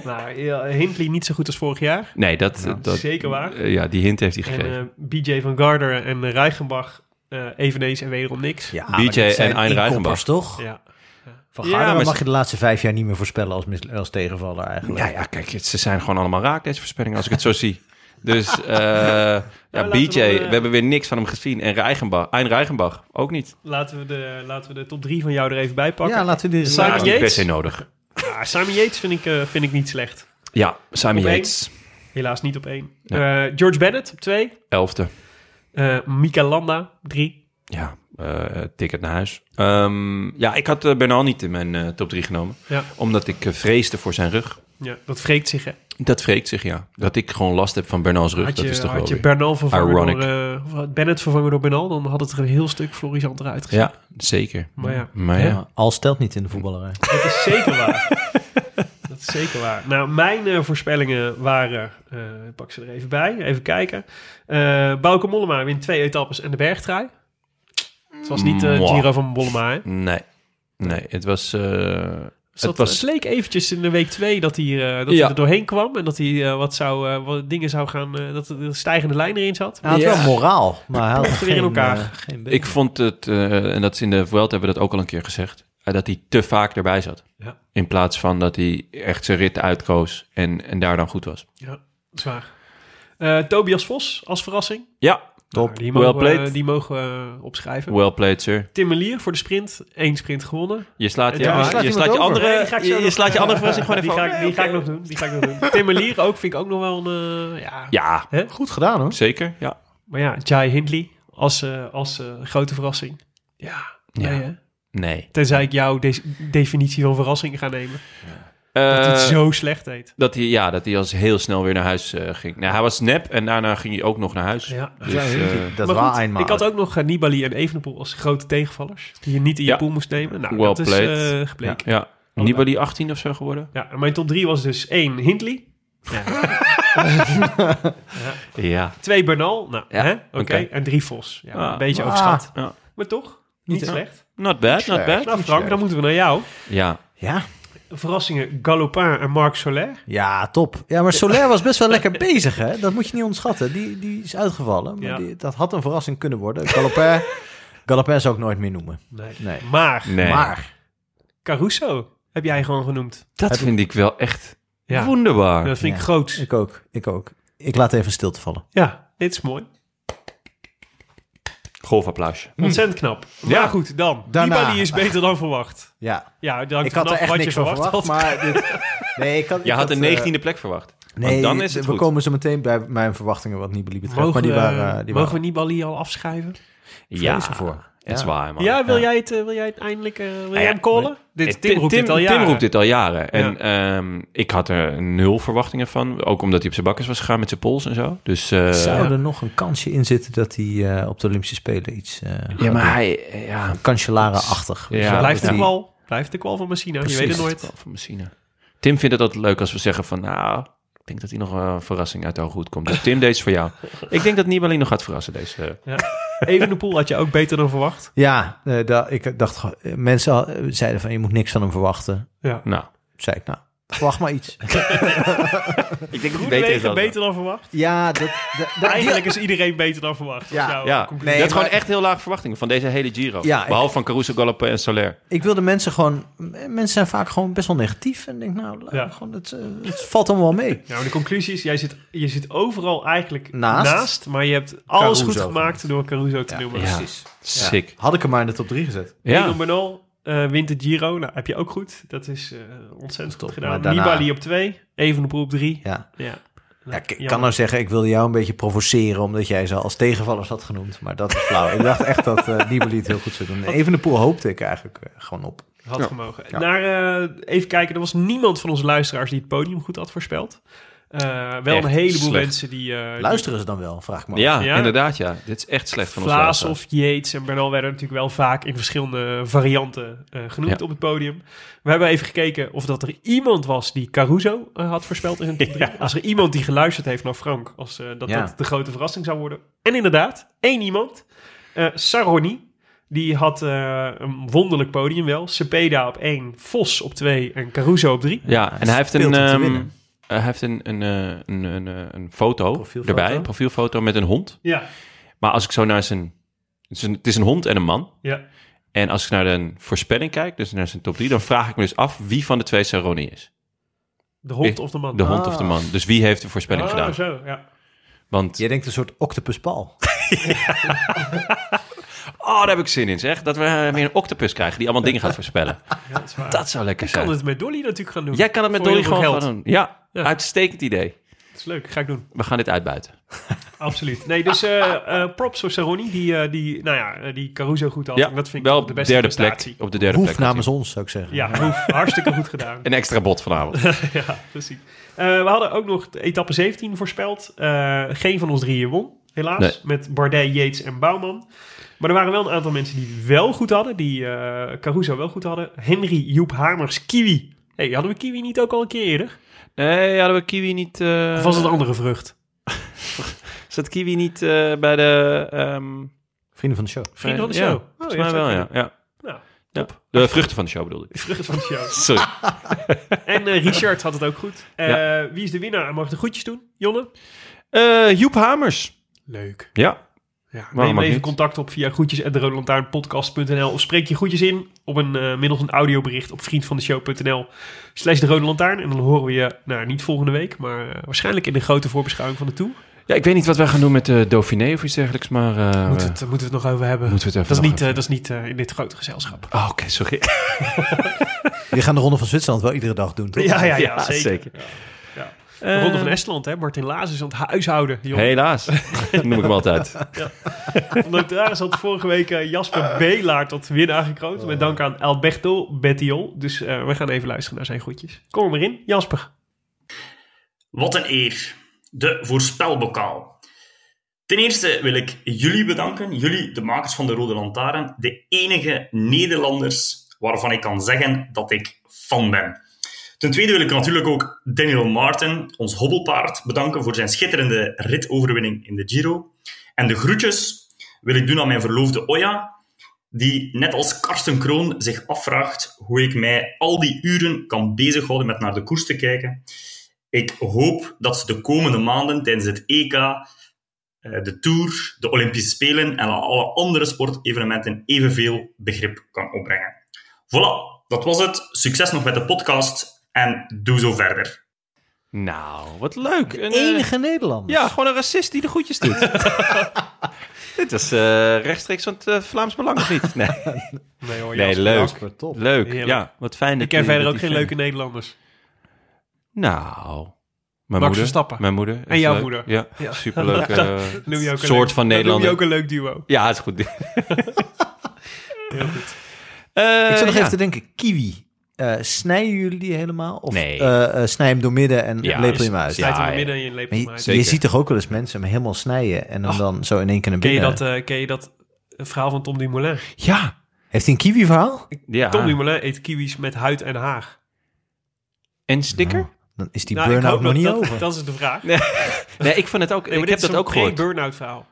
S3: maar Nou, ja, Hindley niet zo goed als vorig jaar.
S2: Nee, dat... dat
S3: zeker waar.
S2: eh, ja, die hint heeft hij
S3: En
S2: gegeven.
S3: eh, BJ van Garderen en eh, Reichenbach eh, eveneens en wederom niks.
S1: Ja,
S2: BJ
S1: maar dit zijn
S2: en Ein
S1: inkoppers,
S2: Reichenbach.
S1: toch?
S3: Ja.
S1: Van
S2: Ja,
S1: Gaarderen
S2: maar
S1: mag
S2: ze-
S1: je de laatste vijf jaar niet meer voorspellen als, mis- als tegenvaller eigenlijk.
S2: ja, ja, kijk, het- ze zijn gewoon allemaal raak, deze voorspellingen, als ik het zo zie. Dus eh, ja,
S3: laten
S2: BJ,
S3: we
S2: we,
S3: dan, eh,
S2: hebben weer niks van hem gezien. En Reichenbach, Ein Reichenbach, ook niet.
S3: Laten, we de, laten we de top drie van jou er even bij pakken.
S1: Ja, laten we dit eens-
S3: Simon
S2: Ja, is niet per
S3: Yates?
S2: se nodig.
S3: Ah, Simon Yates vind ik, eh, vind ik niet slecht.
S2: Ja, Simon
S3: Op één.
S2: Yates,
S3: Helaas niet op één. Eh, George Bennett op twee.
S2: elfde.
S3: Eh Mika Landa drie.
S2: Ja, eh, ticket naar huis. Ehm, ja, ik had eh, Bernal niet in mijn eh, top 3 genomen.
S3: Ja.
S2: Omdat ik eh, vreesde voor zijn rug.
S3: Ja, dat wreekt zich, hè.
S2: Dat vreekt zich, ja. Dat ik gewoon last heb van Bernal's rug,
S3: Had je,
S2: dat is toch
S3: had
S2: wel
S3: je
S2: weer...
S3: Bernal vervangen
S2: ironic.
S3: door... eh, of had Bennett vervangen door Bernal, dan had het er een heel stuk florisant uitgezien.
S2: Ja, zeker.
S3: Maar ja.
S2: Maar ja.
S1: Ja, Al stelt niet in de voetballerij.
S3: Dat is zeker waar. dat is zeker waar. Nou, mijn eh, voorspellingen waren... eh, ik pak ze er even bij, even kijken. Eh Bauke Mollema wint twee etappes en de bergtrui. Het was niet eh
S2: Mwah.
S3: Giro van Mollema, hè.
S2: Nee. Nee, het was... eh,
S3: Het,
S2: het was
S3: het leek eventjes in de week twee dat, hij, eh, dat
S2: Ja.
S3: hij er doorheen kwam. En dat hij eh, wat, zou, eh, wat dingen zou gaan... eh, dat er een stijgende lijn erin zat.
S1: Hij had wel moraal, maar hij had
S3: Weer in
S1: geen,
S3: elkaar.
S1: eh, geen been.
S2: Ik vond het, eh, en dat is in de Vuelta hebben we dat ook al een keer gezegd, eh, dat hij te vaak erbij zat.
S3: Ja.
S2: In plaats van dat hij echt zijn rit uitkoos en, en daar dan goed was.
S3: Zwaar. Eh Tobias Vos als verrassing.
S2: Ja,
S1: Top.
S3: Nou, die,
S2: Well
S3: mogen we,
S2: played.
S3: die mogen we eh, opschrijven.
S2: well played, sir.
S3: Tim Melier voor de sprint. Eén sprint gewonnen.
S2: Je slaat
S3: En
S2: je,
S3: daar
S2: je,
S3: slaat
S2: je,
S3: iemand
S2: slaat je
S3: over.
S2: andere,
S3: Nee, die ga ik zo
S2: je, je
S3: nog-
S2: slaat je andere verrassing gewoon
S3: Die
S2: even
S3: ga,
S2: over.
S3: ik, die ga ik nog doen. Die ga ik nog doen. Tim Melier ook vind ik ook nog wel een... eh, ja.
S2: Ja,
S3: Hè?
S1: Goed gedaan hoor.
S2: zeker. Ja.
S3: Maar ja, Jai Hindley als, eh, als eh, grote verrassing. Ja.
S2: Ja.
S3: Nee, hè?
S2: Nee.
S3: Tenzij ik jouw de- definitie van verrassing ga nemen. Dat het
S2: Eh,
S3: zo slecht heet.
S2: dat hij, ja, dat hij als heel snel weer naar huis eh, ging. Nou, hij was nep en daarna ging hij ook nog naar huis.
S3: Ja.
S2: Dus, eh,
S1: dat
S3: maar
S1: was
S3: goed,
S1: eenmaal.
S3: ik had ook nog eh, Nibali en Evenepoel als grote tegenvallers. Die je niet in je
S2: Ja.
S3: pool moest nemen. Nou,
S2: Well
S3: dat is
S2: played.
S3: eh gebleken.
S2: ja. Niet bij die 18 of zo geworden?
S3: Ja, en mijn top 3 was dus 1 Hindley,
S2: Ja.
S3: 2 Bernal, nou,
S2: Ja,
S3: hè? Oké,
S2: oké.
S3: en 3 Vos. Ja,
S2: Ah,
S3: een beetje
S1: ah.
S3: overschat.
S2: Ja.
S3: Maar toch, niet slecht.
S2: Not bad, not bad.
S3: Nou Frank, dan moeten we naar jou.
S2: Ja.
S1: Ja.
S3: Verrassingen Galopin en Marc Soler.
S1: ja, top. Ja, maar Soler was best wel lekker bezig hè. Dat moet je niet ontschatten. Die, die is uitgevallen. Maar
S3: Ja.
S1: die, dat had een verrassing kunnen worden. Galopin, Galopin zou ik nooit meer noemen.
S3: Nee.
S1: Nee.
S3: Maar
S2: Nee.
S1: Maar,
S3: Caruso heb jij gewoon genoemd.
S2: Dat vind ik wel echt
S3: Ja,
S2: wonderbaar.
S3: dat vind ik
S1: Ja.
S3: groot.
S1: ik ook. Ik ook. Ik laat even stilte vallen.
S3: Ja, dit is mooi.
S2: Golfapplausje.
S3: Ontzettend knap. Maar
S2: Ja.
S3: goed, dan.
S1: Hm. Daarna.
S3: Nibali is beter dan verwacht.
S1: Ja,
S3: Ja, dan
S1: ik had er echt
S3: wat
S1: niks
S3: je
S1: van
S3: verwacht
S1: verwacht.
S3: had.
S1: Maar dit, nee, ik had,
S2: Je
S1: ik
S2: had een
S1: eh,
S2: 19e plek verwacht.
S1: Nee,
S2: Want dan is het
S1: we
S2: goed.
S1: komen zo meteen bij mijn verwachtingen wat Nibali betreft.
S3: Mogen,
S1: maar die
S3: we, eh,
S1: waren, die
S3: mogen
S1: waren
S3: we Nibali al afschrijven?
S2: ja,
S1: vrezen voor.
S2: het is
S1: Ja. Nou
S2: waar, man.
S3: ja, wil, Jij het, eh, wil jij het eindelijk eh, wil jij
S2: ja,
S3: hem callen? Dit, Tim, roept dit al
S2: Tim
S3: jaren.
S2: roept dit al jaren. En ehm, ik had er nul verwachtingen van. Ook omdat hij op zijn bakkers was gegaan met zijn pols en zo. Dus, eh,
S1: Zou er nog een kansje in zitten dat hij eh, op de Olympische Spelen iets eh
S2: ja, maar hij... eh, Ja,
S1: kanselaren-achtig?
S2: Ja,
S1: Zo,
S3: blijft
S1: dat
S3: de
S1: hij-
S3: kwal. Blijft de kwal van Messina. Je weet het nooit.
S2: Wel Van Messina. Tim vindt het altijd leuk als we zeggen van... Nou, ik denk dat hij nog eh, een verrassing uit de hoge hoed komt. Dus Tim, deze is voor jou. Ik denk dat Nibali nog gaat verrassen deze... eh,
S3: Even de pool had je ook beter dan verwacht.
S1: Ja, eh, da- ik dacht, gewoon- eh, mensen al- eh, zeiden van je moet niks van hem verwachten.
S2: Nou,
S1: Toen zei ik, nou, verwacht maar iets.
S2: ik denk
S3: Goed beter, beter dan verwacht.
S1: ja, dat, dat, dat-
S3: Eigenlijk is iedereen beter dan verwacht.
S1: Ja,
S3: Ja, jouw
S2: Ja,
S3: conclusie.
S1: Nee,
S2: je had
S1: maar-
S2: gewoon echt heel laag verwachtingen van deze hele Giro.
S1: Ja, ik-
S2: Behalve van Caruso, Galopin en Soler.
S1: ik wilde mensen gewoon, mensen zijn vaak gewoon best wel negatief. En ik denk, nou,
S3: Ja.
S1: gewoon, het, eh, het valt allemaal wel mee.
S3: Ja, maar Nou, de conclusie is, jij zit, je zit overal eigenlijk naast,
S1: Naast.
S3: maar je hebt alles
S1: Caruso
S3: goed gemaakt door Caruso te noemen.
S2: Ja.
S3: Precies.
S2: Sick.
S1: Had ik hem maar in de top 3 gezet.
S2: Ja.
S3: Egan Bernal eh, wint de Giro. Nou, heb je ook goed. Dat is eh, ontzettend
S1: Top,
S3: goed gedaan.
S1: maar daarna-
S3: Nibali op twee. Evenepoel op drie.
S1: Ja,
S3: Ja.
S1: Ja, ik ik kan
S3: jammer.
S1: nou zeggen, ik wilde jou een beetje provoceren... omdat jij ze als tegenvallers had genoemd. Maar dat is flauw. ik dacht echt dat eh Nibali het heel goed zou doen. Even de poel hoopte ik eigenlijk eh, gewoon op.
S3: Had
S6: Ja.
S3: gemogen.
S1: Ja.
S3: Naar, eh, even kijken, er was niemand van onze luisteraars die het podium goed had voorspeld. Eh, wel
S2: Echt
S3: een heleboel
S2: slecht.
S3: mensen die... eh,
S1: Luisteren ze dan wel, vraag ik me af.
S2: Ja,
S3: Ja.
S2: inderdaad, ja. Dit is echt slecht van ons.
S3: Vlaas
S2: luisteraars.
S3: of Yates en Bernal werden natuurlijk wel vaak in verschillende varianten eh, genoemd op het podium. We hebben even gekeken of dat er iemand was die Caruso eh, had voorspeld in zijn top drie. Als er iemand die geluisterd heeft naar Frank, als eh, dat
S1: Ja.
S3: dat de grote verrassing zou worden. En inderdaad, één iemand, eh, Saroni, die had eh, een wonderlijk podium wel. Cepeda op één, Vos op twee en Caruso op drie.
S2: Ja, en hij heeft
S1: speelt
S2: een,
S1: om te
S2: ehm,
S1: winnen.
S2: hij heeft een, een, eh, een, een, eh, een foto
S1: Profielfoto.
S2: erbij, een profielfoto met een hond.
S3: Ja,
S2: Maar als ik zo naar zijn... Het is een, het is een hond en een man.
S3: ja.
S2: En als ik naar de voorspelling kijk, dus naar zijn top 3, dan vraag ik me dus af wie van de twee Saroni is.
S3: De hond
S2: Ik-
S3: of de man.
S2: De hond of de
S1: Ah.
S2: man. Dus wie heeft de voorspelling
S3: Ah,
S2: gedaan?
S3: zo, ja.
S2: Want,
S1: Jij denkt een soort octopuspaal.
S2: oh, daar heb ik zin in zeg. Dat we eh, weer een octopus krijgen die allemaal dingen gaat voorspellen.
S3: ja dat is waar.
S2: Dat zou lekker
S3: Ik kan
S2: zijn.
S3: het met Dolly natuurlijk gaan doen.
S2: Jij kan het met
S3: Voor
S2: Dolly
S3: heel veel
S2: gewoon gaan
S3: geld.
S2: doen. Ja,
S3: Ja.
S2: uitstekend idee.
S3: Dat is leuk, ga ik doen.
S2: We gaan dit uitbuiten.
S3: Absoluut. Nee, dus eh, eh, props voor Saroni, die, eh, die, nou ja, eh, die Caruso goed had.
S2: Ja,
S3: En dat vind ik
S2: wel
S3: de beste
S2: derde
S3: prestatie.
S2: plek. Op de derde
S1: Hoef
S2: plek.
S1: namens ons, zou ik zeggen.
S3: Ja, Hoef, hartstikke goed gedaan.
S2: Een extra bot vanavond.
S3: ja, precies. Eh, we hadden ook nog de etappe 17 voorspeld. Eh, geen van ons drieën won, helaas.
S2: Nee.
S3: Met Bardet, Yates en Bouwman. Maar er waren wel een aantal mensen die wel goed hadden. Die eh, Caruso wel goed hadden. Henry Joep Hamers, Kiwi. hey, hadden we Kiwi niet ook al een keer eerder?
S2: Nee, hadden we Kiwi niet... eh,
S3: Of was het een andere vrucht?
S2: Zat Kiwi niet eh, bij de... ehm
S1: Vrienden van de show.
S3: Vriend van de
S2: eh,
S3: show.
S2: Ja,
S3: Oh,
S2: volgens
S3: ja,
S2: mij wel,
S3: zou
S2: ja. ja.
S3: Nou,
S2: Ja. De vruchten van de show bedoel ik.
S3: Vrucht van de show.
S2: Sorry.
S3: En eh, Richard had het ook goed. Eh, Wie is de winnaar? Mogen de groetjes doen, Jonne?
S2: Eh, Joep Hamers.
S3: Leuk.
S2: Ja.
S3: Ja,
S2: mag
S3: neem even
S2: niet?
S3: contact op via groetjes.derodelantaarnpodcast.nl of spreek je groetjes in op een, eh, middels een audiobericht op vriendvandeshow.nl slash de Rode Lantaarn. En dan horen we je, nou niet volgende week, maar eh, waarschijnlijk in de grote voorbeschouwing van de Tour.
S2: Ja, ik weet niet wat wij gaan doen met de Dauphiné of iets dergelijks, maar... eh,
S3: moeten, we het, moeten we het nog over hebben.
S2: Moeten we het even
S3: dat is
S2: nog
S3: niet, eh, dat is niet eh, in dit grote gezelschap.
S2: Oh, Oké, sorry.
S1: Die gaan de Ronde van Zwitserland wel iedere dag doen, toch?
S2: ja, ja, Eh, zeker. zeker.
S3: Ja. Ja. De Ronde van Estland, hè? Martin Laas is aan het huishouden. Jongen.
S2: Helaas. Noem ik hem altijd.
S3: De notaris had vorige week eh,
S2: Ah.
S3: Jasper Belaar tot winnaar gekroond. Met dank aan Alberto Bettiol. Dus eh, we gaan even luisteren naar zijn groetjes. Kom er maar in, Jasper.
S7: Wat een eer. De voorspelbokaal. Ten eerste wil ik jullie bedanken, jullie, de makers van de Rode Lantaarn, de enige Nederlanders waarvan ik kan zeggen dat ik fan ben. Ten tweede wil ik natuurlijk ook Daniel Martin, ons hobbelpaard, bedanken voor zijn schitterende ritoverwinning in de Giro. En de groetjes wil ik doen aan mijn verloofde Oya, die net als Karsten Kroon zich afvraagt hoe ik mij al die uren kan bezighouden met naar de koers te kijken. Ik hoop dat ze de komende maanden tijdens het EK, eh, de Tour, de Olympische Spelen en alle andere sportevenementen evenveel begrip kan opbrengen. Voilà, dat was het. Succes nog met de podcast en doe zo verder.
S2: Nou, wat leuk. Een, eh,
S1: Enige Nederlander.
S2: ja, gewoon een racist die de goedjes doet. Dit is eh, rechtstreeks van het eh, Vlaams Belang, of niet? Nee,
S3: Nee hoor,
S2: nee leuk.
S1: Jasper, top.
S2: Leuk,
S3: Heerlijk.
S2: ja. Wat fijn dat
S3: Ik ken
S2: je-
S3: verder
S2: dat
S3: ook
S2: je
S3: geen
S2: fan-
S3: leuke Nederlanders.
S2: Nou, mijn moeder.
S3: Verstappen.
S2: Mijn moeder. is
S3: jouw
S2: leuk.
S3: moeder.
S2: Ja, superleuk. eh,
S3: Noem je ook een
S2: soort
S3: leuk-
S2: van
S3: dat noem je
S2: Nederlander.
S3: ook een leuk duo.
S2: Ja, het is goed.
S3: Heel goed.
S2: Eh,
S1: ik zat nog
S2: ja.
S1: even te denken, kiwi. Eh, snijden jullie die helemaal? Of
S2: Nee.
S1: eh, eh, snij hem door midden en
S2: Ja,
S1: lepel je
S2: is-
S1: hem uit?
S3: Snijdt hem
S2: ja.
S3: er midden in je
S1: Maar
S3: lepel
S1: je-
S3: maar uit.
S1: je,
S2: Zeker.
S1: ziet toch ook wel eens mensen hem helemaal snijden en hem dan zo in één keer naar
S3: Ken je
S1: binnen.
S3: dat, eh, ken je dat eh, verhaal van Tom Dumoulin?
S2: Ja.
S1: Heeft hij een kiwi-verhaal?
S2: ja.
S3: Tom Dumoulin eet kiwis met huid en haar.
S2: En sticker?
S1: Nou, dan is die
S3: Nou, ik
S1: burn-out
S3: hoop
S1: nog
S3: dat-
S1: niet
S3: dat,
S1: over.
S3: Dat is de vraag.
S2: Nee. Nee, ik vond het ook.
S3: Nee, maar
S2: ik
S3: dit
S2: heb
S3: is
S2: dat
S3: een
S2: ook gehoord.
S3: pre-burn-out verhaal.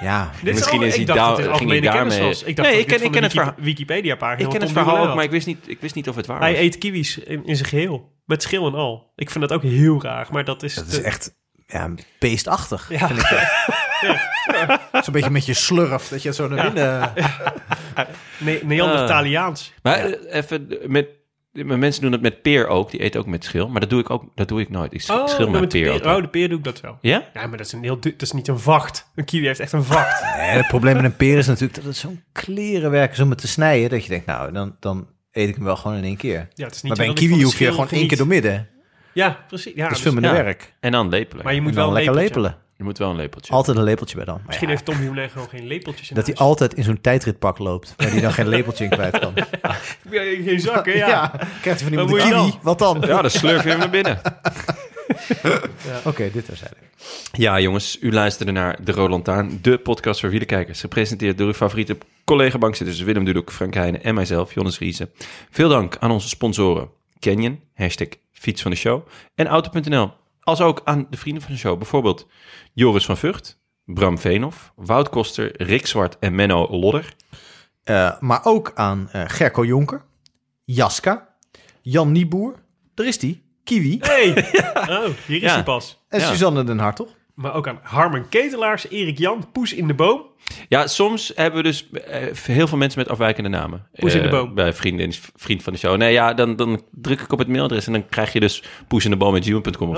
S1: Ja,
S3: Dit
S2: Misschien
S3: al-
S2: is
S3: ik
S2: hij
S3: dacht
S2: daar-
S3: dat dit
S2: ging hij
S3: algemene kennis
S2: daarmee-
S3: was. Ik dacht
S2: Nee,
S3: dat
S2: ik ken-
S3: dit
S2: ik
S3: van
S2: ken het
S3: de
S2: verhaal-
S3: Wiki- Wikipedia-pagina.
S2: Ik ken
S3: van
S2: het
S3: Tom
S2: verhaal ook,
S3: Dumoulin
S2: maar ik wist niet, ik wist niet of het waar
S3: Hij
S2: was.
S3: eet kiwis in, in zijn geheel. Met schil en al. Ik vind dat ook heel raar. Maar dat is...
S1: dat is
S3: de-
S1: echt ja, beestachtig.
S3: Ja.
S1: Vind ik dat. Zo'n beetje met je slurf, dat je het zo naar binnen...
S3: Ne Neandertaliaans.
S2: Maar eh, even met. Maar mensen doen dat met peer ook. Die eten ook met schil. Maar dat doe ik ook. Dat doe ik nooit. Ik sch- schil
S3: maar
S2: met
S3: met de
S2: peer.
S3: peer,
S2: ook.
S3: oh, de peer doe ik dat wel.
S2: Ja?
S3: Ja, maar dat is, een heel, du- dat is niet een vacht. Een kiwi heeft echt een vacht.
S1: Nee, het probleem met een peer is natuurlijk dat het zo'n klerenwerk is om het te snijden. Dat je denkt, nou, dan, dan eet ik hem wel gewoon in één keer.
S3: Ja, het
S1: Maar bij
S3: is niet zo
S1: een
S3: dat ik
S1: kiwi
S3: van de
S1: hoef je
S3: schil
S1: gewoon één keer
S3: geniet.
S1: door midden.
S3: Ja, precies. Ja,
S1: dat is
S3: dus-
S1: veel minder
S2: ja.
S1: werk.
S2: En dan lepelen.
S3: maar je
S1: En
S3: moet
S1: dan
S3: wel een
S1: lekker
S3: lepeltje.
S1: lepelen.
S2: Je moet wel een lepeltje.
S1: Altijd een lepeltje bij dan. Maar
S3: Misschien
S1: ja,
S3: heeft Tom Hughley gewoon geen lepeltjes in
S1: dat hij
S3: huis.
S1: altijd in zo'n tijdritpak loopt. Waar hij dan geen lepeltje in kwijt kan.
S3: Ja, Geen zak, hè? Ja.
S1: krijgt hij van
S3: Wat
S1: iemand een
S3: moet je
S1: kiwi.
S3: dan?
S1: Wat dan?
S2: Ja, dan slurf je hem naar binnen.
S1: Oké, dit terzijde.
S2: Ja, jongens, u luisterde naar De Roland Taan, de podcast voor wielerkijkers. Gepresenteerd door uw favoriete collega-bankzitters Willem Dudok, Frank Heijnen en mijzelf, Jonas Riese. Veel dank aan onze sponsoren Canyon, hashtag fiets van de show en Auto.nl. Als ook aan de vrienden van de show, bijvoorbeeld Joris van Vught, Bram Veenhoff, Wout Koster, Rick Zwart en Menno Lodder.
S1: Eh, maar ook aan eh, Gerco Jonker, Jaska, Jan Nieboer, daar is die, Kiwi
S3: Hey. Oh, hier is
S2: Ja.
S3: hij pas.
S1: en
S2: Ja.
S1: Suzanne den Hartog.
S3: Maar ook aan Harmen Ketelaars, Erik Jan, Poes in de Boom.
S2: Ja, soms hebben we dus eh, heel veel mensen met afwijkende namen.
S3: Poes in de
S2: Eh,
S3: boom.
S2: bij vrienden, en vriend van de show. Nee, ja, dan, dan druk ik op het mailadres en dan krijg je dus poes in de boom of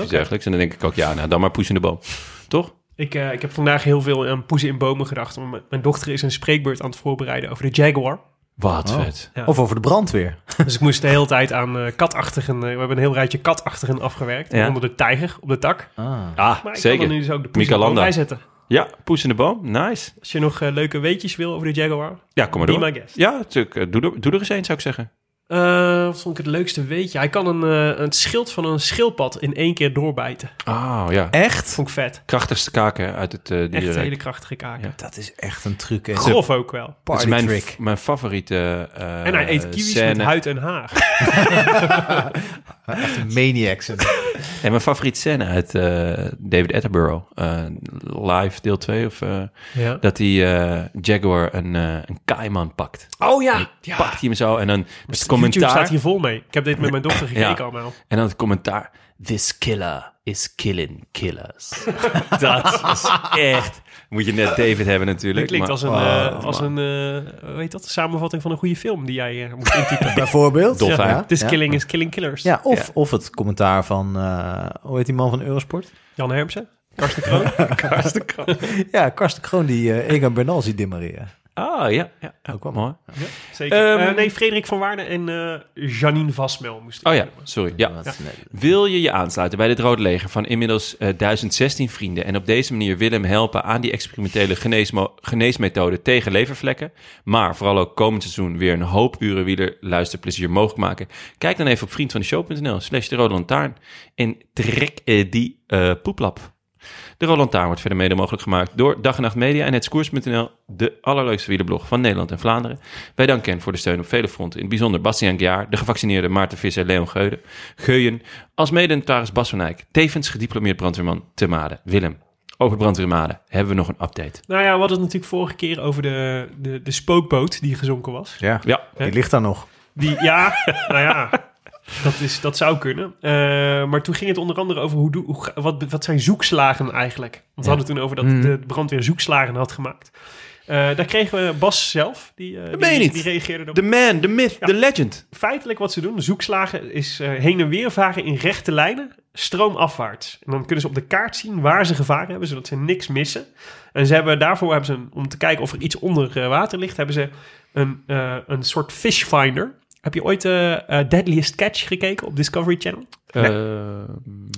S2: iets dergelijks. En dan denk ik ook, ja, nou dan maar poes in de boom. Toch?
S3: Ik, eh, ik heb vandaag heel veel aan Poes in Bomen gedacht. want mijn- Mijn dochter is een spreekbeurt aan het voorbereiden over de Jaguar.
S2: Wat vet.
S3: Oh, Ja.
S1: Of over de brandweer.
S3: Dus ik moest de hele tijd aan eh, katachtigen... eh, we hebben een heel rijtje katachtigen afgewerkt.
S2: Ja.
S3: Onder de tijger, op de tak.
S2: Ah,
S3: Maar ik
S2: zeker.
S3: kan er nu dus ook de Poes in de Boom
S2: Mikalanda.
S3: bij zetten.
S2: Ja, poes in de boom. Nice.
S3: Als je nog eh, leuke weetjes wil over de Jaguar.
S2: Ja, kom maar
S3: Be
S2: door.
S3: my guest.
S2: Ja, natuurlijk. Eh, Doe, er- doe er eens een, zou ik zeggen.
S3: Eh, wat vond ik het leukste weetje? Hij kan een, eh, het schild van een schildpad in één keer doorbijten.
S2: Ah, ja.
S1: Echt?
S3: Vond ik vet.
S2: Krachtigste kaken uit het eh
S3: Echt
S2: dierenrijk.
S3: hele krachtige kaken.
S1: Dat is echt een truc. hè.
S3: Grof ook wel.
S2: Dat is
S1: Party
S2: mijn,
S1: trick.
S2: mijn favoriete eh
S3: En hij eet kiwis
S2: scène.
S3: met huid en haar.
S1: Maniacs.
S2: En mijn favoriete scène uit eh, David Attenborough. eh, live deel 2. Of, eh,
S3: Ja.
S2: dat die eh, Jaguar een, eh een kaiman pakt.
S3: Oh ja. ja.
S2: Pakt hij hem zo en dan het
S3: YouTube staat
S2: commentaar.
S3: hier vol mee. Ik heb dit met mijn dochter gekeken
S2: Ja.
S3: allemaal.
S2: En dan het commentaar. This killer is killing killers. dat is echt... Moet je net David hebben
S3: Dit
S2: natuurlijk.
S3: klinkt
S2: maar- Oh,
S3: als een, eh, als een eh, hoe heet dat? samenvatting van een goede film die jij eh, moet intypen.
S1: Bijvoorbeeld.
S2: Dolfijn.
S1: Ja,
S3: This
S1: ja.
S3: killing is killing killers.
S1: Ja, of, of het commentaar van, eh, hoe heet die man van Eurosport?
S3: Jan Hermsen, Karsten Kroon. Karsten Kroon.
S1: Ja, Karsten Kroon die eh, Egan Bernal ziet dimmereren.
S2: Ah, ja. ja, ja.
S1: Ook wel
S2: mooi.
S3: Zeker.
S2: Ehm,
S3: Eh, nee, Frederik van Waarden en eh Janine Vasmel moesten.
S2: Oh ja, sorry. Ja.
S1: Wat- nee.
S2: Wil je je aansluiten bij dit Rode Leger van inmiddels eh, 1016 vrienden en op deze manier Willem helpen aan die experimentele geneesmo- geneesmethode tegen levervlekken, maar vooral ook komend seizoen weer een hoop uren wieler luisterplezier mogelijk maken? Kijk dan even op vriendvandeshow.nl slash de Rode Lantaarn en trek eh, die eh, poeplap. De Rode Lantaarn wordt verder mede mogelijk gemaakt door Dag en Nacht Media en hetskoers.nl, de allerleukste wielenblog van Nederland en Vlaanderen. Wij danken hen voor de steun op vele fronten, in het bijzonder Bastiaan Gjaar, de gevaccineerde Maarten Visser, Leon Geude, Geuyen, als mede-notaris Bas van Eyck, tevens gediplomeerd brandweerman te Maden. Willem, over brandweer Maden hebben we nog een update.
S3: Nou ja, we hadden het natuurlijk vorige keer over de, de, de spookboot die gezonken was.
S1: Ja,
S2: Ja,
S1: die ligt daar nog. Oh,
S3: Die, ja, nou ja, dat, is, dat zou kunnen. Eh, maar toen ging het onder andere over hoe, doe- hoe, ga- wat, wat zijn zoekslagen eigenlijk. Want we hadden het toen over dat
S2: Mhm.
S3: de brandweer zoekslagen had gemaakt. Eh, daar kregen we Bas zelf, die, eh,
S2: meen je
S3: die,
S2: niet.
S3: die reageerde op.
S2: the man, the myth, the legend.
S3: Feitelijk wat ze doen, zoekslagen, is eh, heen en weer varen in rechte lijnen, stroomafwaarts. En dan kunnen ze op de kaart zien waar ze gevaren hebben, zodat ze niks missen. En ze hebben, daarvoor hebben ze, een- om te kijken of er iets onder eh, water ligt, hebben ze een, eh, een soort fish finder. Heb je ooit eh, eh, Deadliest Catch gekeken op Discovery Channel?
S2: Eh,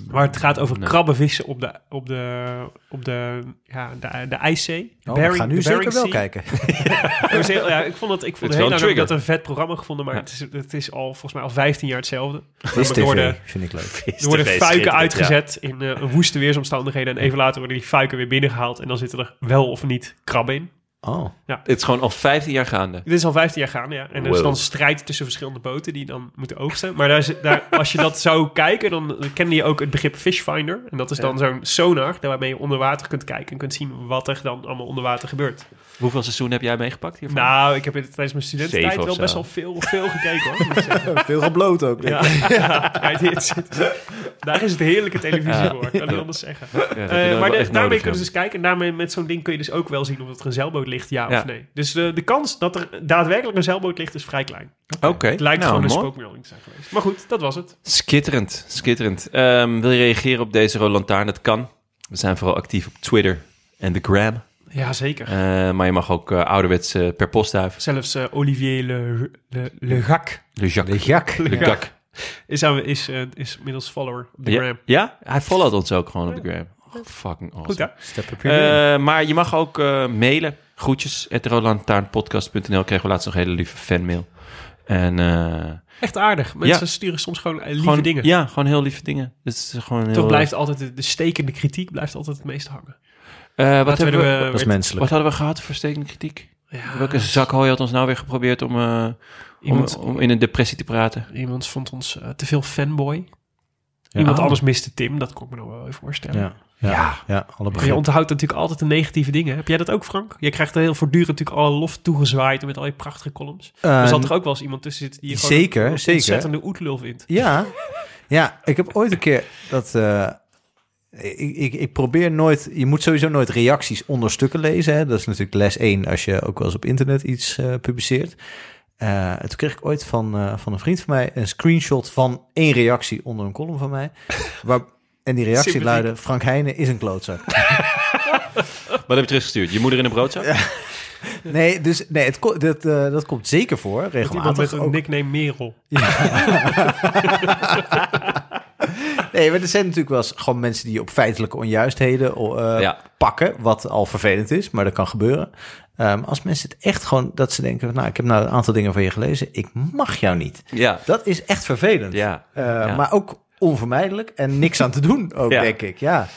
S3: Waar het gaat over
S2: Nee.
S3: krabbenvissen op de, op de, op de, ja, de, de IJszee.
S1: Oh, we
S3: Bering-
S1: gaan nu
S3: de
S1: zeker
S3: Bering
S1: wel
S3: Sea.
S1: kijken.
S3: Het was heel- ja, ik vond dat ik
S2: is wel
S3: vond heel lang
S2: een
S3: dat ik
S2: trigger.
S3: dat een vet programma gevonden, maar het is, het is al volgens mij al 15 jaar hetzelfde.
S1: Vis
S3: door de-
S1: TV vind ik leuk.
S3: Er worden fuiken uitgezet in eh, woeste weersomstandigheden en even later worden die fuiken weer binnengehaald en dan zitten er wel of niet krabben in.
S1: Oh,
S2: Het is gewoon al 15 jaar gaande.
S3: Dit is al 15 jaar gaande, ja. En er is dan strijd tussen verschillende boten die dan moeten oogsten. Maar daar, zit- daar, als je dat zou kijken, dan kende je ook het begrip fishfinder. En dat is dan zo'n sonar waarmee je onder water kunt kijken en kunt zien wat er dan allemaal onder water gebeurt.
S2: Hoeveel seizoen heb jij meegepakt hiervan?
S3: Nou, ik heb het tijdens mijn
S2: Zeven
S3: studententijd
S2: of
S3: wel
S2: zo.
S3: best wel veel, veel gekeken hoor. moet ik zeggen.
S1: veel gebloot ook.
S3: Ja, ja, ja, dit zit- daar is het heerlijke televisie voor, ik kan niet anders zeggen.
S2: Ja, dat heb je
S3: Eh,
S2: dan wel
S3: maar de-
S2: echt
S3: daarmee
S2: nodig,
S3: kunnen ze
S2: ja.
S3: dus kijken. En daarmee met zo'n ding kun je dus ook wel zien of het er een zeilboot ligt, ja,
S2: Ja.
S3: of nee. Dus de, de kans dat er daadwerkelijk een zeilboot ligt is vrij klein.
S2: Oké,
S3: Het lijkt
S2: nou,
S3: gewoon een
S2: mooi.
S3: spookmelding te zijn geweest. Maar goed, dat was het.
S2: Skitterend, skitterend. Ehm, wil je reageren op deze Roland Lantaarn? Dat kan. We zijn vooral actief op Twitter en de Gram.
S3: Jazeker.
S2: Eh, maar je mag ook eh, ouderwets eh, per postduif.
S3: Zelfs eh, Olivier Le, Le, Le Gac.
S2: Le Jacques.
S1: De jak.
S2: Le Gac.
S3: Is, aan- is, eh, is inmiddels follower op de
S2: ja,
S3: gram.
S2: ja, hij followt ons ook gewoon op de gram. Oh, fucking awesome.
S3: Goed hè?
S1: Step up your game.
S2: Eh, maar je mag ook eh, mailen. Groetjes, roodlantaarnpodcast.nl. Kregen we laatst nog een hele lieve fanmail. En eh,
S3: Echt aardig. Mensen
S2: Ja.
S3: sturen soms gewoon eh, lieve
S2: gewoon,
S3: dingen.
S2: Ja, gewoon heel lieve dingen. Het is gewoon heel,
S3: Toch blijft altijd de, de stekende kritiek blijft altijd het meest hangen.
S2: Eh, wat,
S3: Laten eh,
S2: hebben we,
S3: er,
S1: Dat is
S3: weer-
S1: menselijk.
S2: wat hadden we gehad voor stekende kritiek?
S3: Ja,
S2: Welke zakhooi had ons nou weer geprobeerd om, eh, om,
S3: Ah. iemand,
S2: om in een depressie te praten?
S3: iemand vond ons eh, te veel fanboy.
S1: Ja.
S3: Iemand
S2: Oh.
S3: anders miste Tim. Dat kon ik me nog wel even voorstellen.
S1: Ja, ja, ja. alle
S3: Maar je
S1: begrip.
S3: onthoudt natuurlijk altijd de negatieve dingen. Heb jij dat ook, Frank? Je krijgt er heel voortdurend natuurlijk alle lof toegezwaaid met al je prachtige columns.
S1: Eh,
S3: er zal toch ook wel eens iemand tussen zitten die je gewoon
S1: Zeker,
S3: een
S1: zeker.
S3: ontzettende oetlul vindt.
S1: Ja. ja, ik heb ooit een keer dat. eh, ik, ik, ik probeer nooit. Je moet sowieso nooit reacties onder stukken lezen. Hè? Dat is natuurlijk les 1 als je ook wel eens op internet iets eh, publiceert. Eh, en toen kreeg ik ooit van, eh, van een vriend van mij een screenshot van één reactie onder een column van mij. Waar, en die reactie
S3: Sympathiek.
S1: luidde: Frank Heijnen is een klootzak.
S2: Wat heb je teruggestuurd? Je moeder in een broodzak?
S1: Nee, dus nee, het, ko- dat, eh, dat komt zeker voor.
S3: Dat iemand met
S1: Regelmatig.
S3: een
S1: ook.
S3: nickname Merel.
S1: Nee, maar er zijn natuurlijk wel eens gewoon mensen die op feitelijke onjuistheden eh,
S2: Ja.
S1: pakken, wat al vervelend is, maar dat kan gebeuren. Ehm, als mensen het echt gewoon, dat ze denken, nou, ik heb nou een aantal dingen van je gelezen, ik mag jou niet.
S2: Ja.
S1: Dat is echt vervelend.
S2: Ja.
S1: Eh,
S2: Ja.
S1: Maar ook onvermijdelijk en niks aan te doen, ook
S2: Ja.
S1: denk ik. Ja.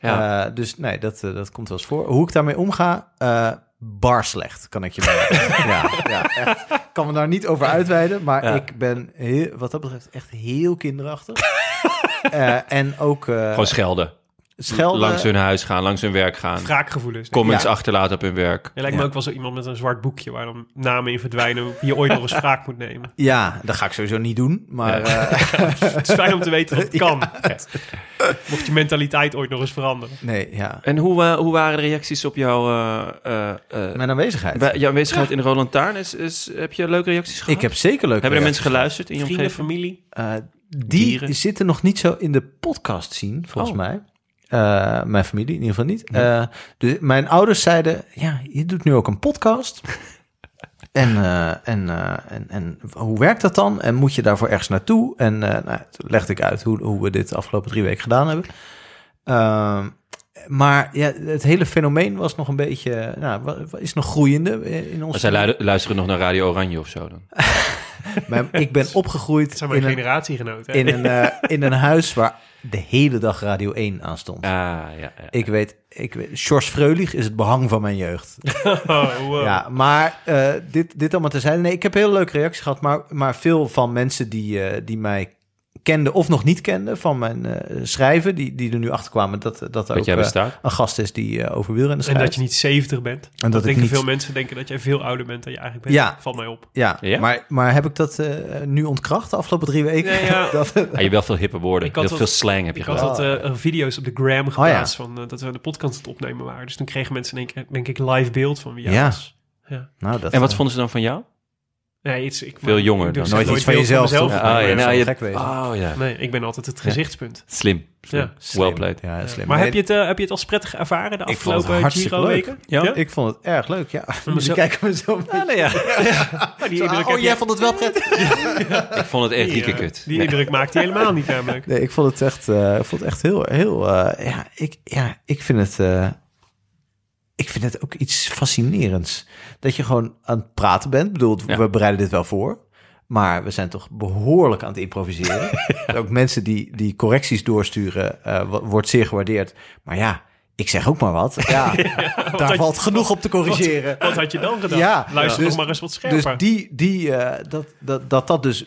S2: Ja.
S1: Eh, dus nee, dat, eh, dat komt wel eens voor. Hoe ik daarmee omga, eh, bar slecht, kan ik je melden. ja, ja, echt. Ik kan me daar niet over uitweiden, maar
S2: Ja.
S1: ik ben heel, wat dat betreft echt heel kinderachtig. Eh, en ook eh,
S2: Gewoon Oh, schelden.
S1: schelden.
S2: Langs hun huis gaan, langs hun werk gaan.
S3: Wraakgevoelens.
S2: Comments
S1: Ja.
S2: achterlaten op hun werk.
S3: Je lijkt me ook wel zo iemand met een zwart boekje waar dan namen in verdwijnen die je ooit nog eens wraak moet nemen.
S1: Ja, dat ga ik sowieso niet doen, maar eh,
S3: Het is fijn om te weten dat het kan. Mocht je mentaliteit ooit nog eens veranderen.
S1: nee, ja.
S2: En hoe, eh, hoe waren de reacties op jouw, eh, eh, eh,
S1: Mijn aanwezigheid.
S2: bij- jouw aanwezigheid in de Roland Taarn? Is, is, heb je leuke reacties gehad?
S1: ik heb zeker leuk.
S2: Hebben er mensen geluisterd in je
S3: Vrienden,
S2: omgeving?
S3: familie.
S1: Eh, die
S2: Dieren.
S1: zitten nog niet zo in de podcast zien, volgens
S2: Oh.
S1: mij. Eh, mijn familie in ieder geval niet. Eh, dus mijn ouders zeiden, ja, je doet nu ook een podcast. en, eh, en, eh, en, en hoe werkt dat dan? En moet je daarvoor ergens naartoe? En eh, nou, toen legde ik uit hoe, hoe we dit de afgelopen drie weken gedaan hebben. Ehm, maar ja, het hele fenomeen was nog een beetje, eh, nou, wa- wa- is nog groeiende eh, in ons.
S2: Zij luiden- luisteren nog naar Radio Oranje of zo dan?
S1: Maar ik ben
S3: Dat
S1: opgegroeid
S3: zijn mijn
S1: in een
S3: generatiegenoten. hè?
S1: in een, eh, in een huis waar de hele dag Radio 1 aan stond.
S2: Ah, ja. ja.
S1: Ik weet, ik weet, George Freulich is het behang van mijn jeugd.
S3: Oh, wow.
S1: Ja, maar eh, dit, dit allemaal terzijde. Nee, ik heb heel leuke reacties gehad, maar, maar veel van mensen die, eh, die mij kenden of nog niet kenden van mijn eh, schrijven, die, die er nu achter kwamen dat, dat er
S2: Dat
S1: ook
S2: jij
S1: eh,
S2: bestaat.
S1: een gast is die eh, over wielrennen
S3: En
S1: schrijft.
S3: dat je niet 70 bent.
S1: En dat
S3: dat
S1: ik
S3: denken
S1: niet-
S3: veel mensen denken dat jij veel ouder bent dan je eigenlijk bent.
S1: Ja.
S3: Valt mij op.
S1: Ja,
S2: Ja?
S1: Maar, maar heb ik dat eh, nu ontkracht de afgelopen drie weken?
S3: Nee, ja.
S1: dat,
S2: Ah, je hebt wel veel hippe woorden.
S3: Ik had
S2: Heel
S3: wel-
S2: veel slang heb je
S3: Ik had
S2: gehad.
S3: wat eh, video's op de
S1: Oh
S3: gram geplaatst van eh, dat we de podcast aan het opnemen waren. Dus toen kregen mensen denk, ik- denk ik live beeld van wie jij
S1: Ja.
S3: was.
S1: nou, dat,
S2: En wat
S1: eh,
S2: vonden ze dan van jou?
S3: Nee, iets, ik,
S2: Veel jonger
S3: ik doe
S2: dan.
S3: zelf
S1: Nooit iets van
S3: beeld
S1: jezelf,
S3: mezelf.
S1: toch?
S2: Ah,
S1: ja,
S2: ja,
S1: dat
S2: nou,
S1: zou
S2: je,
S1: gek wezen.
S2: oh ja,
S3: Nee, ik ben altijd het gezichtspunt.
S2: slim. slim.
S3: Ja.
S1: slim.
S2: Well played.
S1: Ja, slim.
S3: Maar
S1: Nee,
S3: heb je, het, eh, heb je het als prettig ervaren
S1: Ik
S3: de
S1: vond het
S3: afgelopen
S1: hartstikke leuk.
S3: Giro-weken?
S2: Ja?
S1: Ik vond het erg leuk, ja.
S3: Maar zo-
S1: Jullie kijken me zo
S3: Ah, nee, ja. Maar die indruk, heb jij-
S1: oh, vond het wel prettig?
S2: Ik vond het echt
S3: die, eh,
S2: rieke kut.
S3: die indruk maakt hij helemaal niet namelijk.
S1: Nee, ik vond het echt, eh, ik vond het echt heel, heel, eh, ja, ik, ja, ik vind het, eh, ik vind het ook iets fascinerends. Dat je gewoon aan het praten bent. Ik bedoel,
S2: Ja.
S1: we bereiden dit wel voor. Maar we zijn toch behoorlijk aan het improviseren. Ook mensen die, die correcties doorsturen, eh, wo- wordt zeer gewaardeerd. Maar ja, ik zeg ook maar wat. Ja, daar
S3: had-
S1: valt genoeg op te corrigeren.
S3: Wat had je dan gedaan?
S1: Ja.
S3: Luister
S1: Ja.
S3: nog maar eens wat
S1: Dus
S3: scherper.
S1: die, die eh, dat, dat, dat dat dus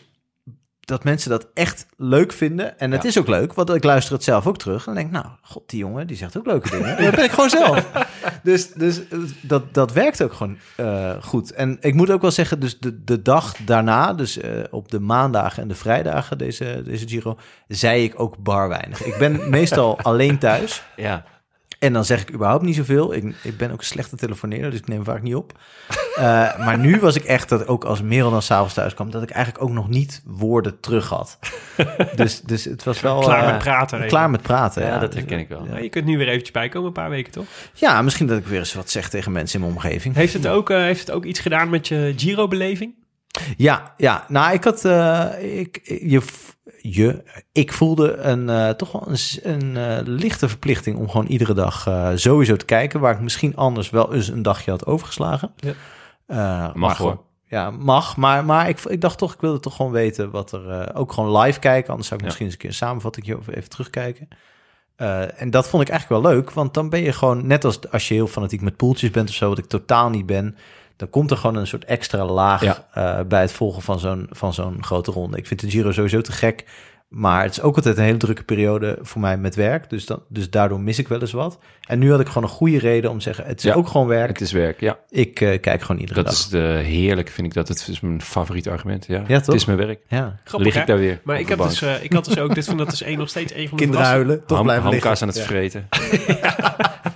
S1: dat mensen dat echt leuk vinden. En het is ook leuk, want ik luister het zelf ook terug. En denk, ik, nou, god, die jongen, die zegt ook leuke dingen. Dat ben ik gewoon zelf. Dus, dus eh, dat, dat werkt ook gewoon eh, goed. En ik moet ook wel zeggen, dus de, de dag daarna, dus eh, op de maandagen en de vrijdagen, deze, deze Giro, zei ik ook bar weinig. Ik ben meestal alleen thuis.
S2: Ja.
S1: En dan zeg ik überhaupt niet zoveel. Ik, ik ben ook een slechte telefoneerder, dus ik neem vaak niet op. Eh, maar nu was ik echt dat ook als Merel dan s'avonds thuis kwam... dat ik eigenlijk ook nog niet woorden terug had. Dus, dus het was wel...
S3: Klaar
S1: eh,
S3: met praten. even.
S1: Klaar met praten, ja.
S2: ja, dat
S1: Dus-
S2: herken ik wel.
S3: Ja, je kunt nu weer eventjes bijkomen, een paar weken toch?
S1: Ja, misschien dat ik weer eens wat zeg tegen mensen in mijn omgeving.
S3: Heeft het ook, eh, heeft het ook iets gedaan met je Giro-beleving?
S1: Ja, ja. Nou, ik had. eh, ik, je, je, ik voelde een, eh, toch wel een, s- een eh, lichte verplichting om gewoon iedere dag eh, sowieso te kijken. Waar ik misschien anders wel eens een dagje had overgeslagen.
S3: Ja.
S1: Eh, maar
S2: Mag
S1: gewoon-
S2: hoor.
S1: Ja, mag. Maar, maar ik, ik dacht toch, ik wilde toch gewoon weten wat er. eh, ook gewoon live kijken. Anders zou ik
S2: Ja.
S1: misschien eens een keer een samenvatting hierover even terugkijken. Eh, en dat vond ik eigenlijk wel leuk, want dan ben je gewoon, net als als je heel fanatiek met poeltjes bent of zo, wat ik totaal niet ben, dan komt er gewoon een soort extra laag
S2: Ja.
S1: eh, bij het volgen van zo'n, van zo'n grote ronde. Ik vind de Giro sowieso te gek, maar het is ook altijd een hele drukke periode voor mij met werk, dus, dan, dus daardoor mis ik wel eens wat. En nu had ik gewoon een goede reden om te zeggen, het is
S2: Ja,
S1: ook gewoon werk,
S2: Het is werk, ja.
S1: ik eh, kijk gewoon iedere
S2: Dat
S1: dag.
S2: is de, heerlijk, vind ik dat. Het is mijn favoriet argument. Nou. Ja,
S1: Ja, toch?
S2: Het is mijn werk.
S1: Ja,
S3: Grappig,
S2: Lig ik
S3: hè?
S2: daar weer
S3: Maar
S2: op
S3: ik,
S2: de
S3: heb
S2: bank.
S3: dus, eh, ik had dus ook, dit vind dat is één, nog steeds een van de
S1: kinderen
S3: verrassingen.
S1: huilen, toch
S2: Ham-
S1: blijven
S2: hamkaas aan
S1: liggen.
S2: het vreten.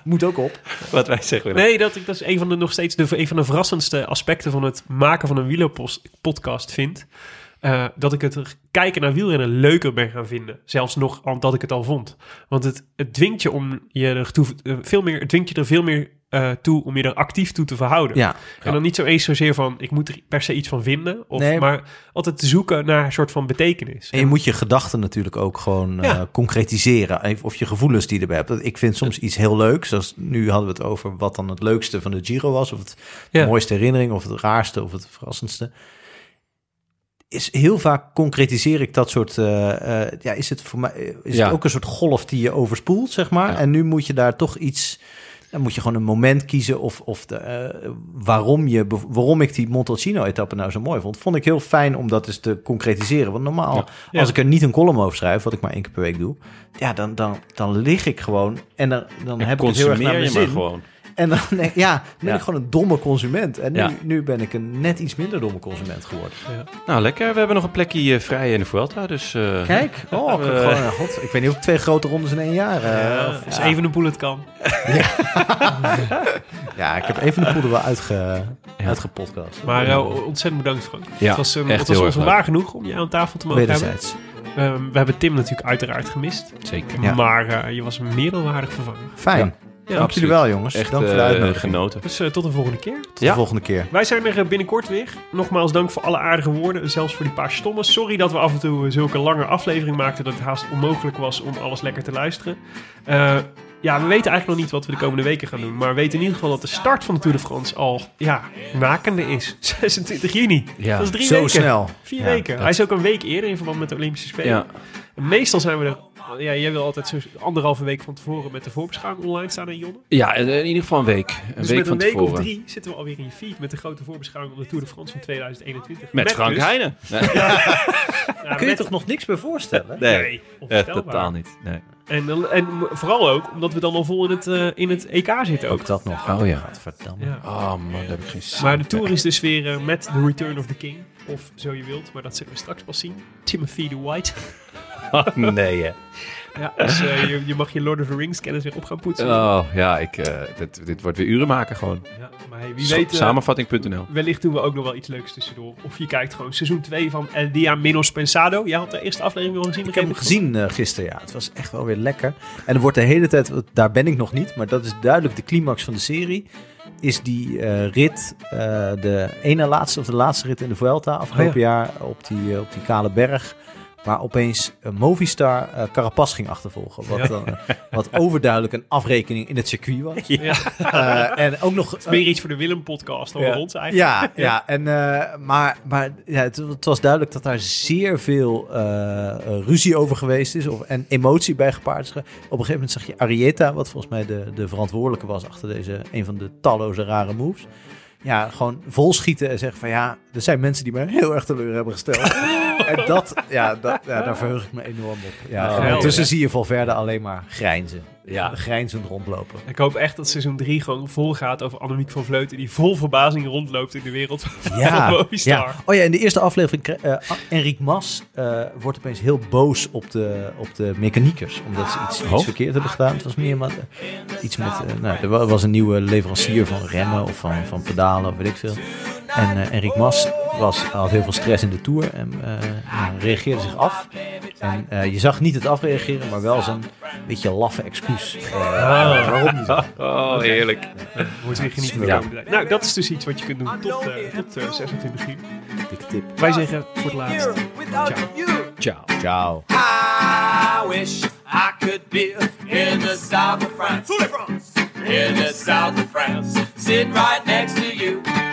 S1: Moet ook op.
S2: Wat wij zeggen.
S3: Nee, dat, ik, dat is een van de, nog steeds de, een van de verrassendste aspecten van het maken van een wielerpost- podcast vind. Eh, dat ik het er- kijken naar wielrennen leuker ben gaan vinden. Zelfs nog al- dat ik het al vond. Want het, het dwingt je om je er toe, eh, veel meer, het dwingt je er veel meer eh, toe om je er actief toe te verhouden.
S1: Ja,
S3: En dan niet zo eens zozeer van ik moet er per se iets van vinden. Of,
S1: Nee.
S3: maar altijd te zoeken naar een soort van betekenis.
S1: En je moet je gedachten natuurlijk ook gewoon eh,
S3: Ja.
S1: concretiseren. Even- Of je gevoelens die je erbij hebt. Ik vind soms iets heel leuks. Zoals nu hadden we het over wat dan het leukste van de Giro was. Of het
S3: Ja.
S1: mooiste herinnering, of het raarste, of het verrassendste. Is heel vaak concretiseer ik dat soort. eh, eh, ja, is het voor mij. Is
S2: Ja.
S1: het ook een soort golf die je overspoelt, zeg maar.
S2: Ja.
S1: En nu moet je daar toch iets. Dan moet je gewoon een moment kiezen of, of de, eh, waarom, je, bev- waarom ik die Montalcino-etappe nou zo mooi vond. Vond ik heel fijn om dat eens te concretiseren. Want normaal,
S3: Ja.
S1: als ik er niet een column over schrijf, wat ik maar één keer per week doe, ja, dan, dan, dan lig ik gewoon en dan, dan heb ik het heel erg
S2: Consumeer
S1: naar mijn
S2: je maar
S1: zin.
S2: gewoon.
S1: En dan, nee, ja, dan ben
S2: Ja.
S1: ik gewoon een domme consument. En nu,
S2: Ja.
S1: nu ben ik een net iets minder domme consument geworden.
S2: Nou, lekker. We hebben nog een plekje eh, vrij in de Vuelta, dus... eh,
S1: Kijk, oh, ik, heb
S2: Eh.
S1: gewoon, nou, god, ik weet niet of ik twee grote rondes in één jaar... eh,
S3: Ja,
S1: of-
S3: als even een bullet kan.
S1: ja, ik heb even de poeder wel uitge,
S2: Ja.
S1: uitgepodcast.
S3: Maar eh, ontzettend bedankt Frank.
S2: Ja,
S3: het was, een,
S2: echt
S3: het was
S2: heel
S3: ons
S2: erg
S3: waar genoeg om je aan tafel te mogen hebben.
S1: Wederzijds.
S3: Ehm, we hebben Tim natuurlijk uiteraard gemist.
S2: Zeker.
S1: Ja.
S3: Maar eh, je was meer dan waardig vervangen.
S1: Fijn. Dank jullie
S2: absoluut.
S1: wel, jongens.
S2: Echt
S1: Dank voor de
S2: eh,
S1: uitnodiging.
S2: genoten.
S3: Dus eh, tot de volgende keer.
S1: Tot
S2: Ja.
S1: de volgende keer.
S3: Wij zijn er eh, binnenkort weer. Nogmaals dank voor alle aardige woorden. en Zelfs voor die paar stomme. Sorry dat we af en toe eh, zulke lange aflevering maakten. Dat het haast onmogelijk was om alles lekker te luisteren. Eh, ja, we weten eigenlijk nog niet wat we de komende weken gaan doen. Maar we weten in ieder geval dat de start van de Tour de France al ja, nakende is. 26 juni.
S2: Ja,
S3: dat is drie
S1: Zo
S3: weken.
S1: snel.
S3: Vier
S1: Ja,
S3: weken.
S2: dat-
S3: Hij is ook een week eerder in verband met de Olympische Spelen.
S2: Ja.
S3: En meestal zijn we er... Ja, jij wil altijd zo anderhalve week van tevoren met de voorbeschouwing online staan, hè, Jonne?
S2: Ja, eh, in in ieder geval een week. Een
S3: Dus
S2: week
S3: met
S2: van
S3: een week
S2: tevoren.
S3: of drie zitten we alweer in je feed met de grote voorbeschouwing op de Tour de France van 2021.
S2: Met Frank
S3: dus-
S2: Heijnen. Nee,
S3: Ja,
S1: Kun je
S3: met-
S1: toch nog niks meer voorstellen?
S3: Nee,
S2: eh,
S3: onvoorstelbaar.
S2: totaal niet. Nee.
S3: En, dan- en vooral ook omdat we dan al vol in het, eh, in het EK zitten ook.
S1: Ook dat nog.
S2: Oh ja.
S1: Gadverdamme.
S3: Ja.
S2: Oh man, daar heb ik geen zin
S3: Maar de Tour is dus weer eh, met The Return of the King. Of zo je wilt, maar dat zullen we straks pas zien. Timothy de White.
S2: in. Oh, Nee, hè.
S3: Ja, dus eh, je, je mag je Lord of the Rings kennis weer op gaan poetsen.
S2: Oh, ja, ik, eh, dit, dit wordt weer uren maken gewoon.
S3: Ja, maar hey, dus- wie weet... eh,
S2: Samenvatting.nl.
S3: Wellicht doen we ook nog wel iets leuks tussendoor. Of je kijkt gewoon seizoen 2 van El Dia Menos Pensado. Jij had de eerste aflevering al gezien.
S1: Ik heb hem gezien eh, gisteren, ja. Het was echt wel weer lekker. En er wordt de hele tijd, want daar ben ik nog niet, maar dat is duidelijk de climax van de serie. Is die eh, rit, eh, de ene laatste of de laatste rit in de Vuelta afgelopen
S3: Oh
S1: jaar op die, eh, op die kale berg. Waar opeens een Movistar eh Carapaz ging achtervolgen. Wat, dan, eh, wat overduidelijk een afrekening in het circuit was.
S3: Ja.
S1: Eh, en ook nog...
S3: Meer iets voor de Willem-podcast dan
S1: Ja.
S3: voor ons eigenlijk.
S1: Ja, ja. En, eh, maar maar ja, het, het was duidelijk dat daar zeer veel eh, eh, ruzie over geweest is. Of, en emotie bij gepaard is. ge- Op een gegeven moment zag je Arieta, wat volgens mij de, de verantwoordelijke was achter deze. een van de talloze rare moves. Ja, gewoon volschieten en zeggen van ja, er zijn mensen die mij heel erg teleur hebben gesteld. en dat, ja, dat, ja, daar verheug ik me enorm op. Ja,
S3: Ah, geweldig.
S1: ondertussen zie je Valverde alleen maar grijnzen.
S2: Ja.
S1: Grijnzend rondlopen.
S3: Ik hoop echt dat seizoen 3 gewoon vol gaat over Annemiek van Vleuten. Die vol verbazing rondloopt in de wereld van
S1: Ja,
S3: Movistar.
S1: ja. Oh ja, in de eerste aflevering, kre- eh Enric Mas eh, wordt opeens heel boos op de, op de mechaniekers. Omdat ze iets,
S3: Oh.
S1: iets verkeerd hebben gedaan. Het was meer maar, eh, iets met, eh, nou, er wa- was een nieuwe leverancier van remmen of van, van pedalen of weet ik veel. En eh Enric Mas was, had heel veel stress in de Tour en eh, ja, reageerde zich af. En eh, je zag niet het afreageren, maar wel zijn beetje laffe excuus. Eh, Waarom niet?
S2: Oh, heerlijk.
S3: Wordt weer genieten van de komende tijd. Nou, dat is dus iets wat je kunt doen tot, eh, tot eh, 26 juni.
S1: Dikke tip.
S3: Wij zeggen voor het laatst. Ciao.
S1: Ciao. Ciao.
S8: I wish I could be in the south of France. In the south of France. Sit right next to you.